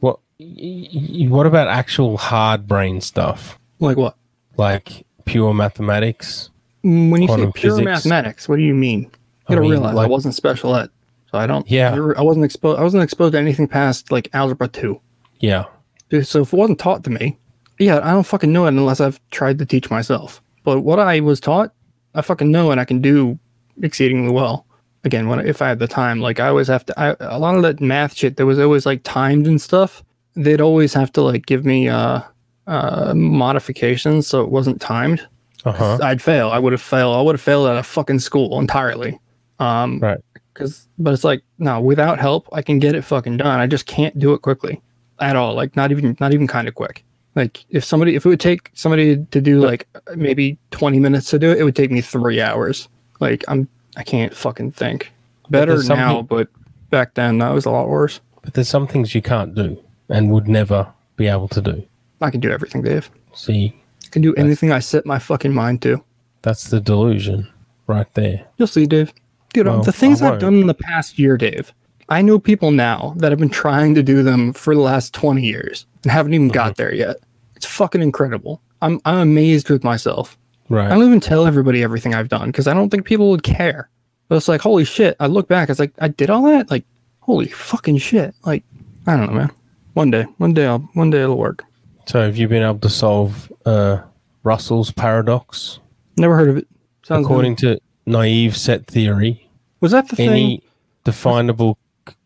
S2: What? y- y- What about actual hard brain stuff
S1: Like what?
S2: like pure mathematics?
S1: Mm, When you
S2: Quantum
S1: say pure
S2: physics.
S1: mathematics, what do you mean? You
S2: I
S1: gotta
S2: mean,
S1: realize I
S2: like-
S1: wasn't special ed, so I don't.
S2: Yeah.
S1: I wasn't exposed. I wasn't exposed to anything past like algebra two.
S2: Yeah,
S1: Dude, So if it wasn't taught to me, yeah, I don't fucking know it unless I've tried to teach myself. But what I was taught, I fucking know and I can do exceedingly well. Again, when if I had the time, like I always have to. I, a lot of that math shit, there was always like timed and stuff. They'd always have to like give me uh, uh, modifications so it wasn't timed.
S2: uh huh,
S1: I'd fail. I would have failed. I would have failed at a fucking school entirely. Um,
S2: right.
S1: Cause, but it's like no, without help, I can get it fucking done. I just can't do it quickly, at all. Like not even not even kind of quick. Like if somebody if it would take somebody to do like maybe twenty minutes to do it, it would take me three hours. Like I'm I can't fucking think. Better
S2: there's
S1: now,
S2: something-
S1: but back then that was a lot worse.
S2: But there's some things you can't do and would never be able to do.
S1: I can do everything, Dave.
S2: See,
S1: I can do anything I set my fucking mind to.
S2: that's the delusion right there.
S1: You'll see, Dave. Dude,
S2: Well,
S1: the things
S2: I
S1: I've done in the past year, Dave, I know people now that have been trying to do them for the last 20 years and haven't even
S2: Mm-hmm.
S1: got there yet. It's fucking incredible. I'm, I'm amazed with myself.
S2: Right.
S1: I don't even tell everybody everything I've done because I don't think people would care. But it's like, holy shit. I look back, it's like, I did all that? Like, holy fucking shit. Like, I don't know, man. One day, one day, I'll, one day it'll work.
S2: so have you been able to solve uh, Russell's paradox?
S1: Never heard of it. Sounds
S2: According to naive set theory,
S1: was that the
S2: any
S1: thing?
S2: definable.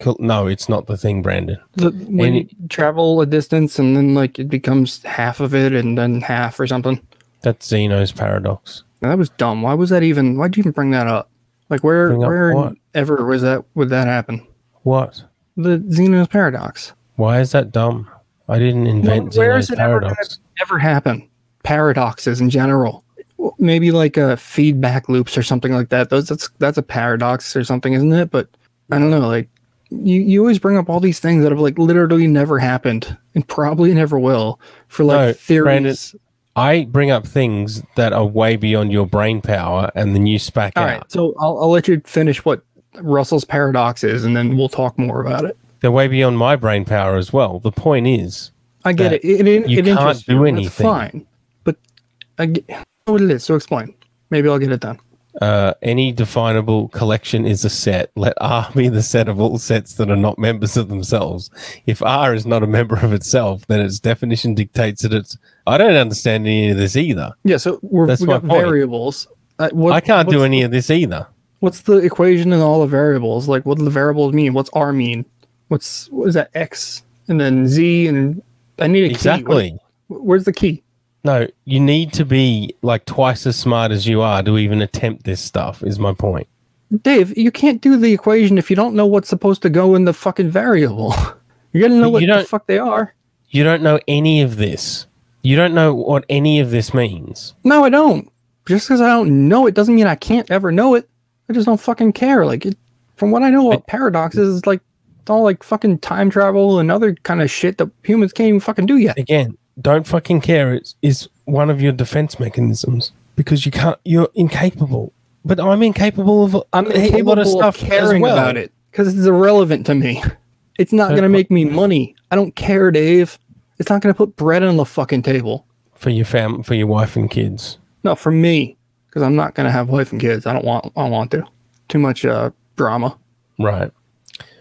S2: c- No, it's not the thing, Brandon.
S1: The, when
S2: any-
S1: you travel a distance and then like it becomes half of it and then half or something.
S2: That's Zeno's paradox.
S1: Now, that was dumb. Why was that even? Why'd you even bring that up? Like where
S2: Bring up
S1: where
S2: what?
S1: ever was that? Would that happen?
S2: What?
S1: The Zeno's paradox.
S2: Why is that dumb? I didn't invent
S1: Where is
S2: Zeno's
S1: it ever gonna
S2: paradox.
S1: ever happen? Paradoxes in general. W- Maybe like uh, feedback loops or something like that. Those that's that's a paradox or something, isn't it? But I don't know. Like you, you always bring up all these things that have like literally never happened and probably never will for like
S2: No,
S1: theories.
S2: Brandon, I bring up things that are way beyond your brain power, and then you spack
S1: All
S2: out.
S1: right, So I'll, I'll let you finish what Russell's paradox is, and then we'll talk more about it.
S2: They're way beyond my brain power as well. The point is,
S1: I get it.
S2: That
S1: It, it,
S2: you
S1: it
S2: can't
S1: interests
S2: do
S1: you. That's
S2: anything.
S1: fine. But I get I know what it is. So explain. Maybe I'll get it done.
S2: uh, any definable collection is a set. Let R be the set of all sets that are not members of themselves. If R is not a member of itself, then its definition dictates that it's. I don't understand any of this either.
S1: Yeah. So we're,
S2: That's
S1: we
S2: my
S1: got
S2: point.
S1: variables. Uh, what,
S2: I can't do
S1: what's-
S2: any of this either.
S1: What's the equation in all the variables? Like, what do the variables mean? What's R mean? What's what is that X and then Z and I need a
S2: Exactly.
S1: key. Where- Where's the key?
S2: No, you need to be like twice as smart as you are to even attempt this stuff, is my point.
S1: Dave, you can't do the equation if you don't know what's supposed to go in the fucking variable. You gotta know
S2: But
S1: what
S2: you
S1: the
S2: don't-
S1: fuck they are.
S2: You don't know any of this. You don't know what any of this means.
S1: No, I don't. Just because I don't know it doesn't mean I can't ever know it. I just don't fucking care. Like, it, from what I know, what paradox is, it's like it's all like fucking time travel and other kind of shit that humans can't even fucking do yet.
S2: Again, don't fucking care. It's is one of your defense mechanisms because you can't. You're incapable. But I'm incapable of.
S1: I'm
S2: a heck of a
S1: incapable
S2: lot
S1: of
S2: stuff as
S1: caring
S2: well.
S1: about it Uh, because it's irrelevant to me. It's not
S2: So-
S1: gonna make me money. I don't care, Dave. It's not gonna put bread on the fucking table.
S2: for your fam, for your wife and kids.
S1: No, for me, because I'm not gonna have wife and kids. I don't want. I don't want to. Too much uh, drama.
S2: Right.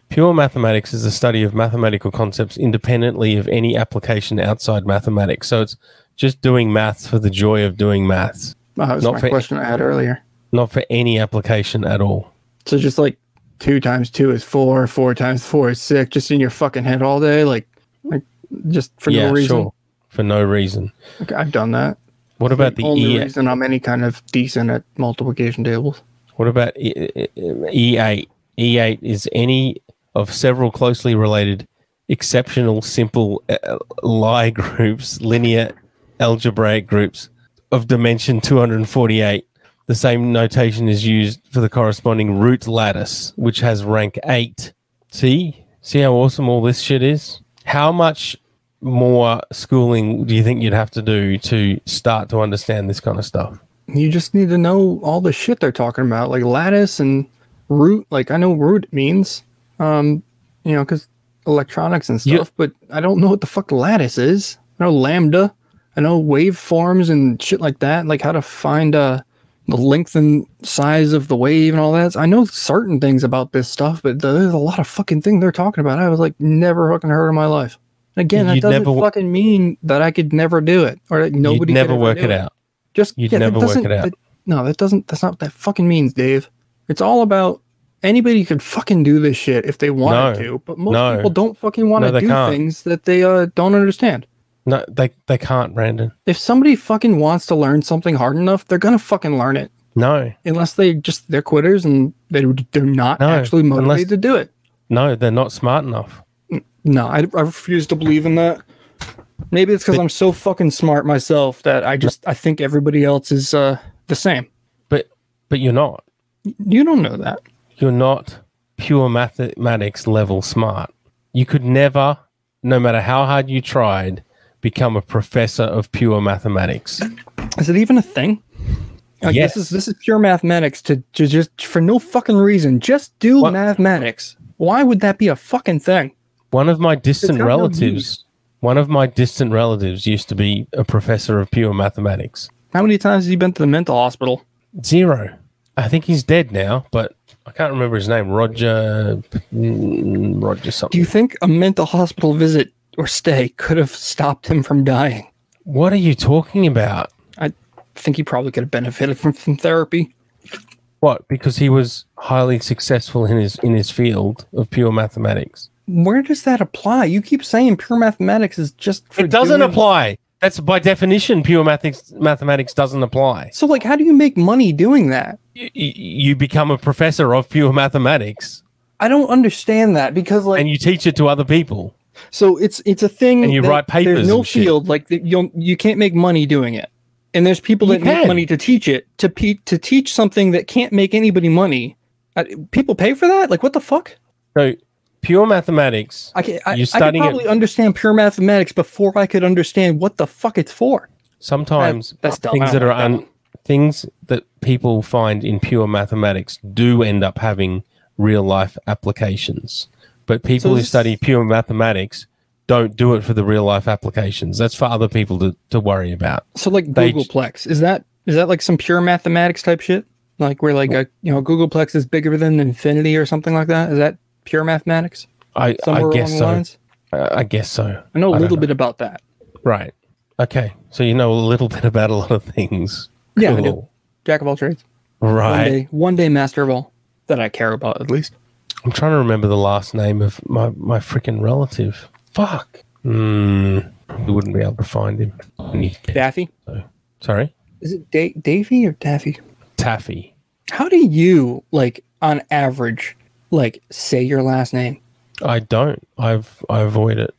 S2: Pure mathematics is the study of mathematical concepts independently of any application outside mathematics. So it's just doing maths for the joy of doing maths,
S1: Oh, that was
S2: Not
S1: my
S2: fair.
S1: question I had earlier.
S2: not for any application at all.
S1: So just like two times two is four, four times four is six, just in your fucking head all day, like, like just for no reason.
S2: For no reason.
S1: Like, I've done that.
S2: What about the
S1: Only
S2: E?
S1: reason I'm any kind of decent at multiplication tables.
S2: What about E- E- E8? E8 is any of several closely related exceptional simple uh, Lie groups, linear algebraic groups of dimension 248. The same notation is used for the corresponding root lattice, which has rank 8. See? See how awesome all this shit is? How much more schooling do you think you'd have to do to start to understand this kind of stuff?
S1: You just need to know all the shit they're talking about, like lattice and root. Like I know root means, um, you know, because electronics and stuff.
S2: Yeah.
S1: But I don't know what the fuck lattice is. I know lambda. I know waveforms and shit like that. Like how to find uh the length and size of the wave and all that. I know certain things about this stuff, but there's a lot of fucking thing they're talking about. I was like never fucking heard in my life. And again, that
S2: You'd
S1: doesn't
S2: never wa-
S1: fucking mean that I could never do it or that nobody
S2: You'd
S1: could
S2: never
S1: ever
S2: work
S1: do
S2: it out.
S1: Just
S2: You'd
S1: that
S2: never work
S1: doesn't-
S2: it out.
S1: that- no, that doesn't. That's not what that fucking means, Dave. It's all about anybody could fucking do this shit if they wanted
S2: No.
S1: to, but most
S2: No.
S1: people don't fucking want
S2: No,
S1: to
S2: they
S1: do
S2: can't.
S1: things that they uh, don't understand.
S2: No, they they can't, Brandon.
S1: If somebody fucking wants to learn something hard enough, they're gonna fucking learn it
S2: No,
S1: unless they just they're quitters and they they're not
S2: No,
S1: actually
S2: unless-
S1: motivated to do it.
S2: no, they're not smart enough.
S1: No, I, I refuse to believe in that. Maybe it's because I'm so fucking smart myself that I just I think everybody else is uh, the same.
S2: But but you're not.
S1: You don't know that.
S2: You're not pure mathematics level smart. You could never, no matter how hard you tried, become a professor of pure mathematics.
S1: Is it even a thing? Like
S2: Yes.
S1: this is this is pure mathematics to, to just for no fucking reason. Just do
S2: What?
S1: mathematics. Why would that be a fucking thing?
S2: One of my distant
S1: got no
S2: relatives,
S1: use.
S2: one of my distant relatives used to be a professor of pure mathematics.
S1: How many times have you been to the mental hospital?
S2: Zero. I think he's dead now, but I can't remember his name. Roger, mm, Roger
S1: Do
S2: something.
S1: you think a mental hospital visit or stay could have stopped him from dying?
S2: What are you talking about?
S1: I think he probably could have benefited from some therapy.
S2: What? Because he was highly successful in his in his field of pure mathematics.
S1: Where does that apply? You keep saying pure mathematics is just for
S2: It doesn't
S1: doing-
S2: apply. That's by definition, pure mathematics mathematics doesn't apply.
S1: So like how do you make money doing that?
S2: You, you become a professor of pure mathematics
S1: I don't understand that because like
S2: and you teach it to other people.
S1: So it's it's a thing,
S2: And you
S1: that
S2: write papers
S1: There's no
S2: and shit.
S1: field like that you you can't make money doing it, and there's people
S2: You
S1: that make
S2: can.
S1: money to teach it to pe- to teach something that can't make anybody money. Uh, people pay for that? Like what the fuck?
S2: So pure mathematics.
S1: I can I,
S2: You're
S1: I could
S2: studying it-
S1: probably understand pure mathematics before I could understand what the fuck it's for.
S2: sometimes
S1: That- that's dumb. I
S2: things
S1: don't
S2: that are
S1: like that
S2: un- things that people find in pure mathematics do end up having real life applications. But people who
S1: this-
S2: study pure mathematics don't do it for the real life applications. That's for other people to, to worry about.
S1: So like
S2: They-
S1: Googleplex is that is that like some pure mathematics type shit? Like where like a you know Googleplex is bigger than infinity or something like that? Is that pure mathematics?
S2: I, I
S1: Somewhere
S2: guess
S1: along
S2: so.
S1: the lines.
S2: Uh, I guess so.
S1: I know a
S2: don't
S1: little bit about that.
S2: Right. Okay. So you know a little bit about a lot of things.
S1: Yeah, I do. Jack of all trades. one
S2: Right.
S1: day, one day master of all that I care about at least.
S2: I'm trying to remember the last name of my my freaking relative. Fuck. Hmm. We wouldn't be able to find him.
S1: Daffy,
S2: Sorry,
S1: is it da- Davy or Daffy?
S2: Taffy.
S1: How do you like on average like say your last name?
S2: I don't. I've I avoid it.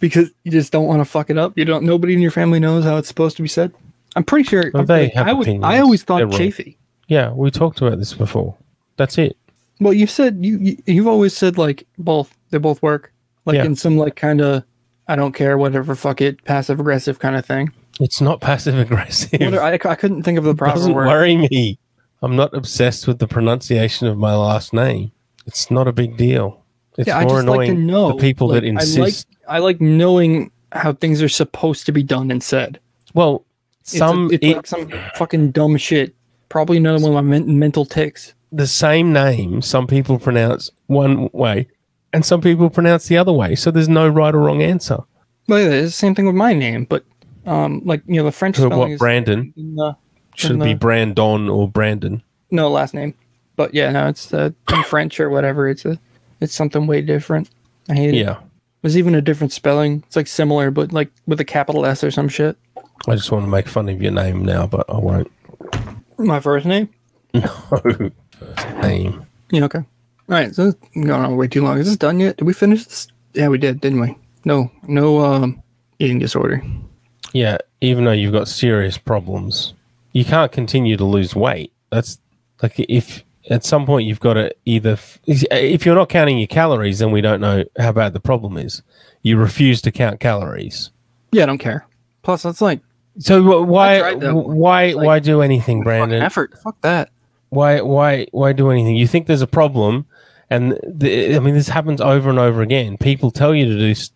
S1: Because you just don't want to fuck it up. You don't. Nobody in your family knows how it's supposed to be said. I'm pretty sure.
S2: Well,
S1: I'm-
S2: they
S1: like,
S2: have
S1: I, was, I
S2: opinions.
S1: always thought
S2: They're wrong.
S1: Chafee.
S2: Yeah, we talked about this before. That's it.
S1: Well, you've said you, you you've always said like both. They both work. Like
S2: Yeah.
S1: in some like kind of I don't care whatever fuck it passive aggressive kind of thing.
S2: It's not passive aggressive.
S1: What are- I, I couldn't think of the proper
S2: doesn't
S1: word.
S2: worry me. I'm not obsessed with the pronunciation of my last name. It's not a big deal. It's
S1: Yeah, I
S2: more
S1: just like to
S2: annoying
S1: know,
S2: the people
S1: like,
S2: that
S1: I like,
S2: insist.
S1: I like knowing how things are supposed to be done and said.
S2: well,
S1: It's a-
S2: some
S1: it's
S2: it-
S1: like some fucking dumb shit. Probably another one of my men- mental ticks.
S2: the same name some people pronounce one way and some people pronounce the other way. So there's no right or wrong answer.
S1: But yeah, it's the same thing with my name. But um, like you know, the French
S2: So
S1: spelling
S2: what
S1: is uh,
S2: Brandon
S1: in the-
S2: should
S1: in
S2: be
S1: the-
S2: Brandon or Brandon.
S1: no last name. But yeah, no, it's uh, in French or whatever. It's a, it's something way different. I hate it.
S2: Yeah.
S1: There's even a different spelling. It's like similar, but like with a capital S or some shit.
S2: I just want to make fun of your name now, but I won't.
S1: My first name.
S2: Name.
S1: Yeah, okay. All right, so this is going on way too long. Is this done yet? Did we finish this? Yeah, we did, didn't we? No, no um, eating disorder.
S2: Yeah, even though you've got serious problems, you can't continue to lose weight. That's like if at some point you've got to either if you're not counting your calories, then we don't know how bad the problem is. You refuse to count calories.
S1: Yeah, I don't care. Plus, that's like
S2: So wh-
S1: I
S2: why
S1: tried them.
S2: why
S1: It's like-
S2: why do anything,
S1: Fucking
S2: Brandon?
S1: effort. Fuck that.
S2: Why why why do anything? You think there's a problem, and the, I mean this happens over and over again. People tell you to do s-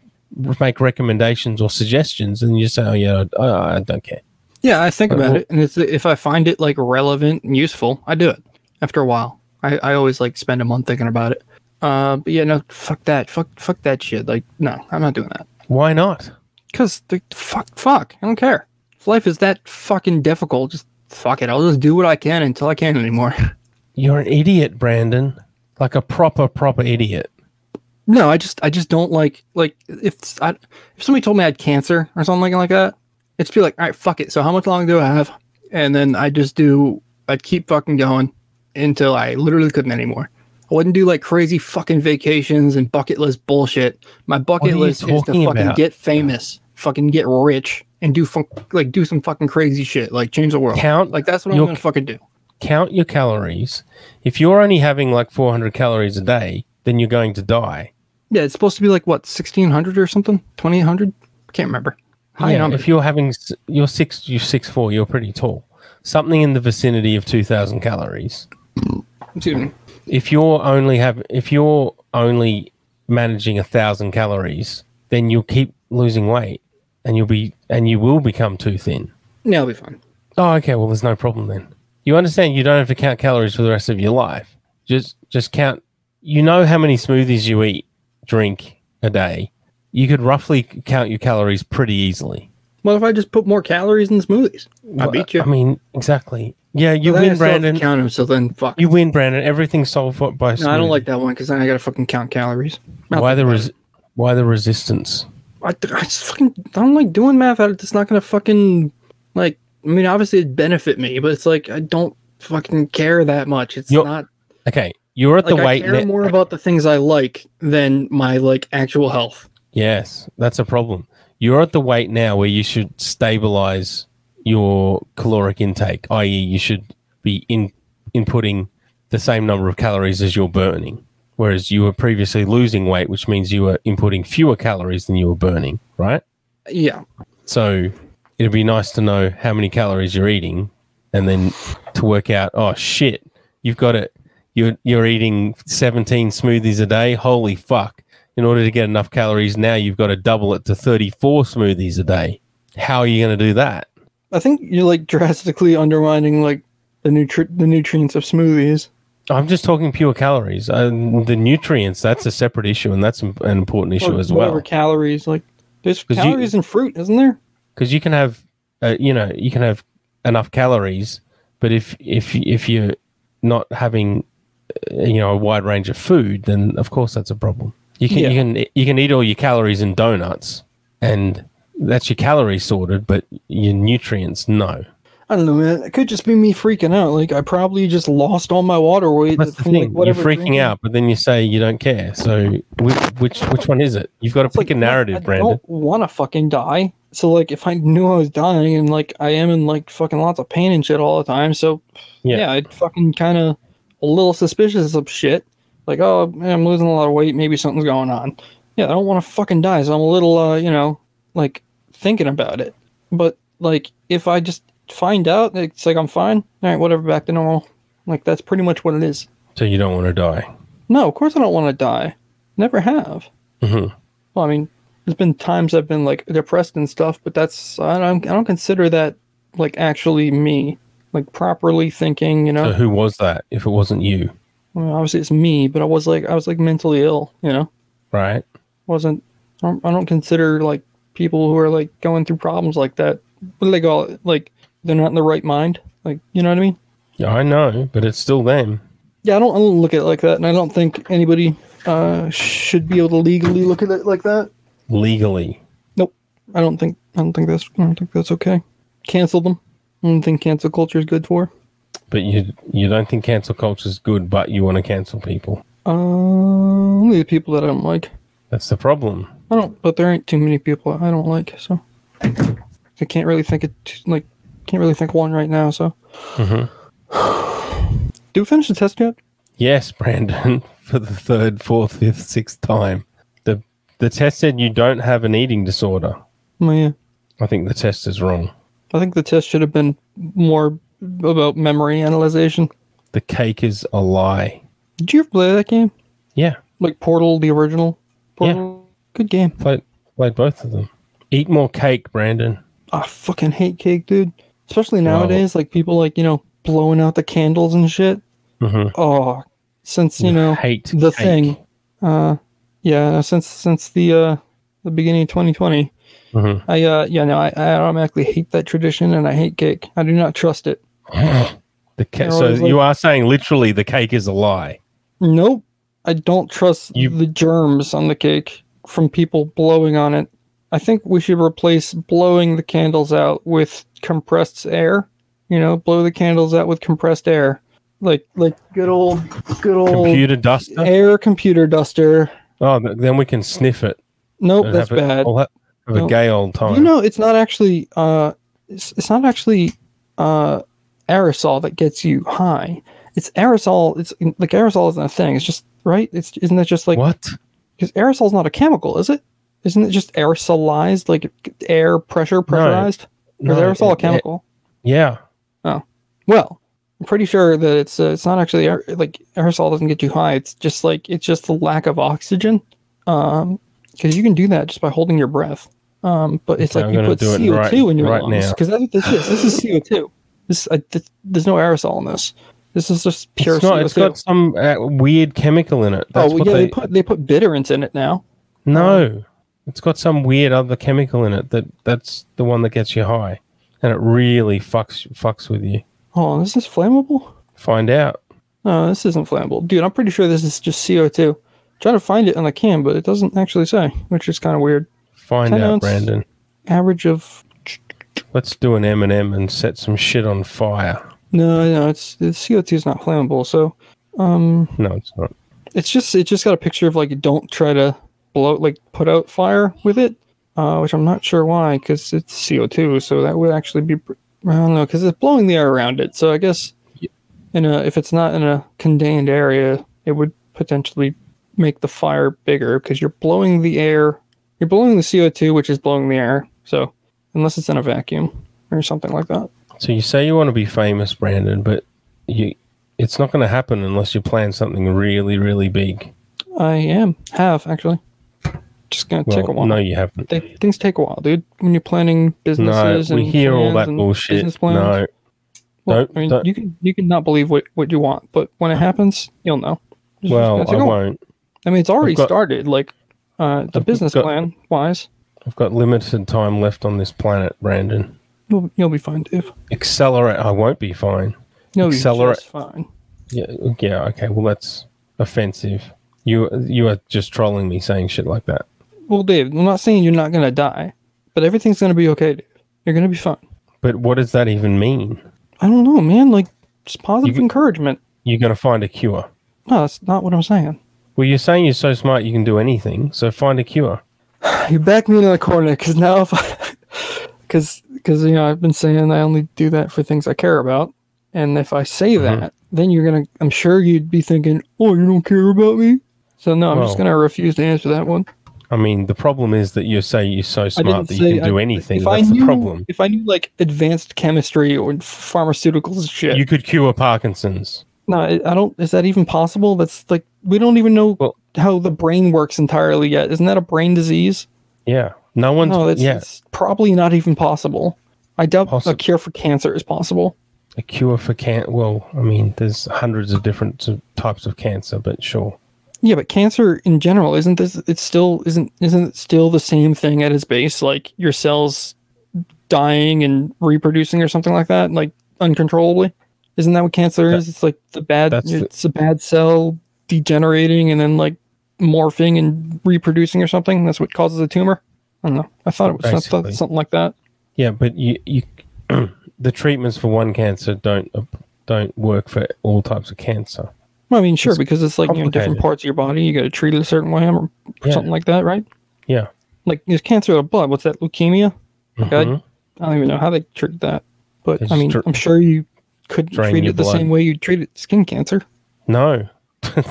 S2: make recommendations or suggestions, and you say, "Oh yeah, I, I don't care."
S1: Yeah, I think
S2: But
S1: about
S2: wh-
S1: it, and it's, if I find it like relevant and useful, I do it. After a while, I, I always like spend a month thinking about it. Uh, but yeah, no, fuck that, fuck, fuck that shit. Like, no, I'm not doing that.
S2: Why not?
S1: Cause the fuck, fuck, I don't care. If life is that fucking difficult, just fuck it. I'll just do what I can until I can't anymore.
S2: You're an idiot, Brandon. Like a proper proper idiot.
S1: No, I just I just don't like like if s- I, if somebody told me I had cancer or something like that, it's be like, all right, fuck it. So how much longer do I have? And then I just do I'd keep fucking going until I literally couldn't anymore. I wouldn't do like crazy fucking vacations and bucket list bullshit. My bucket
S2: are you
S1: list is to
S2: talking
S1: fucking
S2: about?
S1: get famous, fucking get rich, and do fun- like do some fucking crazy shit, like change the world.
S2: Count
S1: like that's what I'm
S2: your-
S1: gonna fucking do.
S2: Count your calories. If you're only having like 400 calories a day, then you're going to die.
S1: Yeah, it's supposed to be like what sixteen hundred or something, twenty eight hundred. I can't remember. High
S2: yeah,
S1: number.
S2: if you're having s- you're six you're six four you're pretty tall something in the vicinity of 2000 calories
S1: Excuse me.
S2: if you're only have if you're only managing a thousand calories then you'll keep losing weight and you'll be and you will become too thin
S1: Yeah, it'll be fine.
S2: oh okay well there's no problem then you understand you don't have to count calories for the rest of your life just just count you know how many smoothies you eat drink a day you could roughly count your calories pretty easily
S1: What if I just put more calories in the smoothies? I
S2: Well,
S1: beat you.
S2: I mean, exactly. Yeah, you
S1: But then I
S2: win,
S1: still have to
S2: Brandon.
S1: Count them. So then, fuck.
S2: You win, Brandon. Everything's solved for- by.
S1: no, I don't
S2: smoothie.
S1: like that one because then I gotta fucking count calories. Not
S2: Why
S1: that
S2: the
S1: bad.
S2: res- Why the resistance?
S1: I, I just fucking I don't like doing math. At it. It's not gonna fucking like. I mean, obviously it benefit me, but it's like I don't fucking care that much. It's
S2: You're-
S1: not
S2: Okay, you're at
S1: like
S2: the
S1: I
S2: weight.
S1: care
S2: net-
S1: more about the things I like than my like actual health.
S2: yes, that's a problem. You're at the weight now where you should stabilize your caloric intake, i.e., you should be in inputting the same number of calories as you're burning. Whereas you were previously losing weight, which means you were inputting fewer calories than you were burning, right?
S1: Yeah,
S2: So it'd be nice to know how many calories you're eating and then to work out, oh shit, you've got it. You're, you're eating 17 smoothies a day. Holy fuck. In order to get enough calories now, you've got to double it to 34 smoothies a day. How are you going to do that?
S1: I think you're like drastically undermining like the nutri- the nutrients of smoothies.
S2: I'm just talking pure calories. Um, the nutrients, that's a separate issue, and that's an an important issue
S1: Or
S2: as
S1: whatever
S2: well.
S1: calories like there's
S2: 'Cause you-
S1: calories in fruit isn't there
S2: because you can have uh, you know you can have enough calories but if if if you're not having uh, you know a wide range of food then of course that's a problem you can
S1: Yeah.
S2: you can you can eat all your calories in donuts and that's your calories sorted but your nutrients no
S1: i don't know man it could just be me freaking out like i probably just lost all my water weight
S2: that's the
S1: from, like,
S2: thing you're
S1: whatever
S2: freaking
S1: drinking.
S2: out but then you say you don't care so which which, which one is it you've got to
S1: It's like,
S2: pick a
S1: I-
S2: narrative
S1: I
S2: brandon
S1: don't want to fucking die so like if i knew i was dying and like i am in like fucking lots of pain and shit all the time so
S2: Yeah.
S1: yeah, i'd fucking kind of a little suspicious of shit like oh man, i'm losing a lot of weight maybe something's going on yeah i don't want to fucking die so i'm a little uh you know like thinking about it but like if i just find out it's like i'm fine all right whatever back to normal like that's pretty much what it is
S2: so you don't want to die
S1: no of course i don't want to die never have
S2: hmm
S1: well, I mean, there's been times I've been like depressed and stuff, but that's I don't I don't consider that like actually me, like properly thinking. You know,
S2: so who was that if it wasn't you
S1: well, obviously it's me, but I was like I was like mentally ill. You know,
S2: right
S1: wasn't I don't, I don't consider like people who are like going through problems like that. What do they call it? Like they're not in the right mind. Like you know what I mean?
S2: yeah i know but it's still them
S1: Yeah, I don't, I don't look at it like that, and I don't think anybody uh, should be able to legally look at it like that.
S2: legally.
S1: I don't think I don't think that's I don't think that's okay. Cancel them. I don't think cancel culture is good for.
S2: But you you don't think cancel culture is good, but you want to cancel people.
S1: Uh, only the people that I don't like.
S2: That's the problem.
S1: I don't, but there ain't too many people I don't like, so I can't really think of t- like can't really think of one right now. So,
S2: Mhm.
S1: do we finish the test yet?
S2: Yes, Brandon, for the third, fourth, fifth, sixth time. The the test said you don't have an eating disorder.
S1: Oh, yeah.
S2: I think the test is wrong.
S1: I think the test should have been more about memory analyzation.
S2: The cake is a lie.
S1: Did you ever play that game?
S2: Yeah,
S1: Like Portal, the original?
S2: Yeah.
S1: Portal? Good game.
S2: played played both of them. Eat more cake, Brandon.
S1: I fucking hate cake, dude. Especially
S2: Wow.
S1: nowadays, like people like, you know, blowing out the candles and shit.
S2: Mm-hmm.
S1: Oh, since, you know,
S2: hate
S1: the
S2: cake.
S1: thing. Uh yeah, since since the uh the beginning of 2020,
S2: Mhm.
S1: I uh yeah, no, I, I automatically hate that tradition and I hate cake. I do not trust it.
S2: The ca-
S1: They're
S2: so
S1: always
S2: you are saying literally the cake is a lie.
S1: Nope. I don't trust
S2: You-
S1: the germs on the cake from people blowing on it. I think we should replace blowing the candles out with compressed air. You know, blow the candles out with compressed air. Like like good old good old
S2: Computer duster.
S1: air computer duster.
S2: Oh, th- then we can sniff it.
S1: Nope,
S2: and
S1: that's
S2: have a- Oh,
S1: bad.
S2: we'll ha- have a
S1: No.
S2: gay old time.
S1: You know, it's not actually uh it's, it's not actually uh aerosol that gets you high. It's aerosol, it's like aerosol isn't a thing. It's just right? It's isn't that just like
S2: what?
S1: Because aerosol's not a chemical, is it? Isn't it just aerosolized, like air pressure pressurized? Or is
S2: No,
S1: aerosol a
S2: it- it-
S1: chemical?
S2: yeah.
S1: well, I'm pretty sure that it's uh, it's not actually aer- like aerosol doesn't get you high. It's just like it's just the lack of oxygen, because you can do that just by holding your breath. Um, but it's
S2: Okay,
S1: like
S2: I'm
S1: you
S2: gonna
S1: put
S2: do it
S1: CO2
S2: right-
S1: in your
S2: right
S1: lungs
S2: now.
S1: because that's what this is. This is CO2. This I, th- there's no aerosol in this. This is just pure
S2: It's, not,
S1: CO2.
S2: it's got some uh, weird chemical in it. That's
S1: oh well,
S2: what
S1: yeah,
S2: they,
S1: they put they put bitterants in it now.
S2: No, it's got some weird other chemical in it that that's the one that gets you high, and it really fucks fucks with you.
S1: Oh, this is flammable.
S2: Find out.
S1: No, this isn't flammable. Dude, I'm pretty sure this is just CO2. Trying to find it on the can, but it doesn't actually say, which is kind of weird.
S2: Find
S1: Ten
S2: out,
S1: ounce.
S2: Brandon.
S1: Average of
S2: Let's do an M and M and set some shit on fire.
S1: no, no, it's, it's CO2 is not flammable. So, um,
S2: No, it's not.
S1: it's just it just got a picture of like don't try to blow like put out fire with it, uh, which I'm not sure why because it's CO2. So that would actually be pr- I don't know because it's blowing the air around it. So I guess in a if it's not in a contained area, it would potentially make the fire bigger because you're blowing the air. You're blowing the CO2, which is blowing the air. So unless it's in a vacuum or something like that.
S2: So you say you want to be famous, Brandon, but you it's not going to happen unless you plan something really, really big.
S1: I am have actually just gonna
S2: Well,
S1: take a while.
S2: no, you haven't.
S1: they, things take a while, dude. When you're planning
S2: No,
S1: businesses,
S2: we
S1: and
S2: hear all
S1: plans
S2: that
S1: and
S2: bullshit.
S1: business plans.
S2: No,
S1: Well,
S2: don't-
S1: I mean,
S2: don't-
S1: you can you can not believe what, what you want, but when it happens, you'll know. It's just gonna
S2: well,
S1: take
S2: I
S1: a while.
S2: won't.
S1: I mean, it's already
S2: I've got-
S1: started. Like uh, the
S2: I've
S1: business
S2: got-
S1: plan wise,
S2: I've got limited time left on this planet, Brandon.
S1: you'll, you'll be fine, Dave.
S2: Accelerate. I won't be fine.
S1: You'll be
S2: Accelerate-
S1: just fine.
S2: Yeah, yeah, okay. Well, that's offensive. You you are just trolling me saying shit like that.
S1: Well, Dave, I'm not saying you're not gonna die, but everything's gonna be okay, Dave. You're gonna be fine.
S2: But what does that even mean?
S1: I don't know, man. Like just positive
S2: You-
S1: encouragement.
S2: You're going to find a cure.
S1: No, that's not what I'm saying.
S2: Well, you're saying you're so smart you can do anything, so find a cure.
S1: You back me into the corner because now if I, because because you know I've been saying I only do that for things I care about, and if I say
S2: Mm-hmm.
S1: that, then you're gonna. I'm sure you'd be thinking, "Oh, you don't care about me." So no, I'm just
S2: Well-
S1: gonna refuse to answer that one.
S2: I mean, the problem is that you say you're so smart that you can
S1: I-
S2: do anything.
S1: if I
S2: That's the
S1: knew-
S2: problem.
S1: If I knew like advanced chemistry or pharmaceuticals and shit,
S2: You could cure Parkinson's.
S1: no, I I don't. Is that even possible? That's like we don't even know
S2: Well-
S1: how the brain works entirely yet. Isn't that a brain disease?
S2: Yeah. No one's.
S1: No, that's,
S2: yeah.
S1: that's probably not even possible. I doubt a
S2: Possible.
S1: cure for cancer is possible.
S2: A cure for cancer. Well, I mean, there's hundreds of different t- types of cancer, but sure.
S1: Yeah, but cancer in general isn't this it's still isn't isn't it still the same thing at its base like your cells dying and reproducing or something like that like uncontrollably? Isn't that what cancer
S2: That-
S1: is? It's like the bad
S2: that's the-
S1: it's a bad cell degenerating and then like morphing and reproducing or something. That's what causes a tumor. I don't know. I thought it was I thought
S2: Basically.
S1: something like that.
S2: Yeah, but you, you the treatments for one cancer don't don't work for all types of cancer.
S1: Well, I mean, sure,
S2: It's
S1: because it's like you know, different
S2: complicated.
S1: parts of your body, you got to treat it a certain way or
S2: Yeah.
S1: something like that, right?
S2: Yeah.
S1: Like there's cancer of the blood. What's that? Leukemia. Like, I-
S2: Mhm.
S1: I, don't even know how they treat that, but
S2: They
S1: I
S2: just
S1: mean,
S2: dr-
S1: I'm sure you couldn't
S2: drain
S1: treat
S2: your
S1: it the
S2: blood.
S1: same way you treated skin cancer.
S2: No.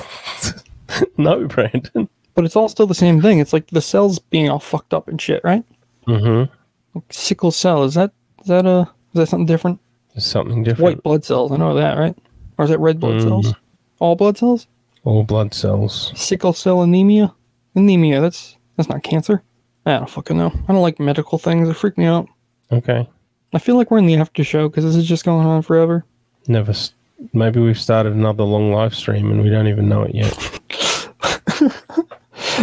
S2: no, Brandon.
S1: But it's all still the same thing. It's like the cells being all fucked up and shit, right?
S2: Mm-hmm.
S1: Like sickle cell is that Is that a? Is that something different?
S2: It's something different.
S1: White blood cells. I know that, right? Or is that red blood
S2: Mm.
S1: cells? All blood cells?
S2: All blood cells.
S1: Sickle cell anemia. Anemia. That's that's not cancer. I don't fucking know. I don't like medical things. They freak me out.
S2: Okay.
S1: I feel like we're in the after show because this is just going on forever.
S2: Never. s maybe we've started another long live stream and we don't even know it yet.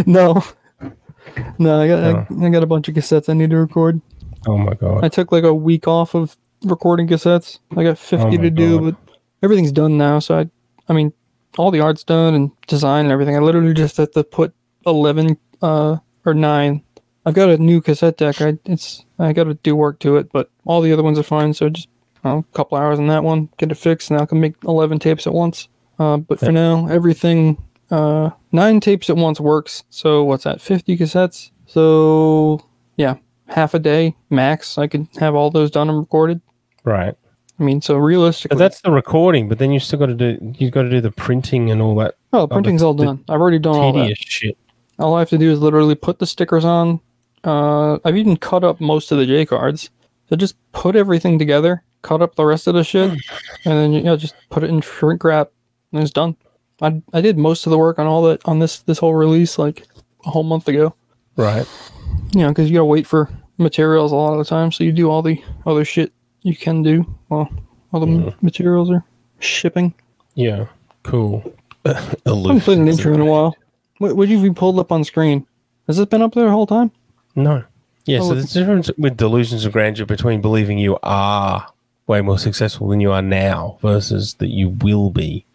S1: No, no. I got I, I got a bunch of cassettes I need to record.
S2: Oh my god.
S1: I took like a week off of recording cassettes. I got 50
S2: my
S1: to do,
S2: God.
S1: but everything's done now. So I, I mean, all the art's done and design and everything. I literally just have to put 11 uh, or nine. I've got a new cassette deck. I it's I got to do work to it, but all the other ones are fine. So just I don't know, a couple hours on that one, get it fixed, and I can make 11 tapes at once. Uh, but for now, everything uh, nine tapes at once works. So what's that? 50 cassettes. So yeah, half a day max. I could have all those done and recorded.
S2: Right.
S1: I mean, so realistically,
S2: But that's the recording. But then you still got to do. You've got to do the printing and all that
S1: oh, printing's all done. I've already done all that.
S2: tedious shit.
S1: All I have to do is literally put the stickers on. Uh, I've even cut up most of the J cards. So just put everything together, cut up the rest of the shit, and then you know just put it in shrink wrap, and it's done. I, I did most of the work on all that on this this whole release like a whole month ago.
S2: Right.
S1: you know, because you gotta wait for materials a lot of the time. So you do all the other shit you can do while all the m
S2: Mm-hmm.
S1: materials are shipping.
S2: Yeah. Cool.
S1: I haven't played an intro in a while. What would you be pulled up on screen? Has this been up there the whole time?
S2: No. Yeah,
S1: Oh,
S2: so the difference with delusions of grandeur between believing you are way more successful than you are now versus that you will be.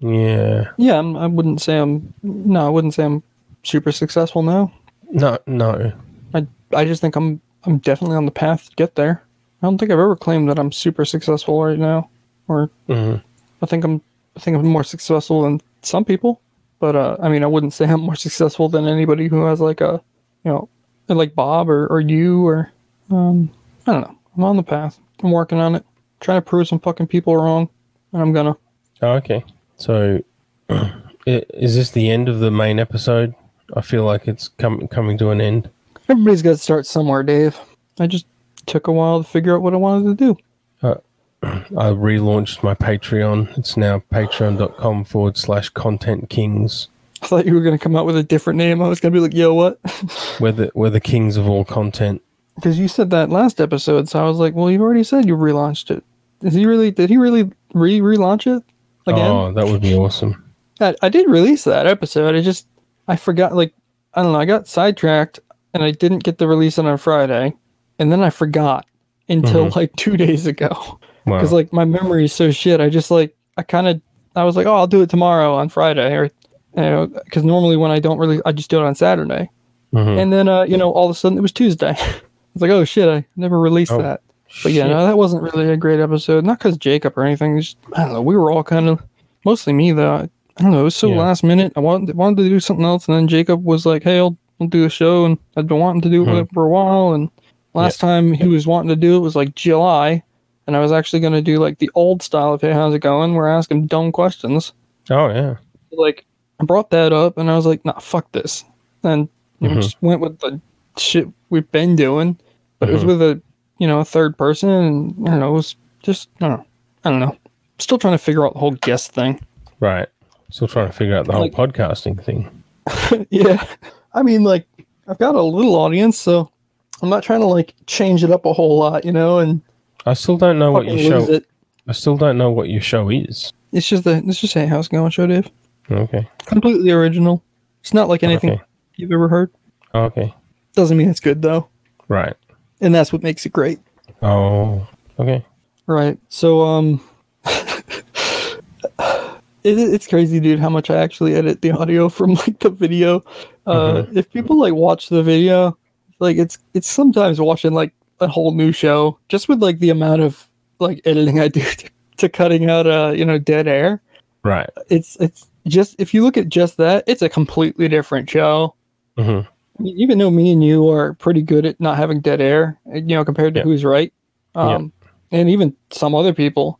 S2: Yeah.
S1: Yeah, I'm, I wouldn't say I'm. No, I wouldn't say I'm super successful now.
S2: No, no.
S1: I I just think I'm I'm definitely on the path to get there. I don't think I've ever claimed that I'm super successful right now, or
S2: Mhm.
S1: I think I'm I think I'm more successful than some people. But uh, I mean, I wouldn't say I'm more successful than anybody who has like a you know like Bob or or you or um I don't know. I'm on the path. I'm working on it. Trying to prove some fucking people wrong, and I'm gonna.
S2: Oh, okay. So i- is this the end of the main episode? I feel like it's com- coming to an end.
S1: Everybody's got to start somewhere, Dave. I just took a while to figure out what I wanted to do.
S2: I relaunched my Patreon. It's now patreon.com forward slash content kings.
S1: I thought you were gonna come out with a different name. I was gonna be like, yo, what?
S2: We're the, we're the kings of all content.
S1: because you said that last episode, so I was like, well, you've already said you relaunched it. Is he really? Did he really re relaunch it again?
S2: Oh, that would be awesome.
S1: I, I did release that episode. I just I forgot. Like I don't know. I got sidetracked and I didn't get the release on on Friday, and then I forgot until
S2: Mm-hmm.
S1: like two days ago
S2: Wow.
S1: because like my memory is so shit. I just like I kind of I was like, oh, I'll do it tomorrow on Friday, or you know, because normally when I don't really, I just do it on Saturday.
S2: Mhm.
S1: And then uh, you know, all of a sudden it was Tuesday. I was like, oh shit, I never released
S2: Oh,
S1: that. But yeah, no, that wasn't really a great episode. Not because Jacob or anything. Just, I don't know. We were all kind of, mostly me though. I don't know. It was so
S2: Yeah.
S1: last minute. I wanted wanted to do something else, and then Jacob was like, "Hey, I'll, I'll do a show," and I'd been wanting to do it for a while. And last time he was wanting to do it was like July, and I was actually going to do like the old style of "Hey, how's it going?" where I ask him dumb questions
S2: Oh yeah.
S1: like I brought that up and I was like, nah, fuck this. And we just went with the shit we've been doing, but it was with a you know, a third person and I don't know, it was just I don't know. I don't know. Still trying to figure out the whole guest thing.
S2: Right. Still trying to figure out the whole
S1: Like-
S2: podcasting thing.
S1: yeah. I mean like I've got a little audience, so I'm not trying to like change it up a whole lot, you know, and
S2: I still don't know what
S1: fucking
S2: your
S1: lose
S2: show.
S1: it.
S2: I still don't know what your show is.
S1: It's just the it's just a house going show, Dave.
S2: Okay.
S1: Completely original. It's not like anything
S2: Okay.
S1: you've ever heard.
S2: Okay.
S1: Doesn't mean it's good though.
S2: Right.
S1: And that's what makes it great.
S2: Oh. Okay.
S1: Right. So, um, it, it's crazy, dude, how much I actually edit the audio from like the video. Uh, If people like watch the video, like it's it's sometimes watching like a whole new show just with like the amount of like editing I do to, to cutting out uh you know dead air.
S2: Right.
S1: It's it's just if you look at just that, it's a completely different show.
S2: Mhm.
S1: I mean, even though me and you are pretty good at not having dead air, eh, you know, compared to
S2: Yeah.
S1: who's right,
S2: Yeah. Mm-hmm.
S1: um, and even some other people,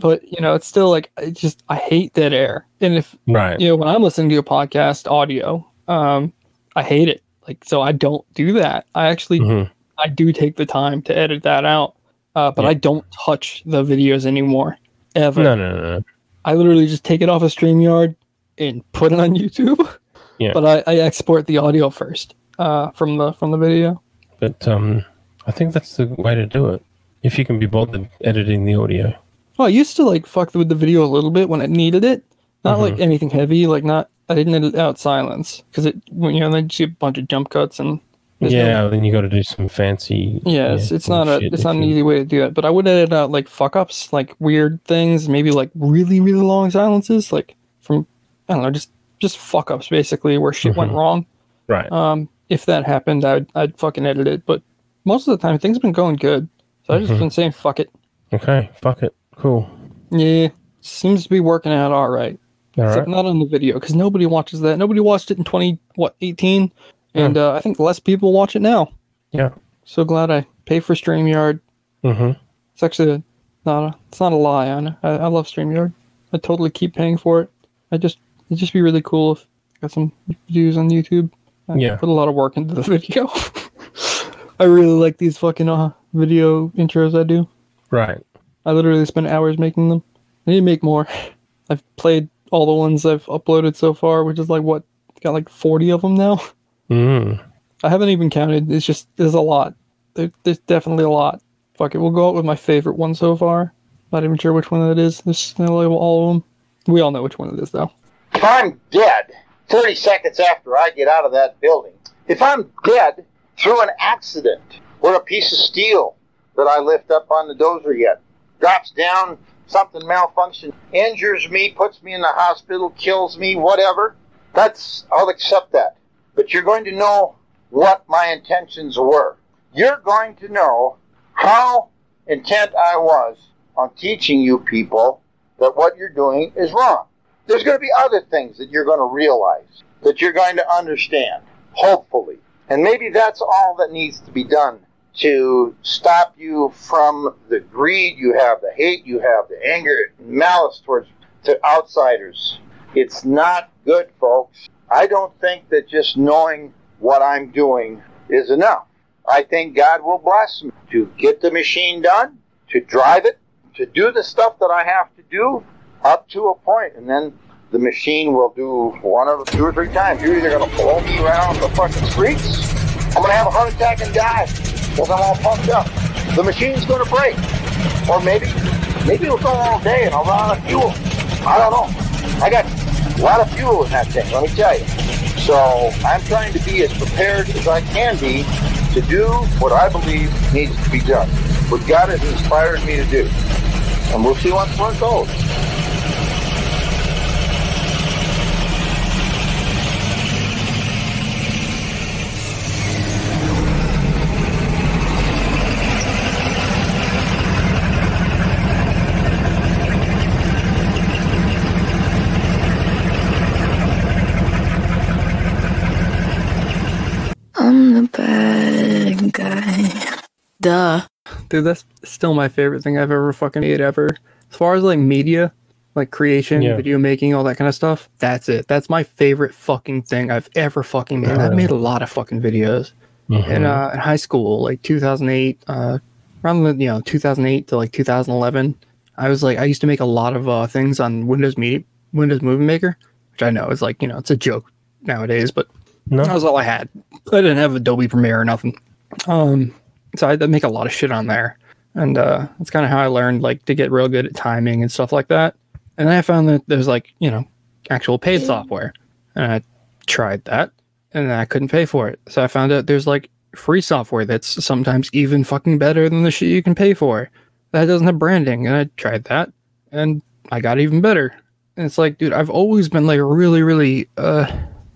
S1: but you know, it's still like I just I hate dead air. And if
S2: Right.
S1: you know, when I'm listening to a podcast audio, um, I hate it. Like, so I don't do that. I actually
S2: Mhm.
S1: I do take the time to edit that out, uh, but
S2: Yeah.
S1: I don't touch the videos anymore ever.
S2: No, no, no, no.
S1: I literally just take it off of StreamYard and put it on YouTube.
S2: Yeah.
S1: But I, I export the audio first uh, from the from the video.
S2: But um, I think that's the way to do it. If you can be bothered editing the audio.
S1: Well, I used to like fuck with the video a little bit when I needed it. Not
S2: Mm-hmm.
S1: like anything heavy. Like not. I didn't edit out silence because it. When, you know, then you see a bunch of jump cuts and. there's no-
S2: yeah, then you got to do some fancy.
S1: Yeah, it's, it's not a
S2: shit
S1: it's
S2: if
S1: not an
S2: you-
S1: easy way to do it, but I would edit out like fuck ups, like weird things, maybe like really really long silences, like from I don't know, just just fuck ups basically where shit
S2: Mm-hmm.
S1: went wrong.
S2: Right.
S1: Um, if that happened, I'd I'd fucking edit it, but most of the time things have been going good, so I've
S2: Mm-hmm.
S1: just been saying fuck it.
S2: okay. Fuck it. Cool.
S1: Yeah, seems to be working out all right.
S2: All
S1: Except
S2: right.
S1: not on the video because nobody watches that. Nobody watched it in twenty what eighteen, and uh, I think less people watch it now.
S2: Yeah.
S1: So glad I pay for Streamyard.
S2: hmm
S1: It's actually a- not a, it's not a lie. I, know. I I love Streamyard. I totally keep paying for it. I just it'd just be really cool if I got some views on YouTube. I
S2: Yeah.
S1: put a lot of work into the video. I really like these fucking uh, video intros I do.
S2: Right.
S1: I literally spend hours making them. I need to make more. I've played all the ones I've uploaded so far, which is like what got like forty of them now.
S2: Mm.
S1: I haven't even counted. It's just there's a lot. There, there's definitely a lot. Fuck it, we'll go out with my favorite one so far. Not even sure which one that is. There's no label all of them. We all know which one it is though.
S7: If I'm dead 30 seconds after I get out of that building, if I'm dead through an accident or a piece of steel that I lift up on the dozer yet, drops down, something malfunctions, injures me, puts me in the hospital, kills me, whatever, that's, I'll accept that. But you're going to know what my intentions were. You're going to know how intent I was on teaching you people that what you're doing is wrong there's going to be other things that you're going to realize, that you're going to understand, hopefully. And maybe that's all that needs to be done to stop you from the greed you have, the hate you have, the anger, malice towards to outsiders. It's not good, folks. I don't think that just knowing what I'm doing is enough. I think God will bless me to get the machine done, to drive it, to do the stuff that I have to do, up to a point, and then the machine will do one or two or three times. You're either gonna blow me right off the fucking streets, I'm gonna have a heart attack and die, because I'm all pumped up. The machine's gonna break, or maybe, maybe it'll go all day and I'll run out of fuel. I don't know. I got a lot of fuel in that thing. Let me tell you. So I'm trying to be as prepared as I can be to do what I believe needs to be done, what God has inspired me to do, and we'll see once more goes.
S5: I'm the bad guy. Duh.
S1: Dude, that's still my favorite thing I've ever fucking made ever. As far as like media, like creation,
S2: Yeah.
S1: video making, all that kind of stuff, that's it. That's my favorite fucking thing I've ever fucking made. I've
S2: Really?
S1: made a lot of fucking videos.
S2: Uh-huh.
S1: in uh, in high school, like 2008, uh, around the you know 2008 to like 2011, I was like I used to make a lot of uh, things on Windows Media, Windows Movie Maker, which I know is like you know it's a joke nowadays, but
S2: No.
S1: that was all I had. I didn't have Adobe Premiere or nothing. Um, so I had to make a lot of shit on there, and uh, that's kind of how I learned like to get real good at timing and stuff like that. And then I found that there's like you know actual paid software, and I tried that, and I couldn't pay for it. So I found out there's like free software that's sometimes even fucking better than the shit you can pay for. That doesn't have branding, and I tried that, and I got even better. And it's like, dude, I've always been like really, really uh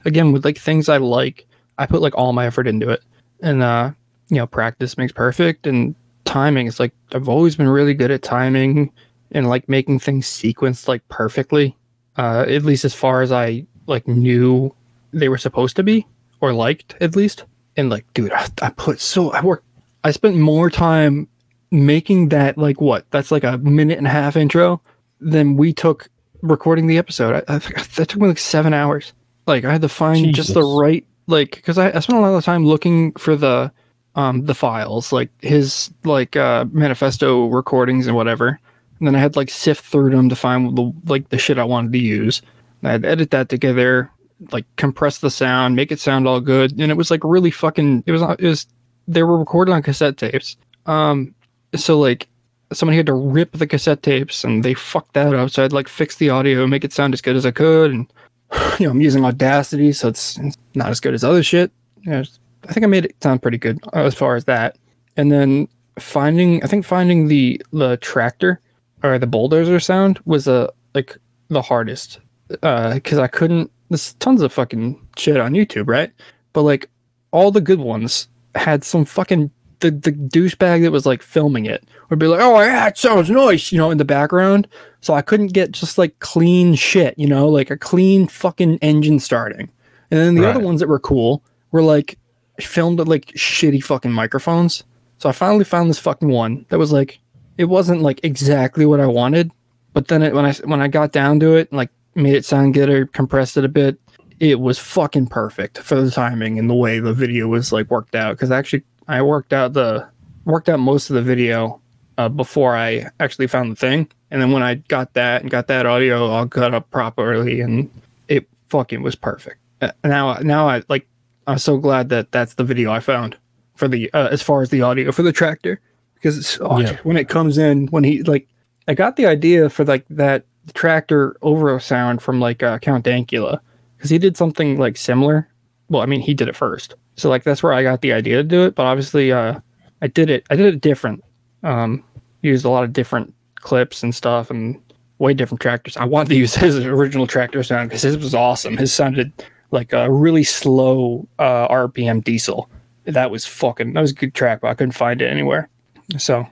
S1: again with like things I like, I put like all my effort into it. And uh, you know, practice makes perfect and timing is like I've always been really good at timing and like making things sequenced like perfectly. Uh at least as far as I like knew they were supposed to be or liked at least. And like, dude, I, I put so I worked I spent more time making that like what? That's like a minute and a half intro than we took recording the episode. I, I that took me like seven hours. Like I had to find just the
S2: Jesus.
S1: right like because I, I spent a lot of time looking for the um, the files, like his like uh, manifesto recordings and whatever. And then I had like sift through them to find the like the shit I wanted to use. And I'd edit that together, like compress the sound, make it sound all good, and it was like really fucking. It was it was they were recorded on cassette tapes. Um, so like somebody had to rip the cassette tapes and they fucked that up. So I'd like fix the audio, make it sound as good as I could, and you know I'm using Audacity, so it's, it's not as good as other shit. You know, I think I made it sound pretty good uh, as far as that. And then finding, I think finding the the tractor or the bulldozer sound was a uh, like the hardest because I couldn't. There's tons of fucking shit on YouTube, right? But like all the good ones had some fucking the, the douchebag that was like filming it would be like, oh yeah, it sounds nice, you know, in the background. So I couldn't get just like clean shit, you know, like a clean fucking engine starting. And then the
S2: Right.
S1: other ones that were cool were like filmed at like shitty fucking microphones. So I finally found this fucking one that was like, it wasn't like exactly what I wanted, but then it, when I when I got down to it, like made it sound good or compressed it a bit, it was fucking perfect for the timing and the way the video was like worked out. Because actually, I worked out the worked out most of the video uh, before I actually found the thing, and then when I got that and got that audio all cut up properly, and it fucking was perfect. Uh, now, now I like. I'm so glad that that's the video I found for the uh, as far as the audio for the tractor because it's oh,
S2: Yeah.
S1: when it comes in when he like I got the idea for like that tractor over sound from like uh, Count Dankula because he did something like similar. Well, I mean he did it first, so like that's where I got the idea to do it. But obviously, uh, I did it. I did it different. Um, used a lot of different clips and stuff and way different tractors. I wanted to use his original tractor sound because his was awesome. His sounded like a really slow uh, RPM diesel. That was fucking. That was a good track, but I couldn't find it anywhere. So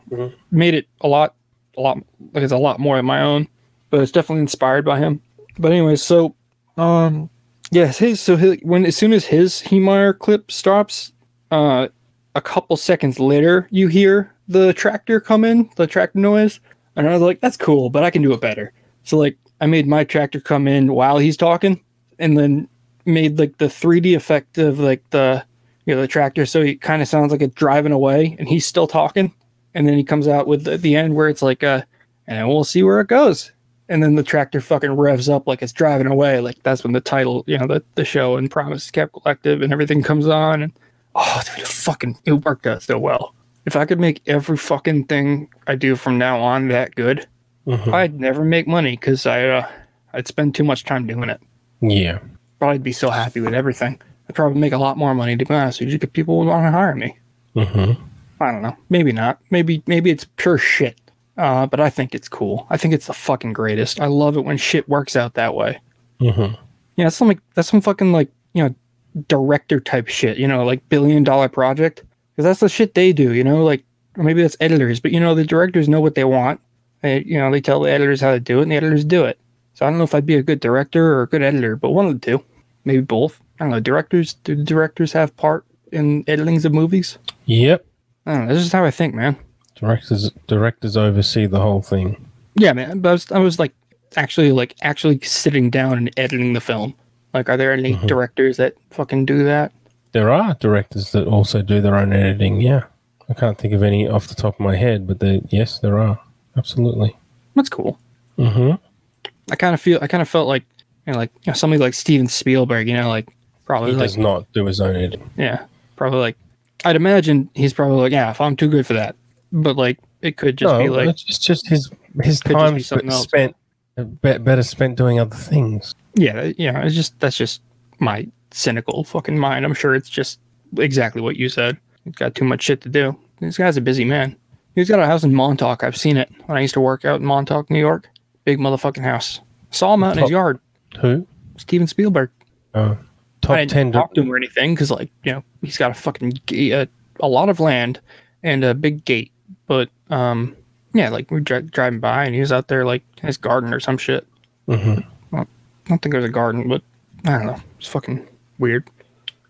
S1: made it a lot, a lot. Like it's a lot more than my own, but it's definitely inspired by him. But anyway, so um, yes, his. So his, when as soon as his Hemeyer clip stops, uh, a couple seconds later, you hear the tractor come in, the tractor noise, and I was like, "That's cool, but I can do it better." So like, I made my tractor come in while he's talking, and then made like the 3D effect of like the you know the tractor, so he kind of sounds like it's driving away, and he's still talking, and then he comes out with the, the end where it's like, uh, and we'll see where it goes. And then the tractor fucking revs up like it's driving away. Like that's when the title, you know, the, the show and Promise Cap Collective and everything comes on. And oh, dude, it fucking it worked out so well. If I could make every fucking thing I do from now on that good, I'd never make money because I uh, I'd spend too much time doing it.
S2: Yeah.
S1: But I'd be so happy with everything. I'd probably make a lot more money to be honest with you because people would want to hire me.
S2: Mm-hmm.
S1: I don't know. Maybe not. Maybe maybe it's pure shit. Uh, but I think it's cool. I think it's the fucking greatest. I love it when shit works out that way.
S2: Mm-hmm.
S1: Yeah, that's some like that's some fucking like you know director type shit. You know, like billion dollar project because that's the shit they do. You know, like or maybe that's editors, but you know the directors know what they want. They, you know, they tell the editors how to do it, and the editors do it. So I don't know if I'd be a good director or a good editor, but one of the two, maybe both. I don't know. Directors do directors have part in editings of movies?
S2: Yep.
S1: I don't know. That's just how I think, man.
S2: Directors directors oversee the whole thing.
S1: Yeah, man. But I was, I was like actually like actually sitting down and editing the film. Like, are there any
S2: Mm-hmm.
S1: directors that fucking do that?
S2: There are directors that also do their own editing. Yeah. I can't think of any off the top of my head, but there, yes, there are. Absolutely.
S1: That's cool.
S2: Mm-hmm.
S1: I kind of feel I kind of felt like you know, like you know, somebody like Steven Spielberg. You know, like probably
S2: He
S1: like
S2: does not do his own editing.
S1: yeah, probably like I'd imagine he's probably like yeah, if I'm too good for that. But like it could just
S2: no,
S1: be like
S2: it's just, just his his
S1: Could just be
S2: time
S1: something else.
S2: spent uh, be- better spent doing other things.
S1: yeah, yeah. It's just that's just my cynical fucking mind. I'm sure it's just exactly what you said. He's got too much shit to do. This guy's a busy man. He's got a house in Montauk. I've seen it when I used to work out in Montauk, New York. Big motherfucking house. Saw him out in his
S2: Top-
S1: yard.
S2: Who?
S1: Steven Spielberg.
S2: Oh,
S1: I
S2: top
S1: didn't
S2: ten. di-
S1: talk to him or anything because, like, you know, he's got a fucking ga- uh, a lot of land and a big gate. But um, yeah, like we were dri- driving by and he was out there like in his garden or some shit.
S2: Mhm.
S1: Well, I don't think it was a garden, but I don't know. It's fucking weird.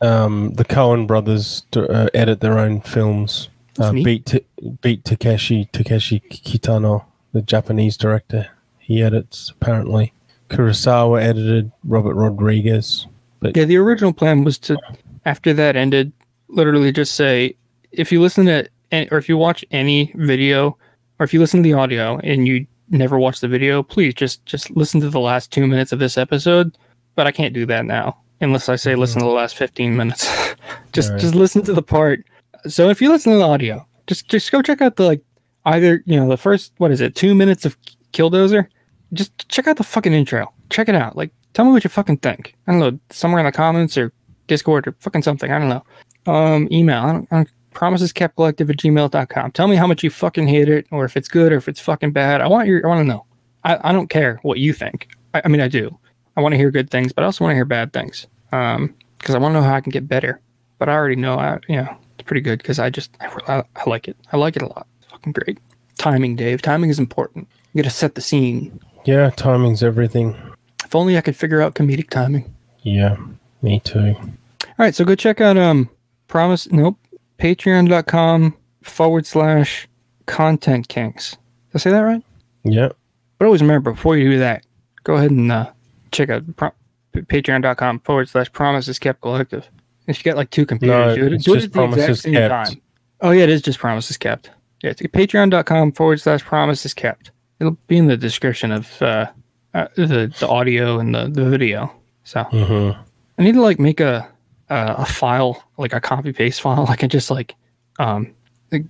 S2: um, the Cohen brothers d- uh, edit their own films.
S1: That's
S2: Uh,
S1: neat.
S2: beat T- beat Takeshi Takeshi Kitano, the Japanese director. He edits apparently. Kurosawa edited Robert Rodriguez.
S1: Yeah, the original plan was to, after that ended, literally just say if you listen to any, or if you watch any video or if you listen to the audio and you never watch the video, please just just listen to the last two minutes of this episode. But I can't do that now unless I say listen to the last fifteen minutes. just
S2: Alright.
S1: just listen to the part. So if you listen to the audio, just just go check out the like either you know the first what is it two minutes of Killdozer. Just check out the fucking intro. Check it out. Like tell me what you fucking think. I don't know somewhere in the comments or Discord or fucking something. I don't know um, email. I don't, I don't, promises kept collective at gmail.com. Tell me how much you fucking hate it or if it's good or if it's fucking bad. I want your, I want to know. I, I don't care what you think. I, I mean, I do. I want to hear good things, but I also want to hear bad things. Um, cause I want to know how I can get better, but I already know I, you know, it's pretty good. Cause I just, I, I, I like it. I like it a lot. It's fucking great. Timing, Dave. Timing is important. You got to set the scene.
S2: Yeah, timing's everything.
S1: If only I could figure out comedic timing.
S2: Yeah, me too.
S1: All right, so go check out um promise nope patreon.com forward slash content kinks. Did I say that right?
S2: Yeah,
S1: But always remember before you do that, go ahead and uh, check out pro- patreon.com forward slash promises kept collective. If you got like two computers,
S2: No,
S1: do it,
S2: it's
S1: do it
S2: just
S1: at the exact
S2: Promises
S1: same
S2: Kept.
S1: time. Oh yeah, it is just promises kept. Yeah, it's patreon.com forward slash promises kept. It'll be in the description of uh, uh, the the audio and the, the video. So
S2: mm-hmm.
S1: I need to like make a uh, a file, like a copy paste file. I can just like um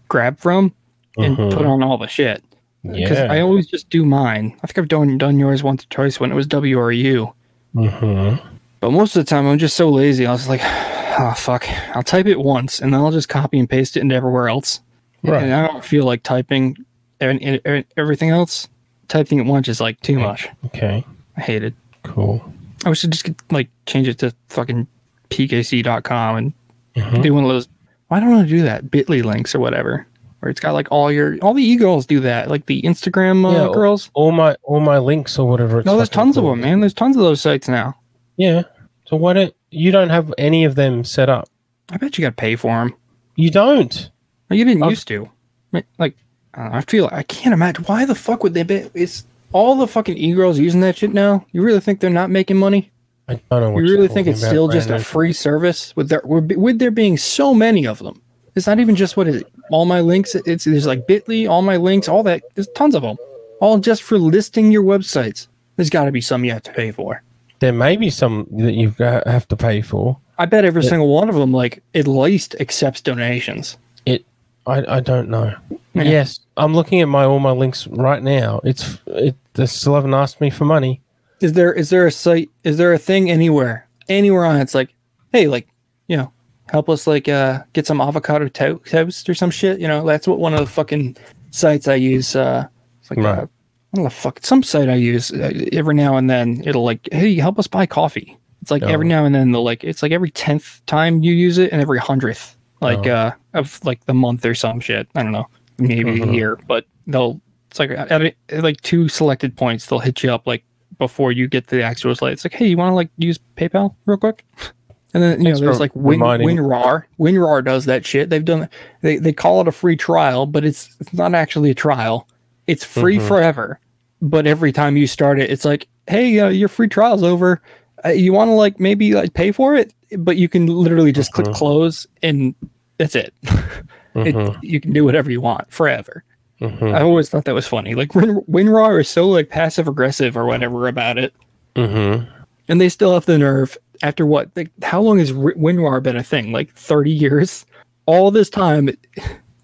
S1: grab from and
S2: Mhm.
S1: put on all the shit. Because
S2: yeah.
S1: I always just do mine. I think I've done done yours once or twice when it was WRU.
S2: mm-hmm.
S1: But most of the time I'm just so lazy. I was like, oh fuck. I'll type it once and then I'll just copy and paste it into everywhere else.
S2: Right.
S1: And I don't feel like typing and, and, and everything else. Typing it once is like
S2: Mm.
S1: too much.
S2: Okay,
S1: I hate it.
S2: cool.
S1: I wish I just could like change it to fucking pkc.com and
S2: Mhm.
S1: do one of those. Why don't I do that? Bitly links or whatever, where it's got like all your all the e girls do that, like the Instagram uh,
S2: Yeah,
S1: girls.
S2: All my all my links or whatever. It's
S1: No, there's
S2: fucking
S1: tons of
S2: called.
S1: them, man. There's tons of those sites now.
S2: Yeah. So why don't you don't have any of them set up?
S1: I bet you got to pay for them.
S2: You don't.
S1: you didn't
S2: I've-
S1: used to. I mean, Like I, don't know, I feel I can't imagine why the fuck would they be? It's all the fucking e girls using that shit now. You really think they're not making money?
S2: I don't know. What
S1: you
S2: you're
S1: really think
S2: talking
S1: it's
S2: about,
S1: still just a
S2: Brandon.
S1: free service with there with with there being so many of them? It's not even just what is it, all my links. It's there's like Bitly, all my links, all that. There's tons of them, all just for listing your websites. There's got to be some you have to pay for.
S2: There may be some that you have to pay for.
S1: I bet every single one of them, like at least, accepts donations.
S2: It. I, I don't know.
S1: Yeah.
S2: Yes, I'm looking at my all my links right now. It's it. They still haven't asked me for money.
S1: Is there is there a site? Is there a thing anywhere anywhere on it's like, hey, like you know, help us like uh get some avocado to- toast or some shit. You know, that's what one of the fucking sites I use. uh it's like
S2: Right.
S1: uh, what the fuck? Some site I use uh, every now and then. It'll like, hey, help us buy coffee. It's like every
S2: Oh.
S1: now and then they'll like, it's like every tenth time you use it and every hundredth, like
S2: Oh.
S1: uh of like the month or some shit. I don't know, maybe a
S2: Mhm.
S1: year, but they'll it's like at, at, at like two selected points they'll hit you up like before you get to the actual site. It's like, hey, you want to like use PayPal real quick? And then you know,
S2: Thanks
S1: there's
S2: for
S1: like Win,
S2: reminding-
S1: WinRAR. WinRAR does that shit. They've done they they call it a free trial, but it's it's not actually a trial. It's free
S2: Mhm.
S1: forever. But every time you start it, it's like, hey, uh, your free trial's over. Uh, you want to like maybe like pay for it, but you can literally just
S2: Mhm.
S1: click close and that's it.
S2: Mhm,
S1: it. You can do whatever you want forever.
S2: mhm,
S1: I always thought that was funny. Like Win, WinRAR is so like passive aggressive or whatever about it, Mm-hmm.
S2: mhm.
S1: and they still have the nerve after what? Like, how long has Ri- WinRAR been a thing? Like thirty years. All this time, it,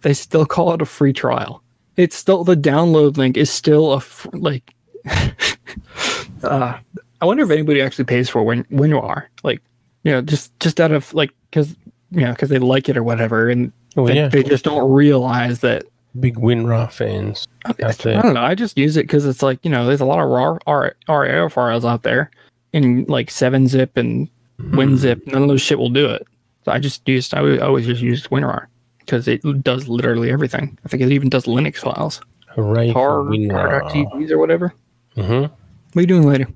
S1: they still call it a free trial. It's still the download link is still a fr- like. uh, I wonder if anybody actually pays for Win WinRAR. Like, you know, just just out of like because you know because they like it or whatever, and
S2: Well,
S1: they,
S2: Oh, yeah.
S1: they just don't realize that
S2: Big WinRAR fans.
S1: I,
S2: out there.
S1: I don't know. I just use it because it's like you know, there's a lot of raw R- RAR files out there, and like seven zip and WinZip. None of those shit will do it. So I just used. I always- I always just used WinRAR because it does literally everything. I think it even does Linux files,
S2: Hooray
S1: tar,
S2: for WinRAR.
S1: tar.tvs or whatever.
S2: hmm
S1: What are you doing later?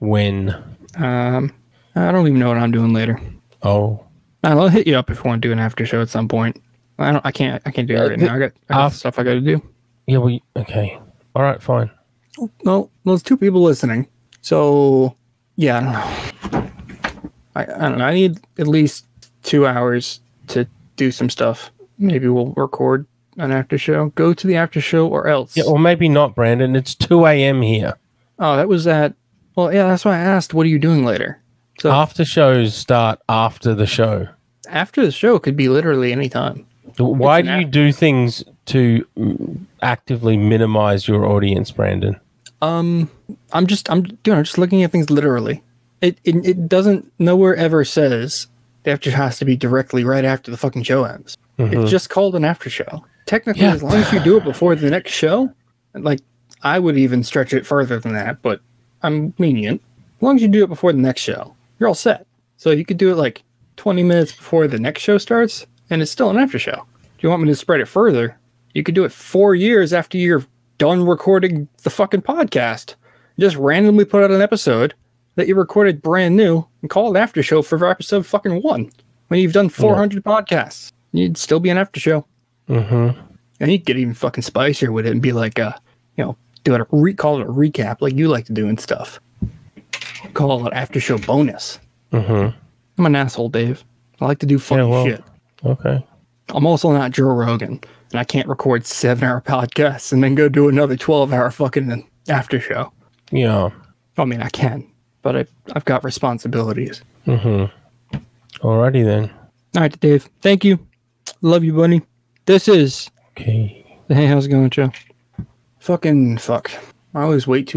S2: When?
S1: Um, I don't even know what I'm doing later.
S2: Oh,
S1: I'll hit you up if you want to do an after show at some point. I don't. I can't. I can't do it right now. I got, I got
S2: Af-
S1: stuff I got to do.
S2: yeah. We okay. All right. Fine.
S1: well, there's two people listening. So, yeah, I don't know. I, I don't know. I need at least two hours to do some stuff. maybe we'll record an after show. Go to the after show or else.
S2: Yeah, or maybe not, Brandon. It's 2 a.m. here.
S1: oh, that was at. Well, yeah, that's why I asked. What are you doing later? So-
S2: After shows start after the show.
S1: After the show could be literally any time.
S2: Why
S1: It's
S2: do
S1: an
S2: you
S1: app.
S2: do things to mm, actively minimize your audience, Brandon?
S1: Um, I'm just I'm doing. I'm just looking at things literally. It it, it doesn't nowhere ever says the after show has to be directly right after the fucking show ends. It's just called an after show. Technically,
S2: Yeah.
S1: as long as you do it before the next show, like I would even stretch it further than that, but I'm lenient. As long as you do it before the next show, you're all set. So you could do it like 20 minutes before the next show starts, and it's still an after show. Do you want me to spread it further? You could do it four years after you're done recording the fucking podcast. Just randomly put out an episode that you recorded brand new and call it after show for episode fucking one when you've done 400 podcasts. You'd still be an after show.
S2: Mm-hmm.
S1: And you could even fucking spicier with it and be like, uh, you know, do it a re- call it a recap like you like to do and stuff. Call it after show bonus.
S2: Mm-hmm.
S1: I'm an asshole, Dave. I like to do funny
S2: Yeah, well-
S1: shit.
S2: Okay.
S1: I'm also not Joe Rogan, and I can't record seven hour podcasts and then go do another 12 hour fucking after show.
S2: Yeah.
S1: I mean, I can, but I've, I've got responsibilities.
S2: Alrighty then.
S1: All right, Dave. Thank you. Love you, buddy. This is
S2: Okay.
S1: the Hey, how's it going, Joe? Fucking fuck. I always wait too